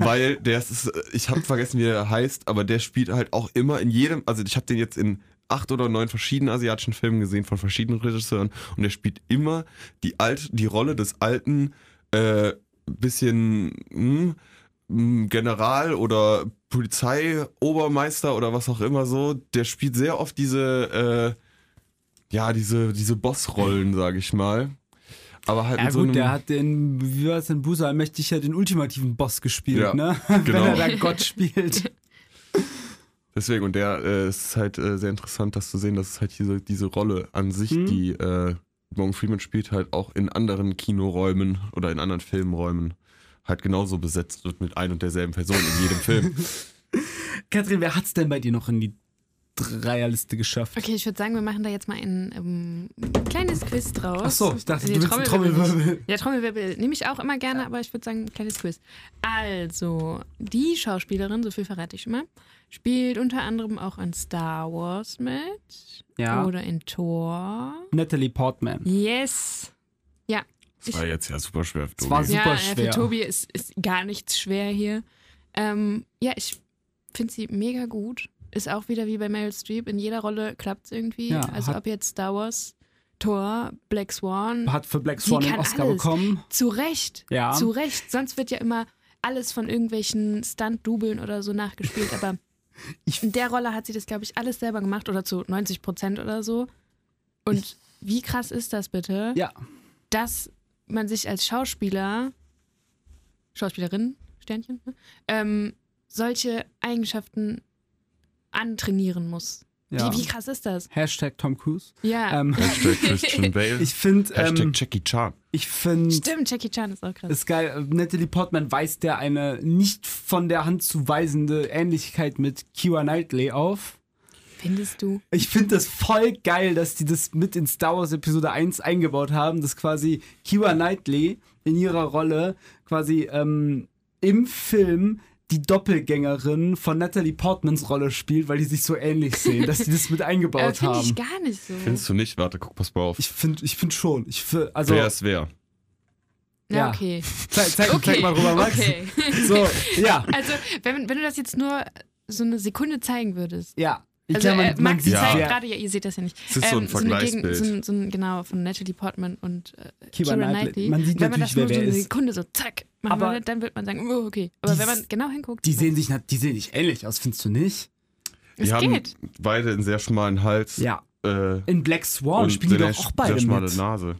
[SPEAKER 2] Weil der ist, ich habe vergessen, wie er heißt, aber der spielt halt auch immer in jedem, also ich habe den jetzt in acht oder neun verschiedenen asiatischen Filmen gesehen von verschiedenen Regisseuren und der spielt immer die alt, die Rolle des alten, äh, bisschen hm, hm, General oder Polizeiobermeister oder was auch immer so. Der spielt sehr oft diese, äh, ja, diese, diese Bossrollen, sage ich mal. Aber halt
[SPEAKER 1] Ja
[SPEAKER 2] mit so
[SPEAKER 1] gut,
[SPEAKER 2] einem,
[SPEAKER 1] der hat den, wie war es denn, Busa mächtig ja den ultimativen Boss gespielt,
[SPEAKER 2] Ja,
[SPEAKER 1] ne?
[SPEAKER 2] genau.
[SPEAKER 1] Wenn er da Gott spielt.
[SPEAKER 2] Deswegen, und der äh, es ist halt äh, sehr interessant, das zu sehen, dass es halt diese, diese Rolle an sich,
[SPEAKER 1] Mhm.
[SPEAKER 2] die äh, Morgan Freeman spielt, halt auch in anderen Kinoräumen oder in anderen Filmräumen halt genauso besetzt wird mit ein und derselben Person in jedem Film.
[SPEAKER 1] Katrin, wer hat's denn bei dir noch in die Dreierliste geschafft?
[SPEAKER 3] Okay, ich würde sagen, wir machen da jetzt mal ein ähm, kleines Quiz draus. Also
[SPEAKER 1] Ach so, ich dachte,
[SPEAKER 3] Die
[SPEAKER 1] du willst einen Trommelwirbel.
[SPEAKER 3] Ja, Trommelwirbel nehme ich auch immer gerne, aber ich würde sagen, ein kleines Quiz. Also, die Schauspielerin, so viel verrate ich schon mal, spielt unter anderem auch in Star Wars mit
[SPEAKER 1] Ja.
[SPEAKER 3] oder in Thor.
[SPEAKER 1] Natalie Portman.
[SPEAKER 3] Yes. Ja.
[SPEAKER 2] Das war jetzt ja super schwer.
[SPEAKER 1] Das war
[SPEAKER 2] Tobi.
[SPEAKER 1] super
[SPEAKER 3] ja, äh,
[SPEAKER 1] schwer.
[SPEAKER 3] für Tobi ist, ist gar nichts schwer hier. Ähm, ja, ich finde sie mega gut. Ist auch wieder wie bei Meryl Streep. In jeder Rolle klappt es irgendwie.
[SPEAKER 1] Ja,
[SPEAKER 3] also
[SPEAKER 1] hat-
[SPEAKER 3] ob jetzt Star Wars, Thor, Black Swan.
[SPEAKER 1] Hat für Black
[SPEAKER 3] Sie
[SPEAKER 1] Swan den
[SPEAKER 3] kann
[SPEAKER 1] Oscar
[SPEAKER 3] alles.
[SPEAKER 1] bekommen.
[SPEAKER 3] Zu Recht.
[SPEAKER 1] Ja.
[SPEAKER 3] Zu Recht. Sonst wird ja immer alles von irgendwelchen Stunt-Dubeln oder so nachgespielt. Aber
[SPEAKER 1] Ich-
[SPEAKER 3] in der Rolle hat sie das, glaube ich, alles selber gemacht oder zu 90 Prozent oder so. Und Wie krass ist das bitte,
[SPEAKER 1] Ja,
[SPEAKER 3] dass man sich als Schauspieler, Schauspielerin, Sternchen, ne, ähm, solche Eigenschaften antrainieren muss.
[SPEAKER 1] ja.
[SPEAKER 3] Wie, wie krass ist das?
[SPEAKER 1] Hashtag Tom Cruise.
[SPEAKER 3] Ja,
[SPEAKER 1] Ähm,
[SPEAKER 2] Hashtag Christian Bale.
[SPEAKER 1] ich finde, ähm,
[SPEAKER 2] Hashtag Jackie Chan.
[SPEAKER 1] ich finde,
[SPEAKER 3] stimmt, Jackie Chan ist auch krass.
[SPEAKER 1] ist geil. äh, Natalie Portman weist ja eine nicht von der Hand zu weisende Ähnlichkeit mit Kira Knightley auf.
[SPEAKER 3] Findest du?
[SPEAKER 1] Ich finde das voll geil, dass die das mit in Star Wars Episode 1 eingebaut haben, dass quasi Kira Knightley in ihrer Rolle quasi ähm, im Film die Doppelgängerin von Natalie Portmans Rolle spielt, weil die sich so ähnlich sehen, dass die das mit
[SPEAKER 3] Äh,
[SPEAKER 1] eingebaut
[SPEAKER 3] Finde ich
[SPEAKER 1] haben.
[SPEAKER 3] gar nicht so.
[SPEAKER 2] Findest du nicht? Warte, guck, pass mal auf.
[SPEAKER 1] Ich finde ich find schon. Ich fi- also,
[SPEAKER 2] wer ist wer?
[SPEAKER 1] ja.
[SPEAKER 3] Na, okay.
[SPEAKER 1] zeig, zeig,
[SPEAKER 3] Okay.
[SPEAKER 1] zeig mal rüber, Max.
[SPEAKER 3] Okay.
[SPEAKER 1] So, ja,
[SPEAKER 3] Also, wenn, wenn du das jetzt nur so eine Sekunde zeigen würdest.
[SPEAKER 1] ja. Ich
[SPEAKER 3] Also,
[SPEAKER 1] glaub,
[SPEAKER 3] äh, Max
[SPEAKER 1] sieht
[SPEAKER 2] zeigt
[SPEAKER 3] zeigt
[SPEAKER 1] sehr-
[SPEAKER 3] gerade, ja, ihr seht das ja nicht.
[SPEAKER 2] Es ist so ein
[SPEAKER 3] eine Gegend-
[SPEAKER 2] Vergleichsbild.
[SPEAKER 3] Ähm, so ein, so ein, genau, von Natalie Portman und äh,
[SPEAKER 1] Keira
[SPEAKER 3] Keira
[SPEAKER 1] Knightley.
[SPEAKER 3] Knightley.
[SPEAKER 1] Man sieht
[SPEAKER 3] wenn man
[SPEAKER 1] natürlich,
[SPEAKER 3] das nur
[SPEAKER 1] wer wer
[SPEAKER 3] so eine
[SPEAKER 1] ist.
[SPEAKER 3] Sekunde so zack macht,
[SPEAKER 1] Aber-
[SPEAKER 3] man, dann wird man sagen, oh, okay. Aber
[SPEAKER 1] Die
[SPEAKER 3] wenn
[SPEAKER 1] s-
[SPEAKER 3] man genau hinguckt,
[SPEAKER 1] Die sehen sich nicht, die sehen sich ähnlich aus, findest du nicht?
[SPEAKER 3] es
[SPEAKER 2] Die haben
[SPEAKER 3] geht.
[SPEAKER 2] beide einen sehr schmalen Hals.
[SPEAKER 1] Ja.
[SPEAKER 2] Äh,
[SPEAKER 1] In Black Swan
[SPEAKER 2] und
[SPEAKER 1] spielen die
[SPEAKER 2] sehr,
[SPEAKER 1] doch auch beide
[SPEAKER 2] sehr schmale
[SPEAKER 1] mit.
[SPEAKER 2] Nase.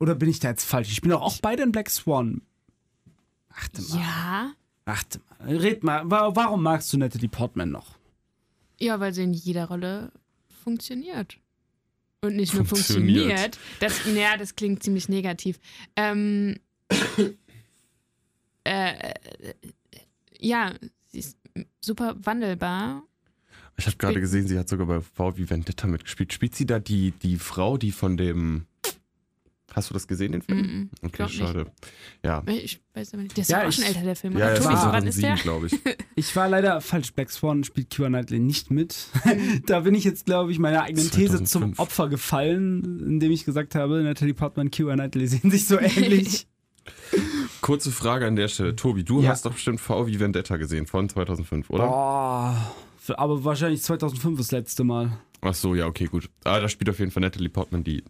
[SPEAKER 1] Oder bin ich da jetzt falsch? Die spielen doch auch beide in Black Swan. Achte mal.
[SPEAKER 3] Ja.
[SPEAKER 1] Achte mal. Red mal. Wa- Warum magst du Natalie Portman noch?
[SPEAKER 3] Ja, weil sie in jeder Rolle funktioniert. Und nicht nur
[SPEAKER 2] Funktioniert.
[SPEAKER 3] funktioniert. Das, naja, das klingt ziemlich negativ. Ähm, äh, äh, ja, sie ist super wandelbar.
[SPEAKER 2] Ich habe gerade gesehen, sie hat sogar bei V wie Vendetta mitgespielt. Spielt sie da die, die Frau, die von dem. Hast du das gesehen, den Film?
[SPEAKER 3] Mhm.
[SPEAKER 2] Okay,
[SPEAKER 3] glaub nicht.
[SPEAKER 2] schade. Ja.
[SPEAKER 3] Ich weiß aber nicht. Der ist
[SPEAKER 1] Ja,
[SPEAKER 3] ja, auch
[SPEAKER 1] ich-
[SPEAKER 3] schon älter, der Film.
[SPEAKER 2] Ja,
[SPEAKER 3] oder?
[SPEAKER 2] es
[SPEAKER 1] ist
[SPEAKER 2] ist
[SPEAKER 3] Tobi,
[SPEAKER 1] so
[SPEAKER 3] wann
[SPEAKER 2] Saison
[SPEAKER 3] ist
[SPEAKER 2] 7,
[SPEAKER 3] der?
[SPEAKER 2] glaube ich.
[SPEAKER 1] Ich war leider falsch. Black Swan spielt Keira Knightley nicht mit. da bin ich jetzt, glaube ich, meiner eigenen These
[SPEAKER 2] 2005.
[SPEAKER 1] zum Opfer gefallen, indem ich gesagt habe, Natalie Portman und Keira Knightley sehen sich so ähnlich.
[SPEAKER 2] Kurze Frage an der Stelle. Tobi, du
[SPEAKER 1] Ja.
[SPEAKER 2] hast doch bestimmt V wie Vendetta gesehen von 2005, oder?
[SPEAKER 1] Boah. Aber wahrscheinlich 2005 das letzte Mal.
[SPEAKER 2] Ach so, ja, okay, gut. Ah, da spielt auf jeden Fall Natalie Portman die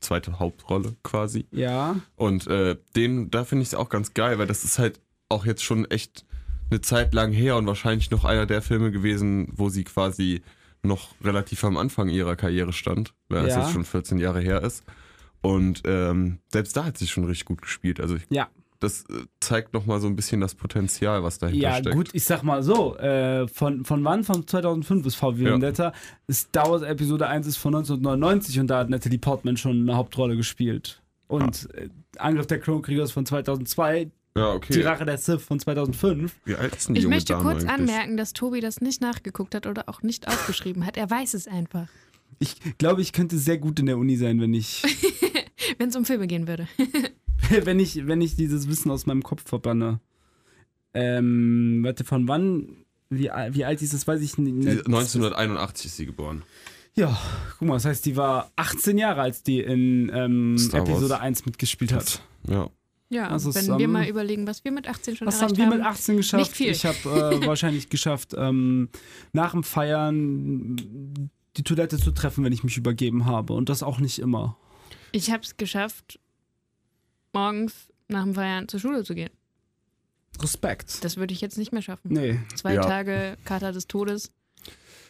[SPEAKER 2] zweite Hauptrolle quasi.
[SPEAKER 1] Ja.
[SPEAKER 2] Und äh, den, da finde ich es auch ganz geil, weil das ist halt auch jetzt schon echt eine Zeit lang her und wahrscheinlich noch einer der Filme gewesen, wo sie quasi noch relativ am Anfang ihrer Karriere stand, weil es
[SPEAKER 1] Ja.
[SPEAKER 2] jetzt schon 14 Jahre her ist. Und ähm, selbst da hat sie schon richtig gut gespielt. Also ich,
[SPEAKER 1] Ja.
[SPEAKER 2] das äh, zeigt nochmal so ein bisschen das Potenzial, was dahinter
[SPEAKER 1] Ja,
[SPEAKER 2] steckt.
[SPEAKER 1] gut, ich sag mal so, äh, von, von wann? Von 2005 ist VW
[SPEAKER 2] Ja.
[SPEAKER 1] Vendetta. Star Wars Episode 1 ist von 1999 und da hat Natalie Portman schon eine Hauptrolle gespielt. Und äh, Angriff der Klonkrieger ist von 2002,
[SPEAKER 2] Ja,
[SPEAKER 1] Die
[SPEAKER 2] Ah. okay.
[SPEAKER 1] Rache der Sith von 2005.
[SPEAKER 2] Wie alt ist denn die
[SPEAKER 3] Ich
[SPEAKER 2] junge
[SPEAKER 3] möchte
[SPEAKER 2] Dame
[SPEAKER 3] kurz
[SPEAKER 2] eigentlich?
[SPEAKER 3] anmerken, dass Tobi das nicht nachgeguckt hat oder auch nicht aufgeschrieben hat. Er weiß es einfach,
[SPEAKER 1] Ich glaube, ich könnte sehr gut in der Uni sein, wenn ich,
[SPEAKER 3] wenn es um Filme gehen würde.
[SPEAKER 1] wenn ich, wenn ich dieses Wissen aus meinem Kopf verbanne. Ähm, warte, von wann? Wie, al- wie alt ist das? Weiß ich nicht.
[SPEAKER 2] Sie- 1981 ist sie geboren.
[SPEAKER 1] Ja, guck mal, das heißt, die war 18 Jahre, als die in ähm,
[SPEAKER 2] Star Wars.
[SPEAKER 1] Episode 1 mitgespielt hat.
[SPEAKER 2] Ja.
[SPEAKER 3] Ja,
[SPEAKER 1] Also
[SPEAKER 3] wenn
[SPEAKER 1] zusammen-
[SPEAKER 3] wir mal überlegen, was wir mit 18 schon
[SPEAKER 1] Was haben
[SPEAKER 3] erreicht
[SPEAKER 1] wir
[SPEAKER 3] haben.
[SPEAKER 1] mit 18 geschafft?
[SPEAKER 3] Nicht viel.
[SPEAKER 1] Ich habe äh, wahrscheinlich geschafft, ähm, nach dem Feiern die Toilette zu treffen, wenn ich mich übergeben habe. Und das auch nicht immer.
[SPEAKER 3] Ich habe es geschafft, morgens nach dem Feiern zur Schule zu gehen.
[SPEAKER 1] Respekt.
[SPEAKER 3] Das würde ich jetzt nicht mehr schaffen.
[SPEAKER 1] Nee,
[SPEAKER 3] Zwei
[SPEAKER 2] Ja.
[SPEAKER 3] Tage Kater des Todes,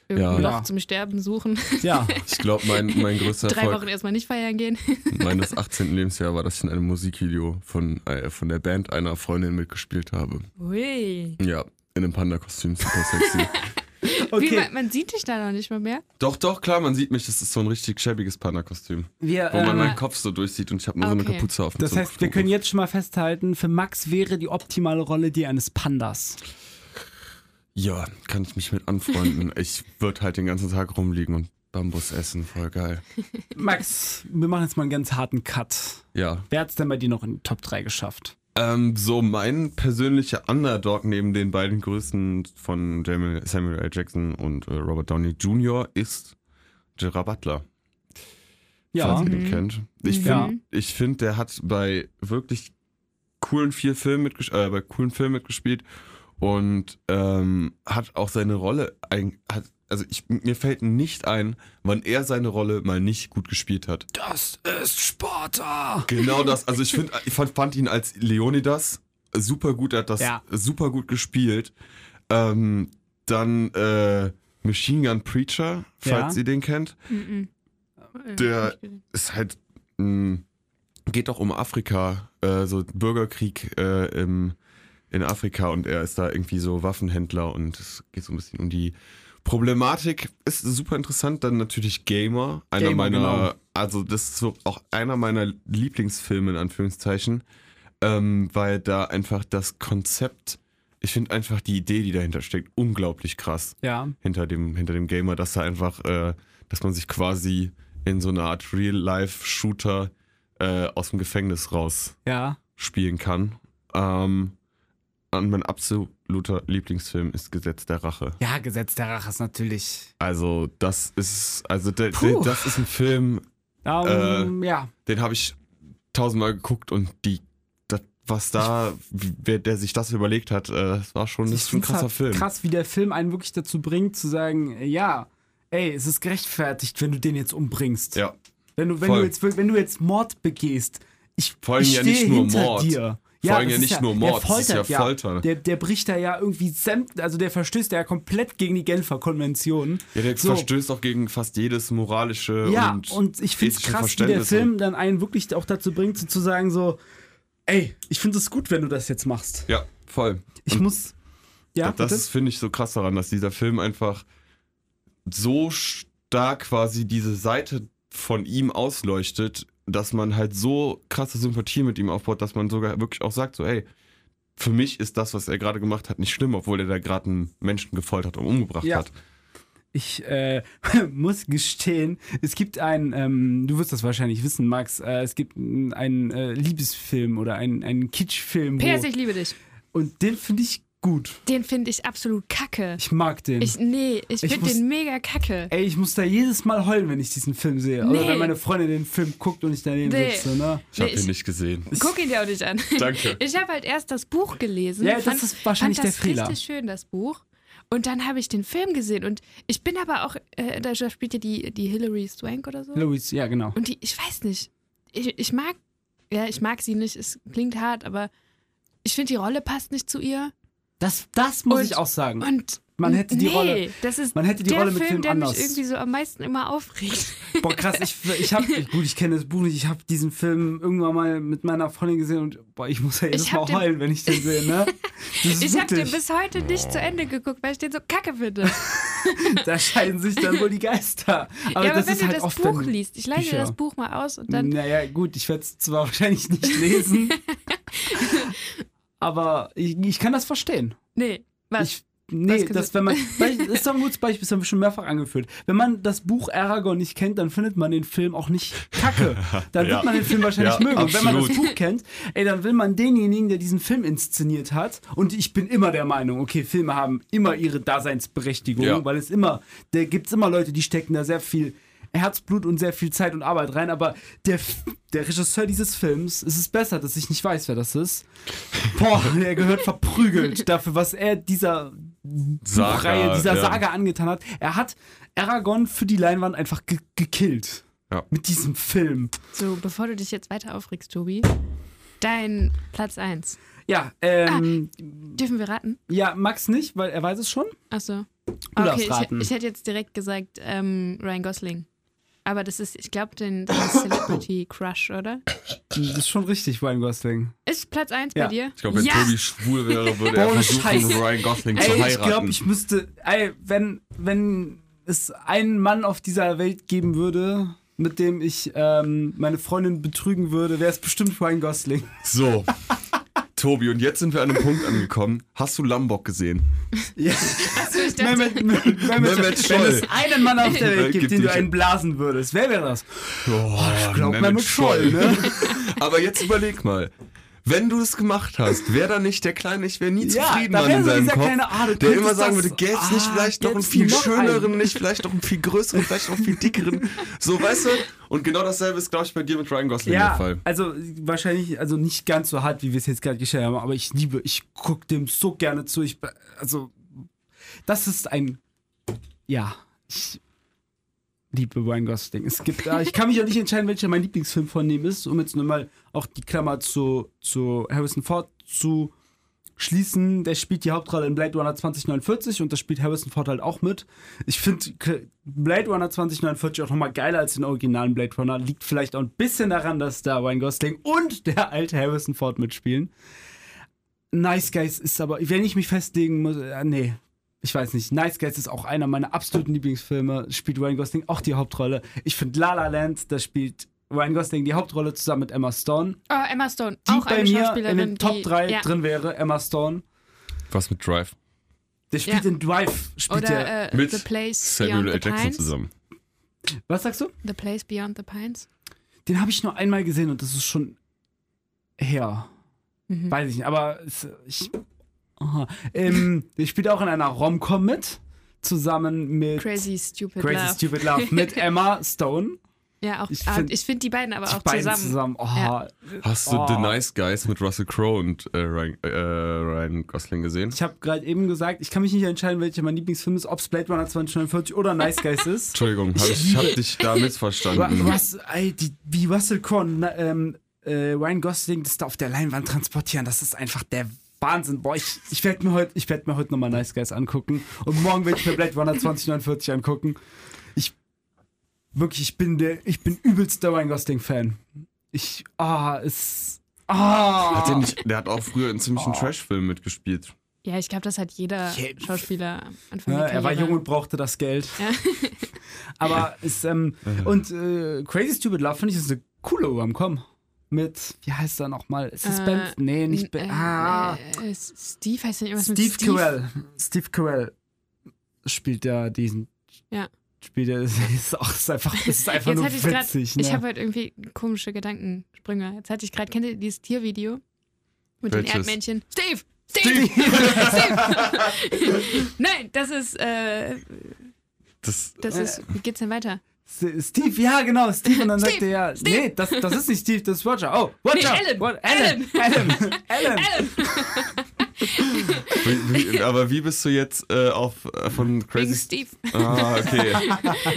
[SPEAKER 2] Ja.
[SPEAKER 3] irgendein
[SPEAKER 1] Ja.
[SPEAKER 3] Loch zum Sterben suchen,
[SPEAKER 1] ja.
[SPEAKER 2] Ich glaube, mein, mein größter
[SPEAKER 3] drei
[SPEAKER 2] Erfolg
[SPEAKER 3] Wochen erstmal nicht feiern gehen.
[SPEAKER 2] meines 18. Lebensjahr war, dass ich in einem Musikvideo von, äh, von der Band einer Freundin mitgespielt habe.
[SPEAKER 3] Ui.
[SPEAKER 2] Ja, in einem Panda-Kostüm, super sexy.
[SPEAKER 3] Wie, man, man sieht dich da noch nicht mal mehr.
[SPEAKER 2] doch, doch, klar, man sieht mich, das ist so ein richtig schäbiges Panda-Kostüm,
[SPEAKER 1] Wir,
[SPEAKER 2] wo man
[SPEAKER 1] äh,
[SPEAKER 2] meinen Kopf so durchsieht und ich habe nur so eine
[SPEAKER 3] Okay.
[SPEAKER 2] Kapuze auf dem
[SPEAKER 1] das heißt, wir können jetzt schon mal festhalten, für Max wäre die optimale Rolle die eines Pandas.
[SPEAKER 2] Ja, kann ich mich mit anfreunden. Ich würde halt den ganzen Tag rumliegen und Bambus essen, voll geil.
[SPEAKER 1] Max, wir machen jetzt mal einen ganz harten Cut.
[SPEAKER 2] Ja,
[SPEAKER 1] Wer hat's denn bei dir noch in die Top 3 geschafft?
[SPEAKER 2] ähm, so mein persönlicher Underdog neben den beiden Größen von Jamil- Samuel L. Jackson und äh, Robert Downey Jr. ist Gerard Butler. falls
[SPEAKER 1] Ja.
[SPEAKER 2] ihr den kennt. Ich
[SPEAKER 3] Mhm.
[SPEAKER 2] finde,
[SPEAKER 1] Ja.
[SPEAKER 2] ich find, der hat bei wirklich coolen vier Filmen mitgespielt, äh, bei coolen Filmen mitgespielt und ähm, hat auch seine Rolle ein, hat, also ich, mir fällt nicht ein, wann er seine Rolle mal nicht gut gespielt hat.
[SPEAKER 1] Das ist Sparta!
[SPEAKER 2] Genau das, also ich finde, ich fand, fand ihn als Leonidas super gut, er hat das
[SPEAKER 1] Ja.
[SPEAKER 2] super gut gespielt. Ähm, dann äh, Machine Gun Preacher, falls
[SPEAKER 1] Ja.
[SPEAKER 2] ihr den kennt.
[SPEAKER 3] Mhm. Äh,
[SPEAKER 2] Der-
[SPEAKER 3] hab ich gesehen.
[SPEAKER 2] ist halt, mh, geht doch um Afrika, äh, so Bürgerkrieg äh, im, in Afrika und er ist da irgendwie so Waffenhändler und es geht so ein bisschen um die Problematik. Ist super interessant, dann natürlich Gamer, einer
[SPEAKER 1] Gamer,
[SPEAKER 2] meiner,
[SPEAKER 1] genau.
[SPEAKER 2] also das ist so auch einer meiner Lieblingsfilme in Anführungszeichen, ähm, weil da einfach das Konzept, ich finde einfach die Idee, die dahinter steckt, unglaublich krass
[SPEAKER 1] Ja.
[SPEAKER 2] hinter dem, hinter dem Gamer, dass er einfach, äh, dass man sich quasi in so eine Art Real-Life-Shooter äh, aus dem Gefängnis raus
[SPEAKER 1] Ja.
[SPEAKER 2] spielen kann. Ähm, und mein absoluter Lieblingsfilm ist Gesetz der Rache.
[SPEAKER 1] Ja, Gesetz der Rache ist natürlich.
[SPEAKER 2] Also, das ist, also der, der,
[SPEAKER 1] Puh.
[SPEAKER 2] das ist ein Film, äh,
[SPEAKER 1] Ähm, ja.
[SPEAKER 2] den habe ich tausendmal geguckt und die, das, was da, wie- wer der sich das überlegt hat, äh, das war schon, das ist ein
[SPEAKER 1] find's
[SPEAKER 2] krasser
[SPEAKER 1] halt
[SPEAKER 2] Film.
[SPEAKER 1] Krass, wie der Film einen wirklich dazu bringt, zu sagen, ja, ey, es ist gerechtfertigt, wenn du den jetzt umbringst.
[SPEAKER 2] Ja.
[SPEAKER 1] Wenn du, wenn
[SPEAKER 2] Voll.
[SPEAKER 1] du jetzt, wenn du jetzt Mord begehst, ich,
[SPEAKER 2] Vor allem
[SPEAKER 1] ich
[SPEAKER 2] ja
[SPEAKER 1] stehe
[SPEAKER 2] nicht nur
[SPEAKER 1] hinter
[SPEAKER 2] Mord.
[SPEAKER 1] dir.
[SPEAKER 2] Vor allem
[SPEAKER 1] das
[SPEAKER 2] ja
[SPEAKER 1] ist
[SPEAKER 2] nicht nur Mord,
[SPEAKER 1] der
[SPEAKER 2] das ist ja
[SPEAKER 1] foltert
[SPEAKER 2] Folter.
[SPEAKER 1] Der, der bricht da ja irgendwie sämt, also der verstößt da ja komplett gegen die Genfer Konvention.
[SPEAKER 2] Ja, der
[SPEAKER 1] So.
[SPEAKER 2] verstößt auch gegen fast jedes moralische
[SPEAKER 1] Ja,
[SPEAKER 2] Äh, und,
[SPEAKER 1] und, ich finde es
[SPEAKER 2] ethische
[SPEAKER 1] krass, wie der
[SPEAKER 2] Verständnis.
[SPEAKER 1] Film dann einen wirklich auch dazu bringt, so zu sagen so, ey, ich finde es gut, wenn du das jetzt machst.
[SPEAKER 2] Ja, voll.
[SPEAKER 1] Ich muss, ja,
[SPEAKER 2] das
[SPEAKER 1] bitte?
[SPEAKER 2] finde ich so krass daran, dass dieser Film einfach so stark quasi diese Seite von ihm ausleuchtet, dass man halt so krasse Sympathie mit ihm aufbaut, dass man sogar wirklich auch sagt, so, ey, für mich ist das, was er gerade gemacht hat, nicht schlimm, obwohl er da gerade einen Menschen gefoltert und umgebracht
[SPEAKER 1] Ja.
[SPEAKER 2] hat.
[SPEAKER 1] Ich äh, muss gestehen, es gibt einen, ähm, du wirst das wahrscheinlich wissen, Max, äh, es gibt n- einen äh, Liebesfilm oder einen, einen Kitschfilm. wo-
[SPEAKER 3] Pers, ich liebe dich.
[SPEAKER 1] Und den finde ich gut.
[SPEAKER 3] Den finde ich absolut kacke.
[SPEAKER 1] Ich mag den.
[SPEAKER 3] Ich, nee, ich
[SPEAKER 1] Ich
[SPEAKER 3] finde
[SPEAKER 1] muss-
[SPEAKER 3] den mega kacke.
[SPEAKER 1] Ey, ich muss da jedes Mal heulen, wenn ich diesen Film sehe. Oder
[SPEAKER 3] Nee.
[SPEAKER 1] wenn meine Freundin den Film guckt und ich daneben
[SPEAKER 3] Nee.
[SPEAKER 1] sitze, ne?
[SPEAKER 2] Ich habe
[SPEAKER 3] Nee,
[SPEAKER 2] ihn
[SPEAKER 3] ich-
[SPEAKER 2] nicht gesehen.
[SPEAKER 3] Guck ihn dir auch nicht an.
[SPEAKER 2] Danke.
[SPEAKER 3] Ich habe halt erst das Buch gelesen.
[SPEAKER 1] Ja, das ist wahrscheinlich
[SPEAKER 3] fand das
[SPEAKER 1] der Fehler.
[SPEAKER 3] richtig schön, das Buch. Und dann habe ich den Film gesehen und ich bin aber auch, äh, da spielt ja die, die Hilary Swank oder so.
[SPEAKER 1] Louis, ja, genau.
[SPEAKER 3] Und die, ich weiß nicht, ich, ich mag, ja, ich mag sie nicht, es klingt hart, aber ich finde, die Rolle passt nicht zu ihr.
[SPEAKER 1] Das, das muss
[SPEAKER 3] Und-
[SPEAKER 1] ich auch sagen.
[SPEAKER 3] Und
[SPEAKER 1] Man hätte die
[SPEAKER 3] nee,
[SPEAKER 1] Rolle-
[SPEAKER 3] das ist
[SPEAKER 1] man hätte die
[SPEAKER 3] der
[SPEAKER 1] Rolle mit
[SPEAKER 3] Film,
[SPEAKER 1] Film
[SPEAKER 3] der
[SPEAKER 1] anders.
[SPEAKER 3] mich irgendwie so am meisten immer aufregt.
[SPEAKER 1] Boah, krass, ich, ich habe, gut, ich kenne das Buch nicht, ich habe diesen Film irgendwann mal mit meiner Freundin gesehen und boah, ich muss ja jedes
[SPEAKER 3] Ich
[SPEAKER 1] Mal
[SPEAKER 3] hab den-
[SPEAKER 1] heulen, wenn ich den sehe, ne? Das ist
[SPEAKER 3] Ich habe den
[SPEAKER 1] wirklich-
[SPEAKER 3] bis heute nicht zu Ende geguckt, weil ich den so kacke finde.
[SPEAKER 1] Da scheiden sich dann wohl die Geister. Aber,
[SPEAKER 3] ja, aber
[SPEAKER 1] das
[SPEAKER 3] wenn
[SPEAKER 1] ist
[SPEAKER 3] du
[SPEAKER 1] halt
[SPEAKER 3] das
[SPEAKER 1] oft
[SPEAKER 3] Buch
[SPEAKER 1] wenn-
[SPEAKER 3] liest, ich leite dir
[SPEAKER 1] Bücher.
[SPEAKER 3] das Buch mal aus und dann.
[SPEAKER 1] Naja, gut, ich werde es zwar wahrscheinlich nicht lesen, aber ich, ich kann das verstehen.
[SPEAKER 3] Nee, was?
[SPEAKER 1] Ich, nee,
[SPEAKER 3] gesagt?
[SPEAKER 1] das, wenn man, das ist doch ein gutes Beispiel, das haben wir schon mehrfach angeführt. Wenn man das Buch Aragorn nicht kennt, dann findet man den Film auch nicht kacke. Dann
[SPEAKER 2] Ja.
[SPEAKER 1] wird man den Film wahrscheinlich
[SPEAKER 2] Ja,
[SPEAKER 1] mögen. Und wenn man das
[SPEAKER 2] absolut.
[SPEAKER 1] Buch kennt, ey, dann will man denjenigen, der diesen Film inszeniert hat. Und ich bin immer der Meinung, okay, Filme haben immer ihre Daseinsberechtigung,
[SPEAKER 2] Ja.
[SPEAKER 1] weil es immer, da gibt es immer Leute, die stecken da sehr viel. Herzblut und sehr viel Zeit und Arbeit rein, aber der, F- der Regisseur dieses Films, es ist besser, dass ich nicht weiß, wer das ist. Boah, der gehört verprügelt dafür, was er dieser Reihe, dieser
[SPEAKER 2] ja.
[SPEAKER 1] Saga angetan hat. Er hat Aragorn für die Leinwand einfach ge gekillt.
[SPEAKER 2] Ja.
[SPEAKER 1] Mit diesem Film.
[SPEAKER 3] So, bevor du dich jetzt weiter aufregst, Tobi. Dein Platz 1.
[SPEAKER 1] Ja, ähm,
[SPEAKER 3] Dürfen wir raten?
[SPEAKER 1] ja, Max nicht, weil er weiß es schon.
[SPEAKER 3] Achso.
[SPEAKER 1] darfst
[SPEAKER 3] ich,
[SPEAKER 1] raten.
[SPEAKER 3] ich hätte jetzt direkt gesagt, ähm, Ryan Gosling. Aber das ist, ich glaube, den das ist Celebrity Crush, oder?
[SPEAKER 1] Das ist schon richtig, Ryan Gosling.
[SPEAKER 3] Ist Platz 1
[SPEAKER 1] Ja.
[SPEAKER 3] bei dir?
[SPEAKER 2] Ich glaube, wenn
[SPEAKER 3] ja!
[SPEAKER 2] Tobi schwul wäre, würde er
[SPEAKER 1] Ohne
[SPEAKER 2] versuchen,
[SPEAKER 1] Scheiß.
[SPEAKER 2] Ryan Gosling zu
[SPEAKER 1] Ey,
[SPEAKER 2] heiraten.
[SPEAKER 1] ich glaube, ich müsste, ey, wenn, wenn es einen Mann auf dieser Welt geben würde, mit dem ich ähm, meine Freundin betrügen würde, wäre es bestimmt Ryan Gosling.
[SPEAKER 2] So. Tobi, und jetzt sind wir an einem Punkt angekommen. Hast du Lambok gesehen?
[SPEAKER 1] Ja.
[SPEAKER 3] Achso, ich dachte,
[SPEAKER 1] Mehmet, Mehmet, Mehmet,
[SPEAKER 2] Mehmet
[SPEAKER 1] Scholl.
[SPEAKER 2] Scholl.
[SPEAKER 1] Wenn es einen Mann auf der Welt
[SPEAKER 2] Gibt
[SPEAKER 1] gibt, den
[SPEAKER 2] die-
[SPEAKER 1] du einen blasen würdest, wer wäre das?
[SPEAKER 2] Oh, ich
[SPEAKER 1] glaub, Mehmet Scholl, ne?
[SPEAKER 2] Aber jetzt überleg mal. Wenn du es gemacht hast, wäre da nicht der kleine, ich wäre nie
[SPEAKER 1] Ja,
[SPEAKER 2] zufrieden
[SPEAKER 1] da
[SPEAKER 2] Mann
[SPEAKER 1] wär
[SPEAKER 2] in
[SPEAKER 1] so
[SPEAKER 2] seinem
[SPEAKER 1] dieser
[SPEAKER 2] Kopf,
[SPEAKER 1] kleine, ah, du
[SPEAKER 2] der immer
[SPEAKER 1] könntest
[SPEAKER 2] sagen
[SPEAKER 1] das-
[SPEAKER 2] würde, gäbe es nicht
[SPEAKER 1] ah,
[SPEAKER 2] vielleicht noch einen
[SPEAKER 1] jetzt
[SPEAKER 2] viel
[SPEAKER 1] noch
[SPEAKER 2] schöneren,
[SPEAKER 1] einen.
[SPEAKER 2] nicht vielleicht noch einen viel größeren, vielleicht noch einen viel dickeren. So, weißt du? Und genau dasselbe ist, glaube ich, bei dir mit Ryan Gosling der
[SPEAKER 1] Ja,
[SPEAKER 2] Fall.
[SPEAKER 1] also wahrscheinlich, also nicht ganz so hart, wie wir es jetzt gerade geschildert haben, aber ich liebe, ich gucke dem so gerne zu. Ich, be- also, das ist ein, ja, ich liebe Ryan Gosling. Es gibt, äh, ich kann mich auch nicht entscheiden, welcher mein Lieblingsfilm von ihm ist, um jetzt nochmal auch die Klammer zu, zu Harrison Ford zu schließen. Der spielt die Hauptrolle in Blade Runner 2049 und das spielt Harrison Ford halt auch mit. Ich finde K- Blade Runner 2049 auch nochmal geiler als den originalen Blade Runner. Liegt vielleicht auch ein bisschen daran, dass da Ryan Gosling und der alte Harrison Ford mitspielen. Nice Guys ist aber, wenn ich mich festlegen muss, äh, nee, ich weiß nicht, Nice Guys ist auch einer meiner absoluten Lieblingsfilme, spielt Ryan Gosling auch die Hauptrolle. Ich finde La La Land, da spielt Ryan Gosling die Hauptrolle zusammen mit Emma Stone,
[SPEAKER 3] Ah, Emma Stone,
[SPEAKER 1] die
[SPEAKER 3] auch
[SPEAKER 1] bei
[SPEAKER 3] eine
[SPEAKER 1] mir
[SPEAKER 3] Schauspielerin.
[SPEAKER 1] in den Top
[SPEAKER 3] die,
[SPEAKER 1] 3
[SPEAKER 3] ja.
[SPEAKER 1] drin wäre, Emma Stone.
[SPEAKER 2] Was mit Drive?
[SPEAKER 1] Der spielt
[SPEAKER 3] Ja.
[SPEAKER 1] in Drive, spielt der.
[SPEAKER 3] Oder äh,
[SPEAKER 2] Mit
[SPEAKER 3] The Place
[SPEAKER 2] Samuel L.
[SPEAKER 3] Beyond the
[SPEAKER 2] Jackson
[SPEAKER 3] Pines.
[SPEAKER 2] zusammen.
[SPEAKER 1] Was sagst du?
[SPEAKER 3] The Place Beyond the Pines.
[SPEAKER 1] Den habe ich nur einmal gesehen und das ist schon her.
[SPEAKER 3] Mhm.
[SPEAKER 1] Weiß ich nicht, aber es- ich. Aha. Ähm, der spielt auch in einer Rom-Com mit, zusammen mit
[SPEAKER 3] Crazy Stupid
[SPEAKER 1] Crazy
[SPEAKER 3] Love.
[SPEAKER 1] Stupid Love mit Emma Stone.
[SPEAKER 3] ja, auch,
[SPEAKER 1] Ich
[SPEAKER 3] ich
[SPEAKER 1] find-
[SPEAKER 3] finde find die beiden aber
[SPEAKER 1] die
[SPEAKER 3] auch
[SPEAKER 1] beiden zusammen.
[SPEAKER 3] zusammen.
[SPEAKER 1] Oh,
[SPEAKER 3] Ja.
[SPEAKER 2] Hast du
[SPEAKER 1] Oh.
[SPEAKER 2] The Nice Guys mit Russell Crowe und äh, Ryan, äh, Ryan Gosling gesehen?
[SPEAKER 1] Ich habe gerade eben gesagt, ich kann mich nicht entscheiden, welcher mein Lieblingsfilm ist, ob es Blade Runner 2049 oder Nice Guys ist.
[SPEAKER 2] Entschuldigung, hab ich habe dich da
[SPEAKER 1] Ru-
[SPEAKER 2] missverstanden.
[SPEAKER 1] Rus- ey, die, wie Russell Crowe und na, ähm, äh, Ryan Gosling das da auf der Leinwand transportieren, das ist einfach der Wahnsinn. Boah, ich, ich werde mir heute werd mir heut nochmal Nice Guys angucken und morgen werde ich mir Blade Runner 2049 angucken. Ich wirklich, ich bin der, ich bin übelster Ryan Gosling-Fan. Ich, ah, es, ah.
[SPEAKER 2] Hat der, nicht, der hat auch früher in ziemlichen Trash-Filmen mitgespielt.
[SPEAKER 3] Ja, ich glaube, das hat jeder
[SPEAKER 1] Je-
[SPEAKER 3] Schauspieler am Anfang
[SPEAKER 1] Ja,
[SPEAKER 3] der
[SPEAKER 1] er war
[SPEAKER 3] Karriere.
[SPEAKER 1] jung und brauchte das Geld.
[SPEAKER 3] Ja.
[SPEAKER 1] Aber ist, ähm, und äh, Crazy Stupid Love finde ich ist eine coole Rom-Com. Mit, wie heißt er nochmal? Ist es
[SPEAKER 3] Äh,
[SPEAKER 1] Ben? Nee, nicht Ben.
[SPEAKER 3] Äh,
[SPEAKER 1] ah,
[SPEAKER 3] äh, Steve heißt ja irgendwas
[SPEAKER 1] Steve
[SPEAKER 3] mit Steve.
[SPEAKER 1] Carell. Steve Carell spielt da diesen.
[SPEAKER 3] Ja.
[SPEAKER 1] Spielt er, ist, auch, ist einfach, ist einfach
[SPEAKER 3] Jetzt
[SPEAKER 1] nur
[SPEAKER 3] hatte ich gerade,
[SPEAKER 1] witzig.
[SPEAKER 3] ich
[SPEAKER 1] ne?
[SPEAKER 3] habe heute irgendwie komische Gedankensprünge. Jetzt hatte ich gerade, kennt ihr dieses Tiervideo mit
[SPEAKER 2] Welches?
[SPEAKER 3] den Erdmännchen? Steve! Steve! Steve! Nein, das ist, äh,
[SPEAKER 2] Das,
[SPEAKER 3] das
[SPEAKER 1] Äh.
[SPEAKER 3] ist, wie geht's denn weiter?
[SPEAKER 1] S- Steve, ja, genau, Steve. Und dann sagt er
[SPEAKER 3] Steve,
[SPEAKER 1] ja,
[SPEAKER 3] Steve.
[SPEAKER 1] nee, das, das ist nicht Steve, das ist Roger. Oh, Roger.
[SPEAKER 3] Nee, Alan,
[SPEAKER 1] What, Alan. Alan. Alan.
[SPEAKER 2] wie, wie, aber wie bist du jetzt äh, auf äh, von
[SPEAKER 3] Wegen
[SPEAKER 2] Crazy?
[SPEAKER 3] Steve.
[SPEAKER 2] Ah, okay.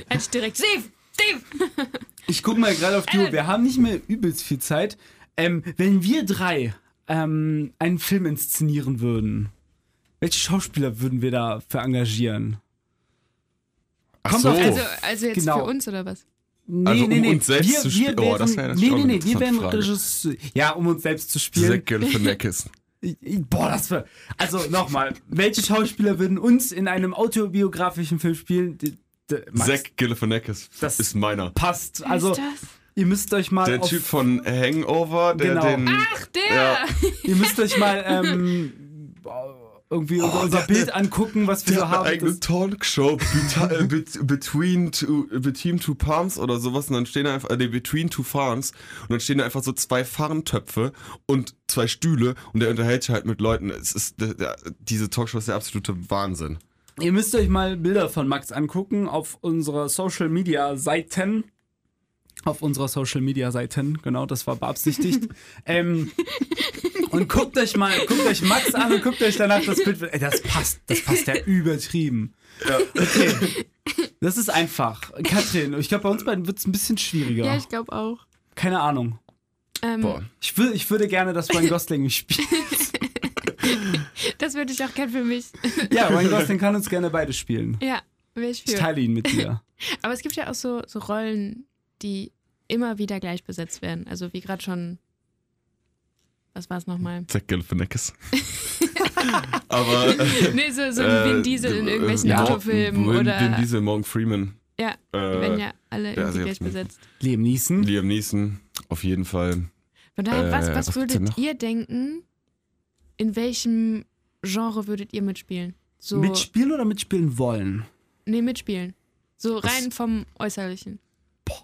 [SPEAKER 3] Als ich direkt, Steve!
[SPEAKER 1] Oh,
[SPEAKER 3] Steve!
[SPEAKER 1] Ich guck mal gerade auf die Uhr.
[SPEAKER 3] Alan.
[SPEAKER 1] Wir haben nicht mehr übelst viel Zeit. Ähm, wenn wir drei ähm, einen Film inszenieren würden, welche Schauspieler würden wir dafür engagieren?
[SPEAKER 2] Ach
[SPEAKER 1] Kommt
[SPEAKER 2] so.
[SPEAKER 1] auf-
[SPEAKER 3] Also, also jetzt
[SPEAKER 1] Genau.
[SPEAKER 3] für uns oder was?
[SPEAKER 1] Nee,
[SPEAKER 2] Also, um uns selbst
[SPEAKER 1] wir,
[SPEAKER 2] zu spielen-
[SPEAKER 1] Wir
[SPEAKER 2] Oh,
[SPEAKER 1] wären,
[SPEAKER 2] das wäre
[SPEAKER 1] nee,
[SPEAKER 2] schon
[SPEAKER 1] nee,
[SPEAKER 2] eine
[SPEAKER 1] nee, wir wären
[SPEAKER 2] interessante Frage.
[SPEAKER 1] Regisseur. Ja, um uns selbst zu spielen.
[SPEAKER 2] Zach Galifianakis.
[SPEAKER 1] I- I- Boah, das wäre. Also nochmal, welche Schauspieler würden uns in einem autobiografischen Film spielen? D- d- Max,
[SPEAKER 2] Zach Galifianakis
[SPEAKER 1] Das-
[SPEAKER 2] ist meiner.
[SPEAKER 1] Passt. Also,
[SPEAKER 3] ist das?
[SPEAKER 1] ihr müsst euch mal
[SPEAKER 2] Der
[SPEAKER 1] auf
[SPEAKER 2] Typ von Hangover, der
[SPEAKER 1] Genau.
[SPEAKER 2] den.
[SPEAKER 3] Ach, der!
[SPEAKER 2] Ja.
[SPEAKER 1] Ihr müsst euch mal ähm, irgendwie unser, unser
[SPEAKER 2] Oh, der-
[SPEAKER 1] Bild angucken, was wir
[SPEAKER 2] Der
[SPEAKER 1] so
[SPEAKER 2] hat eine
[SPEAKER 1] haben.
[SPEAKER 2] eigene
[SPEAKER 1] Das,
[SPEAKER 2] Talkshow, Beta- äh, Bet- Between two, äh, Between Two Palms oder sowas. Und dann stehen da einfach, äh, nee, Between Two Farms. Und dann stehen da einfach so zwei Farntöpfe und zwei Stühle. Und der unterhält sich halt mit Leuten. Es ist, der, der, diese Talkshow ist der absolute Wahnsinn.
[SPEAKER 1] ihr müsst euch mal Bilder von Max angucken auf unserer Social Media Seiten. Auf unserer Social Media Seiten, genau, das war beabsichtigt. ähm, und guckt euch mal, guckt euch Max an und guckt euch danach das Bild. Ey, das passt, das passt ja übertrieben. Okay. Das ist einfach. Katrin, ich glaube, bei uns beiden wird es ein bisschen schwieriger.
[SPEAKER 3] Ja, ich glaube auch.
[SPEAKER 1] Keine Ahnung.
[SPEAKER 3] Ähm,
[SPEAKER 2] Boah.
[SPEAKER 1] Ich, will, ich würde gerne, dass Ryan Gosling mich spielt.
[SPEAKER 3] Das würde ich auch gern für mich.
[SPEAKER 1] Ja, Ryan Gosling kann uns gerne beide spielen.
[SPEAKER 3] Ja, wäre ich für.
[SPEAKER 1] Ich teile ihn mit dir.
[SPEAKER 3] Aber es gibt ja auch so, so Rollen, die immer wieder gleich besetzt werden. Also wie gerade schon, was war es nochmal?
[SPEAKER 2] Zach Galifianakis. Aber. Äh,
[SPEAKER 3] Nee, so, so ein Vin
[SPEAKER 2] äh,
[SPEAKER 3] Diesel in
[SPEAKER 2] äh,
[SPEAKER 3] irgendwelchen
[SPEAKER 2] Mor-
[SPEAKER 3] Autofilmen
[SPEAKER 2] Vin,
[SPEAKER 3] oder
[SPEAKER 2] Vin Diesel, Morgan Freeman.
[SPEAKER 3] ja,
[SPEAKER 2] Äh,
[SPEAKER 3] die werden ja alle
[SPEAKER 2] also
[SPEAKER 3] irgendwie
[SPEAKER 2] jetzt
[SPEAKER 3] gleich
[SPEAKER 2] nicht.
[SPEAKER 3] besetzt.
[SPEAKER 1] Liam Neeson.
[SPEAKER 2] Liam Neeson, auf jeden Fall.
[SPEAKER 3] Von daher, was,
[SPEAKER 2] Äh,
[SPEAKER 3] was,
[SPEAKER 2] was gibt's denn noch?
[SPEAKER 3] würdet ihr denken, in welchem Genre würdet ihr mitspielen? So,
[SPEAKER 1] Mitspielen oder mitspielen wollen?
[SPEAKER 3] nee, mitspielen. So
[SPEAKER 2] Was-
[SPEAKER 3] rein vom Äußerlichen.
[SPEAKER 1] Boah.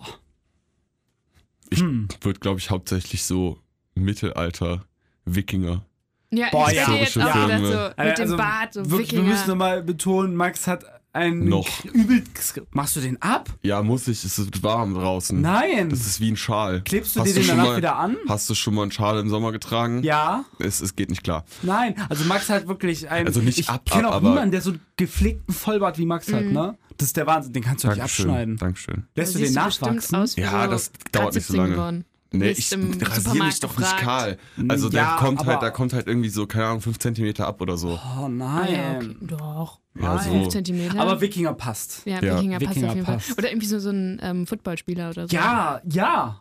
[SPEAKER 2] Ich-
[SPEAKER 1] Hm.
[SPEAKER 2] Wird, glaube ich, hauptsächlich so Mittelalter, Wikinger.
[SPEAKER 3] Ja,
[SPEAKER 1] Boah,
[SPEAKER 3] ich
[SPEAKER 1] ja.
[SPEAKER 3] hätte jetzt
[SPEAKER 2] Historische
[SPEAKER 3] auch gedacht,
[SPEAKER 2] Filme.
[SPEAKER 3] so mit
[SPEAKER 1] Also,
[SPEAKER 3] dem Bart, so
[SPEAKER 1] wirklich, Wir müssen
[SPEAKER 3] Wikinger.
[SPEAKER 1] nochmal betonen, Max hat einen
[SPEAKER 2] Noch.
[SPEAKER 1] übel... Machst du den ab?
[SPEAKER 2] Ja, muss ich, es ist warm draußen.
[SPEAKER 1] Nein.
[SPEAKER 2] Das ist wie ein Schal.
[SPEAKER 1] Klebst du
[SPEAKER 2] Hast
[SPEAKER 1] dir den
[SPEAKER 2] schon
[SPEAKER 1] danach
[SPEAKER 2] mal,
[SPEAKER 1] wieder an?
[SPEAKER 2] Hast du schon mal einen Schal im Sommer getragen?
[SPEAKER 1] Ja,
[SPEAKER 2] Es, es geht nicht klar.
[SPEAKER 1] nein. Also Max hat wirklich einen...
[SPEAKER 2] Also nicht
[SPEAKER 1] ich
[SPEAKER 2] ab,
[SPEAKER 1] kenne
[SPEAKER 2] ab,
[SPEAKER 1] auch
[SPEAKER 2] aber-
[SPEAKER 1] niemanden, der so einen gepflegten Vollbart wie Max
[SPEAKER 3] Hm.
[SPEAKER 1] hat, ne? Das ist der Wahnsinn, den kannst du nicht
[SPEAKER 2] Dankeschön.
[SPEAKER 1] abschneiden.
[SPEAKER 2] Dankeschön.
[SPEAKER 1] Lässt du
[SPEAKER 3] Also Siehst
[SPEAKER 1] den
[SPEAKER 3] bestimmt
[SPEAKER 1] nachwachsen?
[SPEAKER 3] Aus wie
[SPEAKER 2] Ja,
[SPEAKER 3] so
[SPEAKER 2] das
[SPEAKER 3] grad
[SPEAKER 2] dauert nicht so
[SPEAKER 3] 17
[SPEAKER 2] lange.
[SPEAKER 3] Geworden.
[SPEAKER 2] Nee,
[SPEAKER 3] Nicht
[SPEAKER 2] ich
[SPEAKER 3] im
[SPEAKER 2] rasiere mich
[SPEAKER 3] Supermarkt
[SPEAKER 2] doch
[SPEAKER 3] gefragt.
[SPEAKER 2] nicht kahl. Also
[SPEAKER 1] Ja,
[SPEAKER 2] da kommt
[SPEAKER 1] aber-
[SPEAKER 2] halt, da kommt halt irgendwie so, keine Ahnung, 5 Zentimeter ab oder so.
[SPEAKER 1] Oh
[SPEAKER 3] Ah,
[SPEAKER 1] nein.
[SPEAKER 3] ja, okay. Doch.
[SPEAKER 2] Ja,
[SPEAKER 1] Nein.
[SPEAKER 2] so.
[SPEAKER 3] Fünf Zentimeter.
[SPEAKER 1] Aber Wikinger passt.
[SPEAKER 3] ja,
[SPEAKER 2] Oh. Ja,
[SPEAKER 3] Wikinger passt
[SPEAKER 1] Wikinger
[SPEAKER 3] auf jeden Fall.
[SPEAKER 1] passt.
[SPEAKER 3] Oder irgendwie so, so ein ähm, Footballspieler oder so.
[SPEAKER 1] Ja, ja. Ne?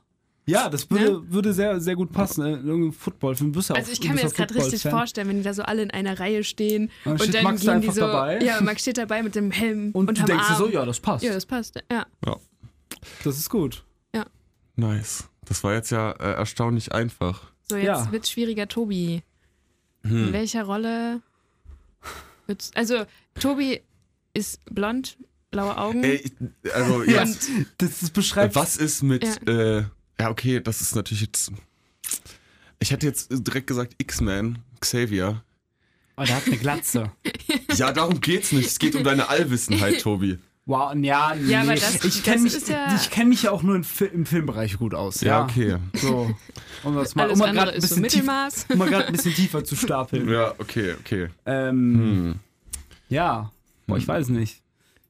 [SPEAKER 1] Ja, das würde, würde sehr, sehr gut passen. äh, Irgendein Football-Film. Bist du
[SPEAKER 3] Also
[SPEAKER 1] auch-
[SPEAKER 3] ich kann mir
[SPEAKER 1] bist du
[SPEAKER 3] das gerade
[SPEAKER 1] Football-Fan?
[SPEAKER 3] richtig vorstellen, wenn die da so alle in einer Reihe stehen
[SPEAKER 1] Dann
[SPEAKER 3] und
[SPEAKER 1] steht
[SPEAKER 3] dann
[SPEAKER 1] Max da
[SPEAKER 3] gehen die
[SPEAKER 1] einfach
[SPEAKER 3] so.
[SPEAKER 1] dabei.
[SPEAKER 3] Ja, Max steht dabei mit dem Helm
[SPEAKER 1] Und du
[SPEAKER 3] unterm
[SPEAKER 1] denkst dir
[SPEAKER 3] Arm.
[SPEAKER 1] so, ja, das passt.
[SPEAKER 3] Ja, das passt. Ja.
[SPEAKER 1] das ist gut.
[SPEAKER 2] Nice. Das war jetzt ja äh, erstaunlich einfach.
[SPEAKER 3] So, jetzt
[SPEAKER 1] Ja.
[SPEAKER 3] wird's schwieriger, Tobi.
[SPEAKER 2] Hm.
[SPEAKER 3] In welcher Rolle wird's. Also, Tobi ist blond, blaue Augen.
[SPEAKER 2] Ey, ich- also
[SPEAKER 1] Ja.
[SPEAKER 2] jetzt,
[SPEAKER 1] Das, das beschreibt.
[SPEAKER 2] was ist mit, ja. Äh, ja okay, das ist natürlich jetzt, ich hätte jetzt direkt gesagt X-Man, Xavier.
[SPEAKER 1] Oh, der hat eine Glatze.
[SPEAKER 2] Ja, darum geht's nicht. Es geht um deine Allwissenheit, Tobi.
[SPEAKER 1] Wow, ja, nee.
[SPEAKER 3] Ja, aber das-
[SPEAKER 1] ich kenne
[SPEAKER 3] das
[SPEAKER 1] mich,
[SPEAKER 3] ist ja-
[SPEAKER 1] ich kenn mich ja auch nur im, Fi im Filmbereich gut aus.
[SPEAKER 2] Ja,
[SPEAKER 1] Ja,
[SPEAKER 2] okay.
[SPEAKER 1] So. Um das mal,
[SPEAKER 3] Alles
[SPEAKER 1] um mal
[SPEAKER 3] andere
[SPEAKER 1] gerade ein,
[SPEAKER 3] ist so
[SPEAKER 1] bisschen tief-
[SPEAKER 3] Mittelmaß.
[SPEAKER 1] um mal grad ein bisschen tiefer zu stapeln.
[SPEAKER 2] Ja, okay, okay.
[SPEAKER 1] Ähm,
[SPEAKER 2] Hm.
[SPEAKER 1] Ja, Boah, ich weiß nicht.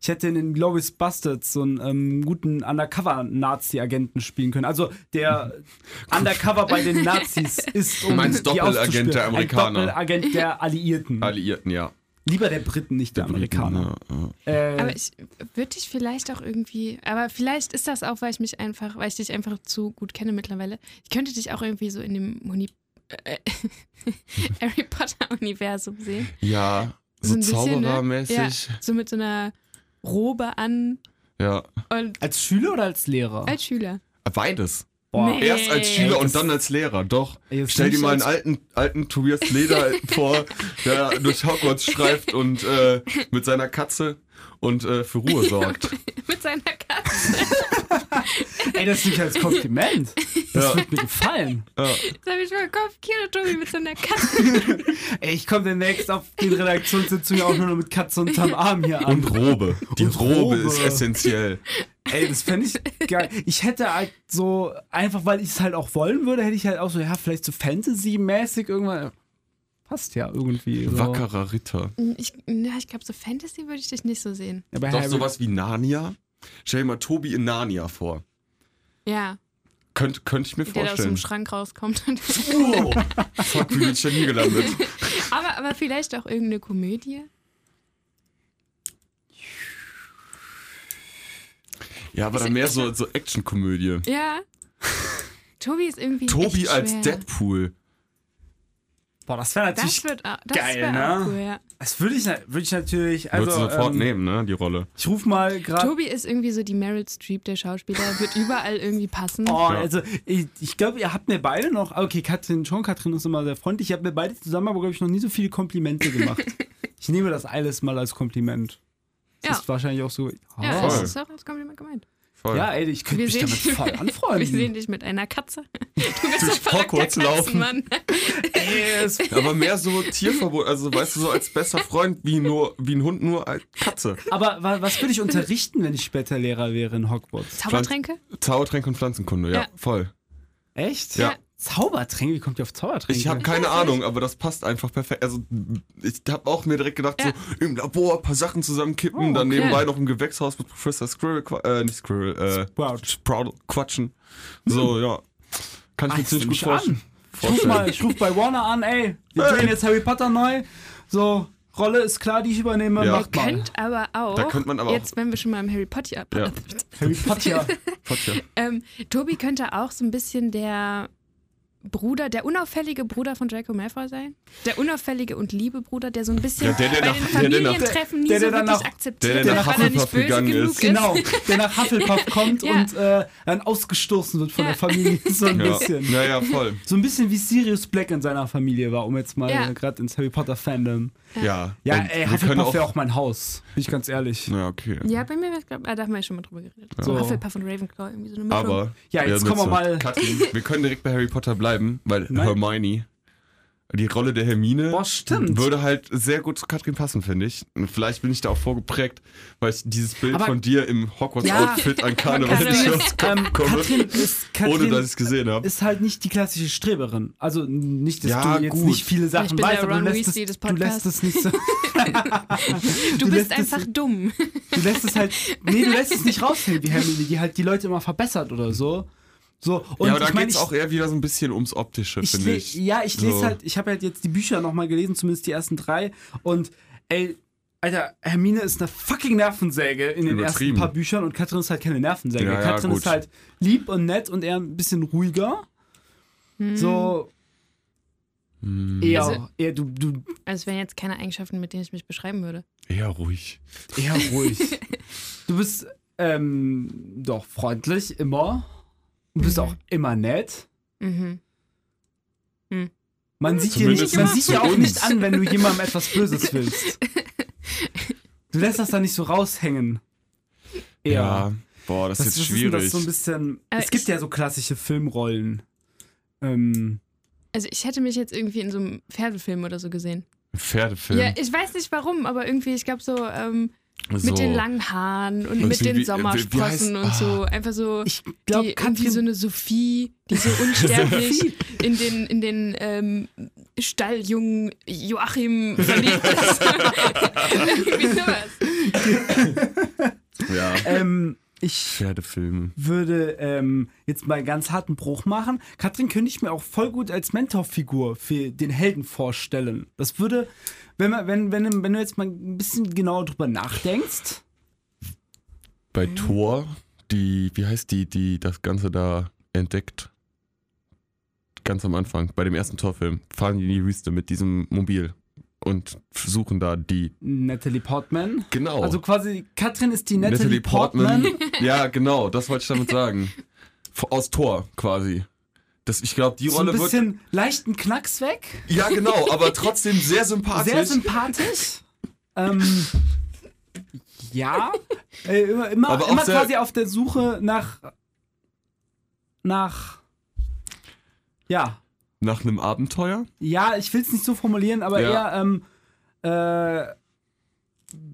[SPEAKER 1] Ich hätte in den Glorious Bastards so einen ähm, guten Undercover-Nazi-Agenten spielen können. Also der Undercover bei den Nazis ist, um
[SPEAKER 2] Du meinst
[SPEAKER 1] die
[SPEAKER 2] Doppelagent
[SPEAKER 1] auszuspüren.
[SPEAKER 2] der Amerikaner.
[SPEAKER 1] Ein Doppelagent der Alliierten.
[SPEAKER 2] Alliierten, ja.
[SPEAKER 1] Lieber der Briten, nicht der, Amerikaner.
[SPEAKER 2] Briten, ja, ja.
[SPEAKER 1] Äh,
[SPEAKER 3] Aber ich würde dich vielleicht auch irgendwie, aber vielleicht ist das auch, weil ich mich einfach, weil ich dich einfach zu gut kenne mittlerweile. Ich könnte dich auch irgendwie so in dem Moni äh, Harry Potter Universum sehen.
[SPEAKER 2] Ja,
[SPEAKER 3] So
[SPEAKER 2] so,
[SPEAKER 3] ein bisschen, ne?
[SPEAKER 2] zauberermäßig.
[SPEAKER 3] So mit so einer Robe an
[SPEAKER 2] Ja.
[SPEAKER 3] und
[SPEAKER 1] als Schüler oder als Lehrer?
[SPEAKER 3] als Schüler.
[SPEAKER 2] Beides.
[SPEAKER 1] Boah,
[SPEAKER 3] Nee.
[SPEAKER 2] Erst als Schüler
[SPEAKER 1] Ey,
[SPEAKER 2] und
[SPEAKER 1] das-
[SPEAKER 2] dann als Lehrer, doch.
[SPEAKER 1] Ey, das
[SPEAKER 2] Stell dir
[SPEAKER 1] klingt
[SPEAKER 2] mal einen
[SPEAKER 1] so,
[SPEAKER 2] alten, alten Tobias Leder vor, der durch Hogwarts streift und äh, mit seiner Katze und äh, für Ruhe sorgt.
[SPEAKER 3] mit seiner Katze.
[SPEAKER 1] Ey, das klingt als Kompliment. Das
[SPEAKER 2] Ja.
[SPEAKER 1] wird mir gefallen.
[SPEAKER 2] Ja.
[SPEAKER 3] Da hab ich mal Kopf, Kira Tobi mit seiner Katze.
[SPEAKER 1] Ey, ich komme demnächst auf die Redaktionssitzung ja auch nur noch mit Katze unterm Arm hier an.
[SPEAKER 2] Und Robe. Die
[SPEAKER 1] Und
[SPEAKER 2] Robe
[SPEAKER 1] Robe.
[SPEAKER 2] ist essentiell.
[SPEAKER 1] Ey, das fände ich geil. Ich hätte halt so, einfach weil ich es halt auch wollen würde, hätte ich halt auch so, ja, vielleicht so Fantasy-mäßig irgendwann. Passt ja irgendwie. So.
[SPEAKER 2] Wackerer Ritter.
[SPEAKER 3] Ich, ja, ich glaube, so Fantasy würde ich dich nicht so sehen.
[SPEAKER 1] Ja, bei
[SPEAKER 2] Doch
[SPEAKER 1] Harry-
[SPEAKER 2] sowas wie Narnia. Stell dir mal Tobi in Narnia vor.
[SPEAKER 3] Ja,
[SPEAKER 2] Könnte könnt ich mir
[SPEAKER 3] der da aus dem
[SPEAKER 2] vorstellen.
[SPEAKER 3] Schrank rauskommt.
[SPEAKER 2] Wow. Fuck, wie bin ich denn hier gelandet?
[SPEAKER 3] aber, aber vielleicht auch irgendeine Komödie.
[SPEAKER 2] Ja, aber dann mehr so, so Actionkomödie.
[SPEAKER 3] Ja. Tobi ist irgendwie.
[SPEAKER 2] Tobi
[SPEAKER 3] echt
[SPEAKER 2] als
[SPEAKER 3] schwer. Deadpool.
[SPEAKER 2] Deadpool.
[SPEAKER 1] Boah, das wäre natürlich.
[SPEAKER 3] Das wird auch, das
[SPEAKER 1] Geil,
[SPEAKER 3] wär
[SPEAKER 1] ne?
[SPEAKER 3] auch cool, ja.
[SPEAKER 1] Das würde ich, na- würde ich natürlich.
[SPEAKER 2] Würdest
[SPEAKER 1] Also,
[SPEAKER 2] du sofort
[SPEAKER 1] ähm,
[SPEAKER 2] nehmen, ne, die Rolle.
[SPEAKER 1] Ich rufe mal gerade.
[SPEAKER 3] Tobi ist irgendwie so die Meryl Streep der Schauspieler, wird überall irgendwie passen.
[SPEAKER 1] Oh,
[SPEAKER 2] Ja.
[SPEAKER 1] also ich, ich glaube, ihr habt mir beide noch. ah, Okay, Katrin, schon Katrin ist immer sehr freundlich. Ihr habt mir beide zusammen aber, glaube ich, noch nie so viele Komplimente gemacht. ich nehme das alles mal als Kompliment. Das
[SPEAKER 3] Ja.
[SPEAKER 1] ist wahrscheinlich auch so.
[SPEAKER 3] Ja,
[SPEAKER 1] Oh.
[SPEAKER 3] das
[SPEAKER 2] voll.
[SPEAKER 3] ist auch als Kompliment gemeint.
[SPEAKER 2] Voll.
[SPEAKER 1] ja, ey, ich könnte
[SPEAKER 3] Wir
[SPEAKER 1] mich
[SPEAKER 3] sehen,
[SPEAKER 1] damit voll
[SPEAKER 3] wir
[SPEAKER 1] anfreunden.
[SPEAKER 3] sehen dich mit einer Katze. Du bist
[SPEAKER 2] Durch
[SPEAKER 3] ein verrückter
[SPEAKER 2] Hogwarts laufen.
[SPEAKER 3] Katzenmann.
[SPEAKER 1] Ey, es
[SPEAKER 2] Aber mehr so Tierverbot, also weißt du, so als bester Freund wie, nur, wie ein Hund nur als Katze.
[SPEAKER 1] Aber wa- was würde ich unterrichten, wenn ich später Lehrer wäre in Hogwarts?
[SPEAKER 3] Zaubertränke?
[SPEAKER 2] Zaubertränke und Pflanzenkunde, ja,
[SPEAKER 3] Ja.
[SPEAKER 2] voll.
[SPEAKER 1] Echt?
[SPEAKER 2] Ja.
[SPEAKER 1] Zaubertränke? Wie kommt ihr auf Zaubertränke?
[SPEAKER 2] Ich habe keine Ahnung, aber das passt einfach perfekt. Also ich habe auch mir direkt gedacht,
[SPEAKER 3] Ja.
[SPEAKER 2] so im Labor ein paar Sachen zusammenkippen,
[SPEAKER 1] Oh,
[SPEAKER 2] dann
[SPEAKER 1] okay.
[SPEAKER 2] nebenbei noch im Gewächshaus mit Professor Squirrel, qua- äh, nicht Squirrel, äh,
[SPEAKER 1] Sprout. Hm.
[SPEAKER 2] Sprout quatschen. So, ja. Kann ich
[SPEAKER 1] Ach,
[SPEAKER 2] mir ziemlich gut
[SPEAKER 1] ich ruf
[SPEAKER 2] vorstellen.
[SPEAKER 1] Ich ruf, mal, ich ruf bei Warner an, ey, wir
[SPEAKER 2] Ey.
[SPEAKER 1] drehen jetzt Harry Potter neu. So, Rolle ist klar, die ich übernehme,
[SPEAKER 2] Ja.
[SPEAKER 1] macht mal.
[SPEAKER 3] Könnt aber auch.
[SPEAKER 2] Da könnte man aber auch-
[SPEAKER 3] jetzt, wenn wir schon mal im Harry Potter.
[SPEAKER 2] Ja.
[SPEAKER 1] Harry Potter.
[SPEAKER 2] Quatsch,
[SPEAKER 3] Ähm, Tobi könnte auch so ein bisschen der Bruder, der unauffällige Bruder von Draco Malfoy sein. Der unauffällige und liebe Bruder, der so ein bisschen
[SPEAKER 2] Ja, der, der
[SPEAKER 3] bei
[SPEAKER 2] nach-
[SPEAKER 3] den
[SPEAKER 2] der, der nach-
[SPEAKER 3] Familientreffen nie
[SPEAKER 1] der, der
[SPEAKER 3] so
[SPEAKER 1] danach-
[SPEAKER 3] wirklich akzeptiert
[SPEAKER 2] der, der
[SPEAKER 3] wird,
[SPEAKER 2] nach
[SPEAKER 3] weil er nicht
[SPEAKER 2] Hufflepuff
[SPEAKER 3] böse
[SPEAKER 2] gegangen
[SPEAKER 3] genug
[SPEAKER 2] ist.
[SPEAKER 3] ist.
[SPEAKER 1] genau, der nach Hufflepuff kommt
[SPEAKER 3] Ja.
[SPEAKER 1] und äh, dann ausgestoßen wird von
[SPEAKER 3] Ja.
[SPEAKER 1] der Familie. So ein
[SPEAKER 2] ja. Ja.
[SPEAKER 1] bisschen.
[SPEAKER 2] Naja, voll.
[SPEAKER 1] So ein bisschen wie Sirius Black in seiner Familie war, um jetzt mal
[SPEAKER 3] Ja.
[SPEAKER 1] gerade ins Harry Potter Fandom.
[SPEAKER 2] Ja,
[SPEAKER 1] Ja, äh,
[SPEAKER 2] Und
[SPEAKER 1] ey,
[SPEAKER 2] wir können
[SPEAKER 1] Hufflepuff
[SPEAKER 2] auch.
[SPEAKER 1] wäre auch mein Haus, bin ich ganz ehrlich.
[SPEAKER 2] Ja, okay.
[SPEAKER 3] Ja, bei mir, glaub, ah, da haben wir ja schon mal drüber geredet. So
[SPEAKER 1] So.
[SPEAKER 3] Hufflepuff und Ravenclaw, irgendwie so eine Mischung.
[SPEAKER 2] Aber.
[SPEAKER 1] Ja, jetzt
[SPEAKER 2] nützt
[SPEAKER 1] kommen wir
[SPEAKER 2] was.
[SPEAKER 1] mal-
[SPEAKER 2] Katrin, wir können direkt bei Harry Potter bleiben, weil
[SPEAKER 1] Nein.
[SPEAKER 2] Hermione, die Rolle der Hermine,
[SPEAKER 1] Boah, stimmt.
[SPEAKER 2] würde halt sehr gut zu Katrin passen, finde ich. Und vielleicht bin ich da auch vorgeprägt, weil ich dieses Bild
[SPEAKER 1] Aber-
[SPEAKER 2] von dir im Hogwarts-Outfit an Karneval
[SPEAKER 3] Karneval.
[SPEAKER 2] nicht rauskommen
[SPEAKER 1] Ähm, Katrin ist, Katrin
[SPEAKER 2] ohne dass ich es gesehen habe.
[SPEAKER 1] ist halt nicht die klassische Streberin. Also nicht, dass
[SPEAKER 2] Ja,
[SPEAKER 1] du jetzt
[SPEAKER 2] gut.
[SPEAKER 1] nicht viele Sachen
[SPEAKER 3] Ich bin
[SPEAKER 1] weißt,
[SPEAKER 3] der
[SPEAKER 1] aber du
[SPEAKER 3] Ron
[SPEAKER 1] lässt,
[SPEAKER 3] Weasley
[SPEAKER 1] es,
[SPEAKER 3] des
[SPEAKER 1] du lässt es nicht so.
[SPEAKER 3] du bist
[SPEAKER 1] lässt es-
[SPEAKER 3] einfach dumm.
[SPEAKER 1] Du lässt es halt. Nee, du lässt es nicht raushängen, wie Hermine, die halt die Leute immer verbessert oder so. So,
[SPEAKER 2] ja, aber da
[SPEAKER 1] ich mein,
[SPEAKER 2] geht's
[SPEAKER 1] ich-
[SPEAKER 2] auch eher wieder so ein bisschen ums Optische,
[SPEAKER 1] ich
[SPEAKER 2] finde
[SPEAKER 1] le-
[SPEAKER 2] ich.
[SPEAKER 1] Ja, ich
[SPEAKER 2] So.
[SPEAKER 1] lese halt, ich habe halt jetzt die Bücher nochmal gelesen, zumindest die ersten drei. Und ey, Alter, Hermine ist eine fucking Nervensäge in den ersten
[SPEAKER 2] Übertrieben.
[SPEAKER 1] paar Büchern und Katrin ist halt keine Nervensäge.
[SPEAKER 2] Ja, ja,
[SPEAKER 1] Katrin
[SPEAKER 2] gut.
[SPEAKER 1] ist halt lieb und nett und eher ein bisschen ruhiger. So,
[SPEAKER 2] Hm,
[SPEAKER 1] eher,
[SPEAKER 3] Mhm. Also-
[SPEAKER 1] eher, du, du,
[SPEAKER 3] Also es wären jetzt keine Eigenschaften, mit denen ich mich beschreiben würde.
[SPEAKER 2] eher ruhig.
[SPEAKER 1] eher ruhig. du bist ähm, doch freundlich, immer. Du bist
[SPEAKER 3] Mhm.
[SPEAKER 1] auch immer nett.
[SPEAKER 3] Mhm.
[SPEAKER 1] Man sieht dir nicht,
[SPEAKER 2] Zumindest
[SPEAKER 1] man
[SPEAKER 3] zu
[SPEAKER 1] sieht dir auch
[SPEAKER 2] uns.
[SPEAKER 1] nicht an, wenn du jemandem etwas Böses willst. Du lässt das da nicht so raushängen. Eher.
[SPEAKER 2] Ja. Boah, das,
[SPEAKER 1] das das ist
[SPEAKER 2] ist jetzt
[SPEAKER 1] das
[SPEAKER 2] schwierig.
[SPEAKER 1] so ein bisschen.
[SPEAKER 3] Aber
[SPEAKER 1] es gibt
[SPEAKER 3] ich-
[SPEAKER 1] ja so klassische Filmrollen. Ähm,
[SPEAKER 3] Also ich hätte mich jetzt irgendwie in so einem Pferdefilm oder so gesehen.
[SPEAKER 2] Pferdefilm.
[SPEAKER 3] Ja, ich weiß nicht warum, aber irgendwie, ich glaube so ähm,
[SPEAKER 2] so.
[SPEAKER 3] mit den langen Haaren und
[SPEAKER 2] Und
[SPEAKER 3] mit
[SPEAKER 2] wie- wie-
[SPEAKER 3] den
[SPEAKER 2] wie- äh, wie heißt- Ah.
[SPEAKER 3] Sommersprossen und so. Einfach so.
[SPEAKER 1] ich
[SPEAKER 3] die,
[SPEAKER 1] glaube,
[SPEAKER 3] irgendwie
[SPEAKER 1] Katrin.
[SPEAKER 3] so eine Sophie, die so unsterblich in den, in den ähm, Stalljungen Joachim verliebt ist. irgendwie sowas.
[SPEAKER 2] Ja.
[SPEAKER 1] ähm, ich
[SPEAKER 2] Pferdefilme.
[SPEAKER 1] würde ähm, jetzt mal einen ganz harten Bruch machen. Katrin könnte ich mir auch voll gut als Mentorfigur für den Helden vorstellen. Das würde, wenn, man, wenn, wenn, wenn du jetzt mal ein bisschen genauer drüber nachdenkst.
[SPEAKER 2] Bei
[SPEAKER 1] Mhm.
[SPEAKER 2] Thor, die, wie heißt die, die das Ganze da entdeckt? Ganz am Anfang, bei dem ersten Torfilm, fahren die in die Wüste mit diesem Mobil und suchen da die.
[SPEAKER 1] Natalie Portman.
[SPEAKER 2] Genau.
[SPEAKER 1] Also quasi, Katrin ist die Natalie, Portman.
[SPEAKER 2] ja, genau, das wollte ich damit sagen. Vor- Aus Tor quasi. Das, ich glaube, die
[SPEAKER 1] So ein
[SPEAKER 2] Rolle wird.
[SPEAKER 1] bisschen leichten Knacks weg.
[SPEAKER 2] Ja, genau, aber trotzdem sehr sympathisch.
[SPEAKER 1] Sehr sympathisch. ähm, ja. Äh, immer immer,
[SPEAKER 2] Aber auch
[SPEAKER 1] immer
[SPEAKER 2] sehr-
[SPEAKER 1] quasi auf der Suche nach. Nach. Ja.
[SPEAKER 2] Nach einem Abenteuer?
[SPEAKER 1] Ja, ich will es nicht so formulieren, aber
[SPEAKER 2] Ja.
[SPEAKER 1] eher. Ähm, äh,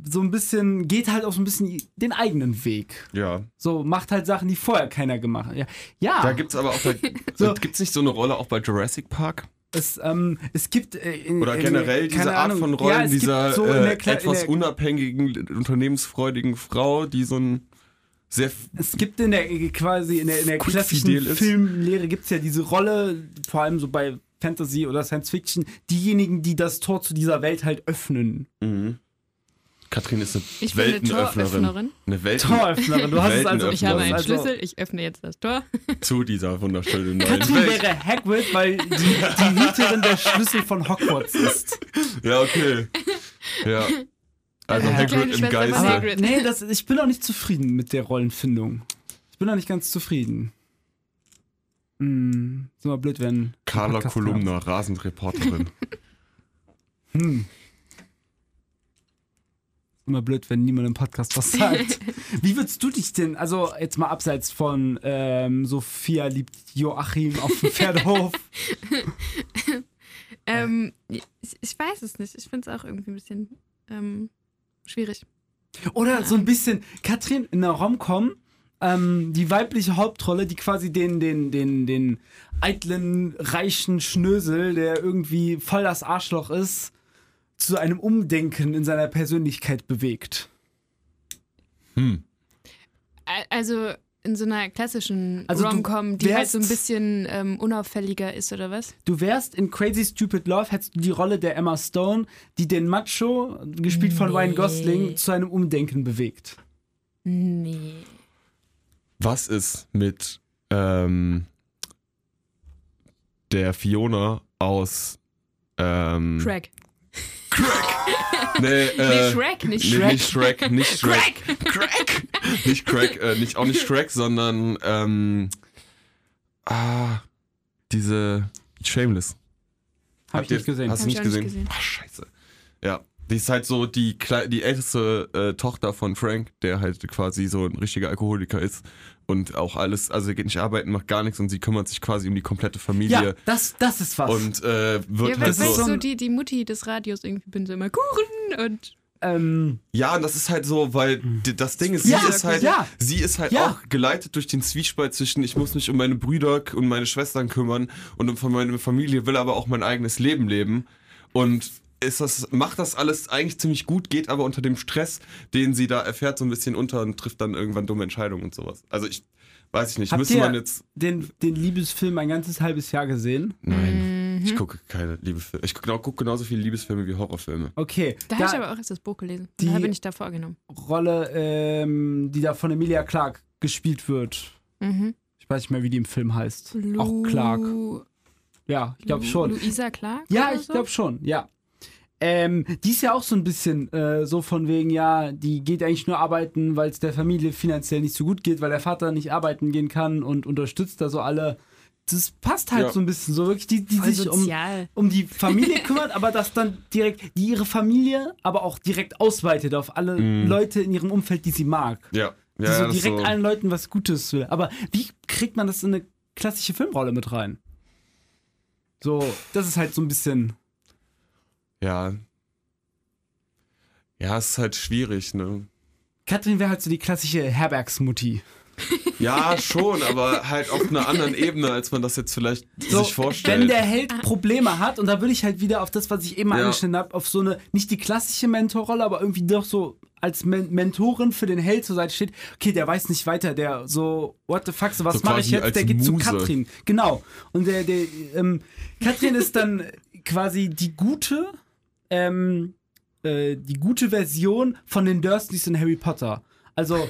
[SPEAKER 1] so ein bisschen. Geht halt auch so ein bisschen den eigenen Weg.
[SPEAKER 2] Ja.
[SPEAKER 1] So macht halt Sachen, die vorher keiner gemacht hat. Ja. ja.
[SPEAKER 2] Da gibt's aber auch. Da,
[SPEAKER 1] So.
[SPEAKER 2] Gibt's nicht so eine Rolle auch bei Jurassic Park?
[SPEAKER 1] Es, ähm, es gibt äh, in,
[SPEAKER 2] Oder
[SPEAKER 1] in-
[SPEAKER 2] generell diese
[SPEAKER 1] keine
[SPEAKER 2] Art
[SPEAKER 1] Ahnung.
[SPEAKER 2] von
[SPEAKER 1] Ja,
[SPEAKER 2] Rollen
[SPEAKER 1] es gibt
[SPEAKER 2] dieser
[SPEAKER 1] so in
[SPEAKER 2] äh,
[SPEAKER 1] der Kle- in
[SPEAKER 2] etwas
[SPEAKER 1] der-
[SPEAKER 2] unabhängigen, unternehmensfreudigen Frau, die so ein sehr
[SPEAKER 1] Es gibt in der äh, quasi in der, in der
[SPEAKER 2] Quick
[SPEAKER 1] klassischen
[SPEAKER 2] Fidel ist.
[SPEAKER 1] Filmlehre gibt es ja diese Rolle, vor allem so bei Fantasy oder Science Fiction, diejenigen, die das Tor zu dieser Welt halt öffnen.
[SPEAKER 2] Mhm. Katrin ist eine
[SPEAKER 3] Ich bin eine
[SPEAKER 2] Weltenöffnerin.
[SPEAKER 3] Toröffnerin.
[SPEAKER 2] Eine Welt
[SPEAKER 1] Toröffnerin, du hast es also.
[SPEAKER 2] Weltenöffnerin.
[SPEAKER 3] Ich habe einen
[SPEAKER 1] Also-
[SPEAKER 3] Schlüssel, ich öffne jetzt das Tor.
[SPEAKER 2] zu dieser wunderschönen neuen
[SPEAKER 1] Katrin
[SPEAKER 2] Also, Welt.
[SPEAKER 1] wäre Hagrid, weil die, die Hüterin der Schlüssel von Hogwarts ist.
[SPEAKER 2] Ja, okay. Ja. Also
[SPEAKER 1] Ja.
[SPEAKER 3] Äh,
[SPEAKER 2] Hagrid
[SPEAKER 3] Kleine
[SPEAKER 2] im
[SPEAKER 3] Schwester von
[SPEAKER 2] Geiste.
[SPEAKER 3] Hagrid.
[SPEAKER 1] Aber nee, das, ich bin auch nicht zufrieden mit der Rollenfindung. Ich bin auch nicht ganz zufrieden. Hm, ist immer blöd, wenn.
[SPEAKER 2] Carla
[SPEAKER 1] Podcast-
[SPEAKER 2] Kolumna, Rasendreporterin.
[SPEAKER 1] Hm. Immer blöd, wenn niemand im Podcast was sagt. Wie würdest du dich denn, also jetzt mal abseits von ähm, Sophia liebt Joachim auf dem Pferdehof.
[SPEAKER 3] Ähm, ich, ich weiß es nicht. Ich finde es auch irgendwie ein bisschen ähm, schwierig.
[SPEAKER 1] Oder so ein bisschen Katrin in der Romcom, ähm, die weibliche Hauptrolle, die quasi den, den, den, den eitlen, reichen Schnösel, der irgendwie voll das Arschloch ist, zu einem Umdenken in seiner Persönlichkeit bewegt.
[SPEAKER 2] Hm.
[SPEAKER 3] A- Also in so einer klassischen
[SPEAKER 1] Also du
[SPEAKER 3] Rom-Com, die halt
[SPEAKER 1] wärst-
[SPEAKER 3] so ein bisschen ähm, unauffälliger ist oder was?
[SPEAKER 1] Du wärst in Crazy Stupid Love, hättest du die Rolle der Emma Stone, die den Macho, gespielt von Ryan
[SPEAKER 3] Nee.
[SPEAKER 1] Gosling, zu einem Umdenken bewegt.
[SPEAKER 3] Nee.
[SPEAKER 2] Was ist mit ähm, der Fiona aus ähm,
[SPEAKER 3] Shrek.
[SPEAKER 1] Äh,
[SPEAKER 2] Nee,
[SPEAKER 3] nee,
[SPEAKER 2] äh,
[SPEAKER 3] Shrek, nicht
[SPEAKER 2] Nee,
[SPEAKER 3] Shrek.
[SPEAKER 2] nicht Shrek, nicht Shrek. Crack! Nicht Crack, äh, nicht, auch nicht Shrek, sondern ähm, ah, diese Shameless.
[SPEAKER 1] Hab
[SPEAKER 2] Habt
[SPEAKER 1] ich
[SPEAKER 2] ihr-
[SPEAKER 1] nicht gesehen.
[SPEAKER 2] Hast du
[SPEAKER 3] Hab ich
[SPEAKER 2] nicht
[SPEAKER 3] auch nicht
[SPEAKER 2] gesehen?
[SPEAKER 3] gesehen.
[SPEAKER 2] Ah, scheiße. Ja, die ist halt so die, Kle die älteste äh, Tochter von Frank, der halt quasi so ein richtiger Alkoholiker ist und auch alles, also er geht nicht arbeiten, macht gar nichts und sie kümmert sich quasi um die komplette
[SPEAKER 1] ja,
[SPEAKER 2] Familie
[SPEAKER 1] das, das ist was.
[SPEAKER 2] und äh, wird
[SPEAKER 3] Ja, weil
[SPEAKER 2] halt
[SPEAKER 3] ich
[SPEAKER 1] das ist
[SPEAKER 2] so...
[SPEAKER 1] so
[SPEAKER 3] so
[SPEAKER 1] ein-
[SPEAKER 3] die, die Mutti des Radios irgendwie bin so immer Kuchen und
[SPEAKER 1] ähm,
[SPEAKER 2] Ja, und das ist halt so, weil d- das Ding ist,
[SPEAKER 1] Hm. Ja,
[SPEAKER 2] sie ist halt,
[SPEAKER 1] ja.
[SPEAKER 2] sie ist halt
[SPEAKER 1] Ja.
[SPEAKER 2] auch geleitet durch den Zwiespalt zwischen, ich muss mich um meine Brüder k- und meine Schwestern kümmern und um von meine Familie will aber auch mein eigenes Leben leben. Und ist das, macht das alles eigentlich ziemlich gut, geht aber unter dem Stress, den sie da erfährt, so ein bisschen unter und trifft dann irgendwann dumme Entscheidungen und sowas. Also ich weiß ich nicht,
[SPEAKER 1] Habt
[SPEAKER 2] müsste
[SPEAKER 1] ihr-
[SPEAKER 2] man jetzt.
[SPEAKER 1] Den, den Liebesfilm ein ganzes halbes Jahr gesehen.
[SPEAKER 2] Nein,
[SPEAKER 3] mhm.
[SPEAKER 2] ich gucke keine Liebesfilme. Ich gucke genau, guck genauso viele Liebesfilme wie Horrorfilme.
[SPEAKER 1] Okay,
[SPEAKER 3] Da habe ich aber auch erst das Buch gelesen.
[SPEAKER 1] Die-
[SPEAKER 3] da bin ich da vorgenommen.
[SPEAKER 1] Rolle, ähm, die da von Emilia Clark gespielt wird.
[SPEAKER 3] Mhm.
[SPEAKER 1] Ich weiß nicht mehr, wie die im Film heißt. Auch Clark.
[SPEAKER 3] Lu-
[SPEAKER 1] Ja, ich glaube schon.
[SPEAKER 3] Luisa Clark?
[SPEAKER 1] Ja,
[SPEAKER 3] oder
[SPEAKER 1] ich
[SPEAKER 3] so?
[SPEAKER 1] glaube schon, ja. Ähm, die ist ja auch so ein bisschen äh, so von wegen, ja, die geht eigentlich nur arbeiten, weil es der Familie finanziell nicht so gut geht, weil der Vater nicht arbeiten gehen kann und unterstützt da so alle. Das passt halt
[SPEAKER 2] Ja.
[SPEAKER 1] so ein bisschen so wirklich, die, die
[SPEAKER 3] Voll
[SPEAKER 1] sich um,
[SPEAKER 3] sozial.
[SPEAKER 1] um die Familie kümmert, aber das dann direkt, die ihre Familie aber auch direkt ausweitet auf alle Leute in ihrem Umfeld, die sie mag.
[SPEAKER 2] Ja,
[SPEAKER 1] Die
[SPEAKER 2] ja, ja,
[SPEAKER 1] so
[SPEAKER 2] das
[SPEAKER 1] direkt
[SPEAKER 2] so.
[SPEAKER 1] allen Leuten was Gutes will. Aber wie kriegt man das in eine klassische Filmrolle mit rein? So, das ist halt so ein bisschen.
[SPEAKER 2] ja. Ja, es ist halt schwierig, ne?
[SPEAKER 1] Katrin wäre halt so die klassische Herbergsmutti.
[SPEAKER 2] Ja, schon, aber halt auf einer anderen Ebene, als man das jetzt vielleicht
[SPEAKER 1] So,
[SPEAKER 2] sich vorstellt.
[SPEAKER 1] wenn der Held Probleme hat, und da würde ich halt wieder auf das, was ich eben
[SPEAKER 2] Ja.
[SPEAKER 1] angeschnitten habe, auf so eine, nicht die klassische Mentorrolle, aber irgendwie doch so als Men Mentorin für den Held zur Seite steht, okay, der weiß nicht weiter, der so, what the fuck, so was
[SPEAKER 2] So
[SPEAKER 1] mache
[SPEAKER 2] quasi
[SPEAKER 1] ich jetzt,
[SPEAKER 2] als
[SPEAKER 1] der geht zu
[SPEAKER 2] Muse.
[SPEAKER 1] Katrin. Genau. Und der, der, ähm, Katrin ist dann quasi die gute, ähm, äh, die gute Version von den Dursleys in Harry Potter. Also,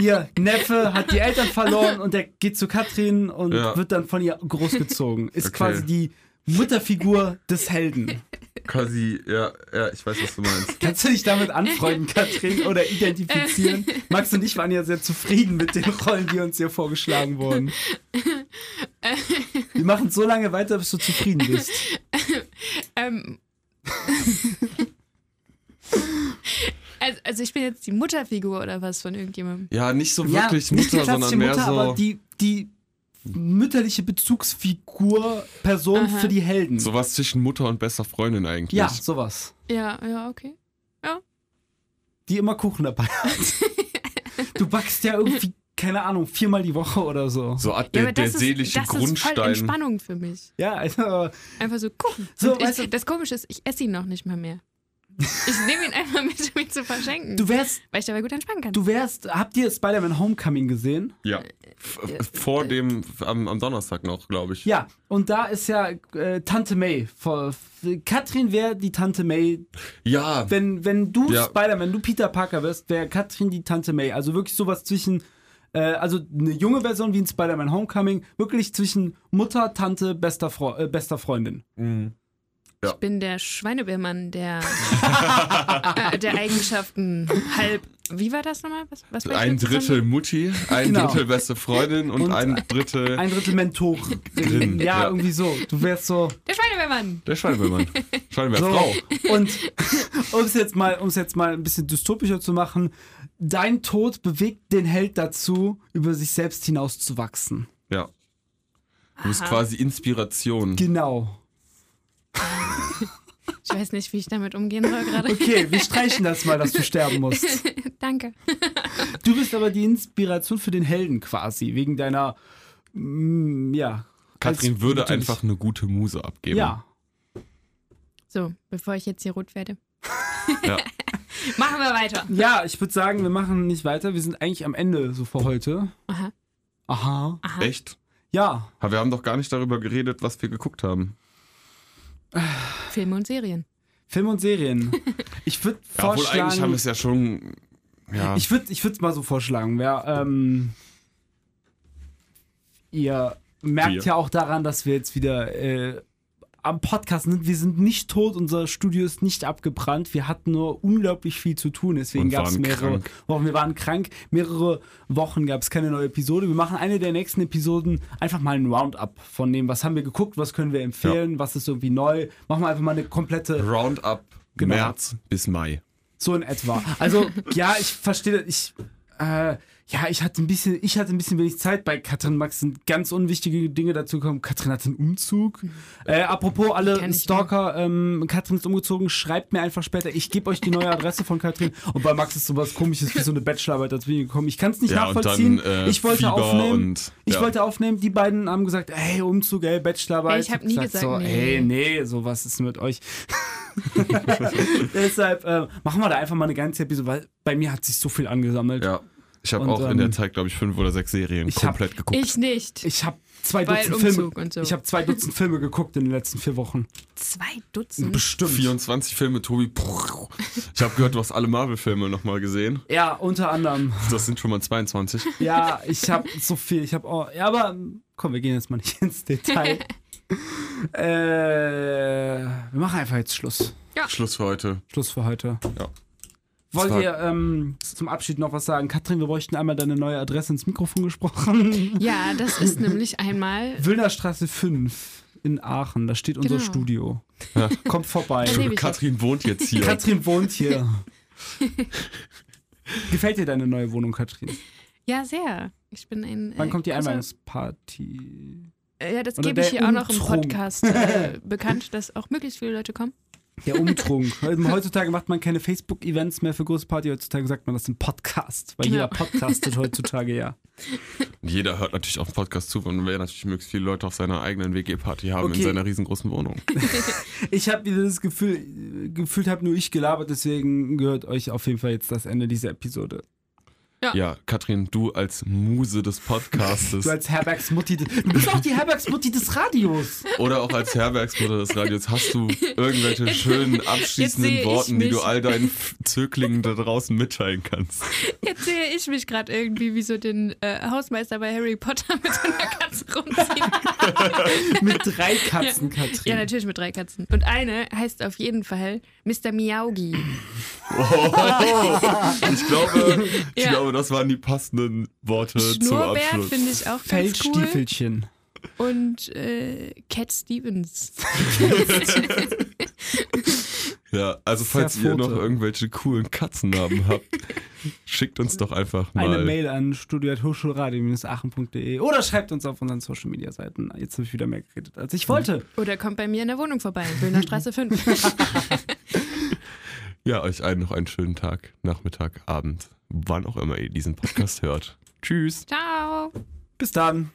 [SPEAKER 1] ihr Neffe hat die Eltern verloren und der geht zu Katrin und
[SPEAKER 2] Ja.
[SPEAKER 1] wird dann von ihr großgezogen. Ist
[SPEAKER 2] Okay.
[SPEAKER 1] quasi die Mutterfigur des Helden.
[SPEAKER 2] Quasi, ja, ja, ich weiß, was du meinst.
[SPEAKER 1] Kannst du dich damit anfreunden, Katrin, oder identifizieren? Max und ich waren ja sehr zufrieden mit den Rollen, die uns hier vorgeschlagen wurden. Wir machen so lange weiter, bis du zufrieden bist.
[SPEAKER 3] Ähm. also, also ich bin jetzt die Mutterfigur oder was von irgendjemandem.
[SPEAKER 2] Ja, nicht so wirklich Mutter,
[SPEAKER 1] klassische
[SPEAKER 2] sondern mehr
[SPEAKER 1] Mutter,
[SPEAKER 2] so.
[SPEAKER 1] aber die, die mütterliche Bezugsfigur, Person
[SPEAKER 3] Aha.
[SPEAKER 1] für die Helden.
[SPEAKER 2] Sowas zwischen Mutter und bester Freundin eigentlich.
[SPEAKER 1] Ja, sowas.
[SPEAKER 3] Ja, ja, okay.
[SPEAKER 1] die immer Kuchen dabei hat. du backst ja irgendwie, keine Ahnung, viermal die Woche oder so.
[SPEAKER 2] So hat
[SPEAKER 3] Ja,
[SPEAKER 2] der,
[SPEAKER 3] aber
[SPEAKER 2] der
[SPEAKER 3] das
[SPEAKER 2] seelische
[SPEAKER 3] ist, das ist voll
[SPEAKER 2] Grundstein.
[SPEAKER 3] Entspannung für mich.
[SPEAKER 1] Ja, also,
[SPEAKER 3] Einfach so gucken.
[SPEAKER 1] So,
[SPEAKER 3] Und
[SPEAKER 1] weißt du-
[SPEAKER 3] ich, das Komische ist, ich esse ihn noch nicht mal mehr. Ich nehme ihn einfach mit, um ihn zu verschenken,
[SPEAKER 1] du wärst,
[SPEAKER 3] weil ich dabei gut entspannen kann.
[SPEAKER 1] du wärst, habt ihr Spider-Man Homecoming gesehen?
[SPEAKER 2] ja. F- Vor dem, am, am Donnerstag noch, glaube ich.
[SPEAKER 1] Ja, und da ist ja äh, Tante May. Vor, f- Katrin wäre die Tante May.
[SPEAKER 2] Ja,
[SPEAKER 1] Wenn, wenn du
[SPEAKER 2] Ja.
[SPEAKER 1] Spider-Man, du Peter Parker wärst, wäre Katrin die Tante May. Also wirklich sowas zwischen, äh, also eine junge Version wie in Spider-Man Homecoming, wirklich zwischen Mutter, Tante, bester, Fre äh, bester Freundin.
[SPEAKER 3] Ich bin der Schweinebärmann der, äh, der Eigenschaften. Halb, wie war das nochmal? Was, was war ich
[SPEAKER 2] ein
[SPEAKER 3] jetzt
[SPEAKER 2] Drittel Mutti, ein
[SPEAKER 1] Genau.
[SPEAKER 2] Drittel beste Freundin und,
[SPEAKER 1] Und
[SPEAKER 2] ein Drittel
[SPEAKER 1] Ein Drittel Mentorin.
[SPEAKER 2] Drin,
[SPEAKER 1] ja,
[SPEAKER 2] ja.
[SPEAKER 1] irgendwie so. Du wärst so.
[SPEAKER 3] zusammen? Der Schweinebärmann!
[SPEAKER 2] der Schweinebärmann.
[SPEAKER 1] so.
[SPEAKER 2] Schweinebärfrau.
[SPEAKER 1] Und um es jetzt mal, um es jetzt mal ein bisschen dystopischer zu machen, dein Tod bewegt den Held dazu, über sich selbst hinauszuwachsen.
[SPEAKER 2] Ja. Du bist
[SPEAKER 3] Aha.
[SPEAKER 2] quasi Inspiration.
[SPEAKER 1] Genau.
[SPEAKER 3] Ich weiß nicht, wie ich damit umgehen soll gerade.
[SPEAKER 1] Okay, wir streichen das mal, dass du sterben musst.
[SPEAKER 3] Danke.
[SPEAKER 1] Du bist aber die Inspiration für den Helden quasi, wegen deiner, mm, ja.
[SPEAKER 2] Katrin
[SPEAKER 1] als-
[SPEAKER 2] würde
[SPEAKER 1] natürlich-
[SPEAKER 2] einfach eine gute Muse abgeben.
[SPEAKER 1] Ja.
[SPEAKER 3] So, bevor ich jetzt hier rot werde.
[SPEAKER 2] Ja.
[SPEAKER 3] Machen wir weiter.
[SPEAKER 1] Ja, ich würde sagen, wir machen nicht weiter. Wir sind eigentlich am Ende so für heute.
[SPEAKER 3] Aha.
[SPEAKER 1] Aha.
[SPEAKER 3] Aha.
[SPEAKER 2] Echt?
[SPEAKER 1] Ja.
[SPEAKER 2] Aber wir haben doch gar nicht darüber geredet, was wir geguckt haben.
[SPEAKER 3] Filme und Serien.
[SPEAKER 1] Film und Serien. Ich würde
[SPEAKER 2] Ja, obwohl
[SPEAKER 1] vorschlagen.
[SPEAKER 2] eigentlich haben wir es ja schon. Ja.
[SPEAKER 1] Ich würde es mal so vorschlagen. Wer, ähm, ihr merkt
[SPEAKER 2] Wir.
[SPEAKER 1] ja auch daran, dass wir jetzt wieder äh, am Podcast sind. Wir sind nicht tot, unser Studio ist nicht abgebrannt. Wir hatten nur unglaublich viel zu tun. Deswegen
[SPEAKER 2] Und
[SPEAKER 1] gab es
[SPEAKER 2] waren
[SPEAKER 1] mehrere
[SPEAKER 2] krank.
[SPEAKER 1] Wochen. Wir waren krank. Mehrere Wochen gab es keine neue Episode. Wir machen eine der nächsten Episoden einfach mal ein Roundup von dem, was haben wir geguckt, was können wir empfehlen, was ist irgendwie neu. Machen wir einfach mal eine komplette
[SPEAKER 2] Roundup
[SPEAKER 1] Genau.
[SPEAKER 2] März bis Mai.
[SPEAKER 1] So in etwa. Also, ja, ich verstehe, ich, äh, ja, ich hatte ein bisschen, ich hatte ein bisschen wenig Zeit. Bei Katrin Max sind ganz unwichtige Dinge dazu gekommen. Katrin hat einen Umzug. Äh, apropos,
[SPEAKER 3] Mhm. Kenn
[SPEAKER 1] alle
[SPEAKER 3] ich
[SPEAKER 1] Stalker, ähm, Katrin ist umgezogen, schreibt mir einfach später. Ich gebe euch die neue Adresse von Katrin. Und bei Max ist sowas komisches wie so eine Bachelorarbeit dazwischen gekommen. Ich kann es nicht
[SPEAKER 2] Ja, und
[SPEAKER 1] nachvollziehen.
[SPEAKER 2] dann, äh,
[SPEAKER 1] ich wollte
[SPEAKER 2] Fieber
[SPEAKER 1] aufnehmen.
[SPEAKER 2] und-
[SPEAKER 1] ich
[SPEAKER 2] ja.
[SPEAKER 1] wollte aufnehmen, die beiden haben gesagt, ey, Umzug, ey, Bachelorarbeit.
[SPEAKER 3] Ey, ich hab nie gesagt,
[SPEAKER 1] so,
[SPEAKER 3] nee.
[SPEAKER 1] ey, nee, sowas ist mit euch. Deshalb äh, machen wir da einfach mal eine ganze Episode, weil bei mir hat sich so viel angesammelt.
[SPEAKER 2] Ja. Ich habe
[SPEAKER 1] Und,
[SPEAKER 2] auch in der
[SPEAKER 1] ähm,
[SPEAKER 2] Zeit, glaube ich, fünf oder sechs Serien
[SPEAKER 1] ich hab-
[SPEAKER 2] komplett geguckt.
[SPEAKER 3] Ich nicht.
[SPEAKER 1] Ich habe zwei
[SPEAKER 3] Weil
[SPEAKER 1] Dutzend Filme.
[SPEAKER 3] Umzug und so.
[SPEAKER 1] Ich habe zwei Dutzend Filme geguckt in den letzten vier Wochen.
[SPEAKER 3] zwei Dutzend.
[SPEAKER 1] Bestimmt.
[SPEAKER 2] 24 Filme, Tobi. Ich habe gehört, du hast alle Marvel-Filme nochmal gesehen.
[SPEAKER 1] Ja, unter anderem.
[SPEAKER 2] Das sind schon mal 22.
[SPEAKER 1] Ja, ich habe so viel. Ich habe auch. Ja, aber ähm, komm, wir gehen jetzt mal nicht ins Detail. äh, wir machen einfach jetzt Schluss.
[SPEAKER 2] Schluss für heute.
[SPEAKER 1] Schluss für heute.
[SPEAKER 2] Ja.
[SPEAKER 1] Wollt
[SPEAKER 2] war-
[SPEAKER 1] ihr ähm, zum Abschied noch was sagen? Katrin, wir bräuchten einmal deine neue Adresse ins Mikrofon gesprochen.
[SPEAKER 3] Ja, das ist nämlich einmal.
[SPEAKER 1] Wilner Straße 5 in Aachen, da steht unser
[SPEAKER 3] Genau.
[SPEAKER 1] Studio.
[SPEAKER 2] Ja.
[SPEAKER 1] Kommt vorbei.
[SPEAKER 3] Nee, wie Äh, ich
[SPEAKER 2] Katrin wohnt jetzt hier.
[SPEAKER 1] Katrin wohnt hier. Gefällt dir deine neue Wohnung, Katrin?
[SPEAKER 3] Ja, sehr. Ich bin ein.
[SPEAKER 1] Wann
[SPEAKER 3] äh,
[SPEAKER 1] kommt die
[SPEAKER 3] großer-
[SPEAKER 1] Einweihungsparty?
[SPEAKER 3] Äh, Ja, das
[SPEAKER 1] Oder
[SPEAKER 3] gebe ich
[SPEAKER 1] der
[SPEAKER 3] hier auch noch im
[SPEAKER 1] Umtrunk.
[SPEAKER 3] Podcast äh, bekannt, dass auch möglichst viele Leute kommen.
[SPEAKER 1] Der Umtrunk. Also Heutzutage macht man keine Facebook-Events mehr für große Party. Heutzutage sagt man das im Podcast, weil
[SPEAKER 3] Ja.
[SPEAKER 1] jeder podcastet heutzutage ja.
[SPEAKER 2] Jeder hört natürlich auch einen Podcast zu und will natürlich möglichst viele Leute auf seiner eigenen WG-Party haben
[SPEAKER 1] Okay.
[SPEAKER 2] in seiner riesengroßen Wohnung.
[SPEAKER 1] Ich habe wieder das Gefühl, äh, gefühlt habe nur ich gelabert, deswegen gehört euch auf jeden Fall jetzt das Ende dieser Episode.
[SPEAKER 2] Ja, Katrin, du als Muse des Podcastes
[SPEAKER 1] Du als Herbergsmutti, des- du bist auch die Herbergsmutti des Radios.
[SPEAKER 2] oder auch als Herbergsmutter des Radios hast du irgendwelche schönen
[SPEAKER 3] sehe
[SPEAKER 2] abschließenden
[SPEAKER 3] ich
[SPEAKER 2] Worten, die du
[SPEAKER 3] mich.
[SPEAKER 2] all deinen Zöglingen da draußen mitteilen kannst.
[SPEAKER 3] Jetzt sehe ich mich gerade irgendwie wie so den äh, Hausmeister bei Harry Potter mit einer Katze rumziehen.
[SPEAKER 1] Mit drei Katzen, Katrin.
[SPEAKER 3] Ja, natürlich mit drei Katzen. Und eine heißt auf jeden Fall Mr. Miaugi.
[SPEAKER 2] Ich glaube, ich
[SPEAKER 3] Ja.
[SPEAKER 2] glaube, das waren die passenden Worte zum
[SPEAKER 3] Schnurrbär
[SPEAKER 2] Abschluss.
[SPEAKER 3] finde ich auch ganz cool.
[SPEAKER 1] Feldstiefelchen.
[SPEAKER 3] Und äh, Cat Stevens.
[SPEAKER 2] Ja, also falls ihr noch
[SPEAKER 1] Pfote.
[SPEAKER 2] irgendwelche coolen Katzennamen habt, schickt uns doch einfach
[SPEAKER 1] Eine
[SPEAKER 2] mal.
[SPEAKER 1] Mail an studio.hochschulradio-aachen.de oder schreibt uns auf unseren Social Media Seiten. Jetzt habe ich wieder mehr geredet, als ich wollte.
[SPEAKER 3] Oder kommt bei mir in der Wohnung vorbei, Böhner Straße 5.
[SPEAKER 2] Ja, euch allen noch einen schönen Tag, Nachmittag, Abend, wann auch immer ihr diesen Podcast hört. Tschüss.
[SPEAKER 3] Ciao.
[SPEAKER 1] Bis dann.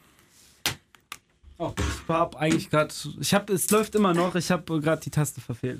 [SPEAKER 1] Oh, ich war ab eigentlich gerade. Ich habe, es läuft immer noch. Ich habe gerade die Taste verfehlt.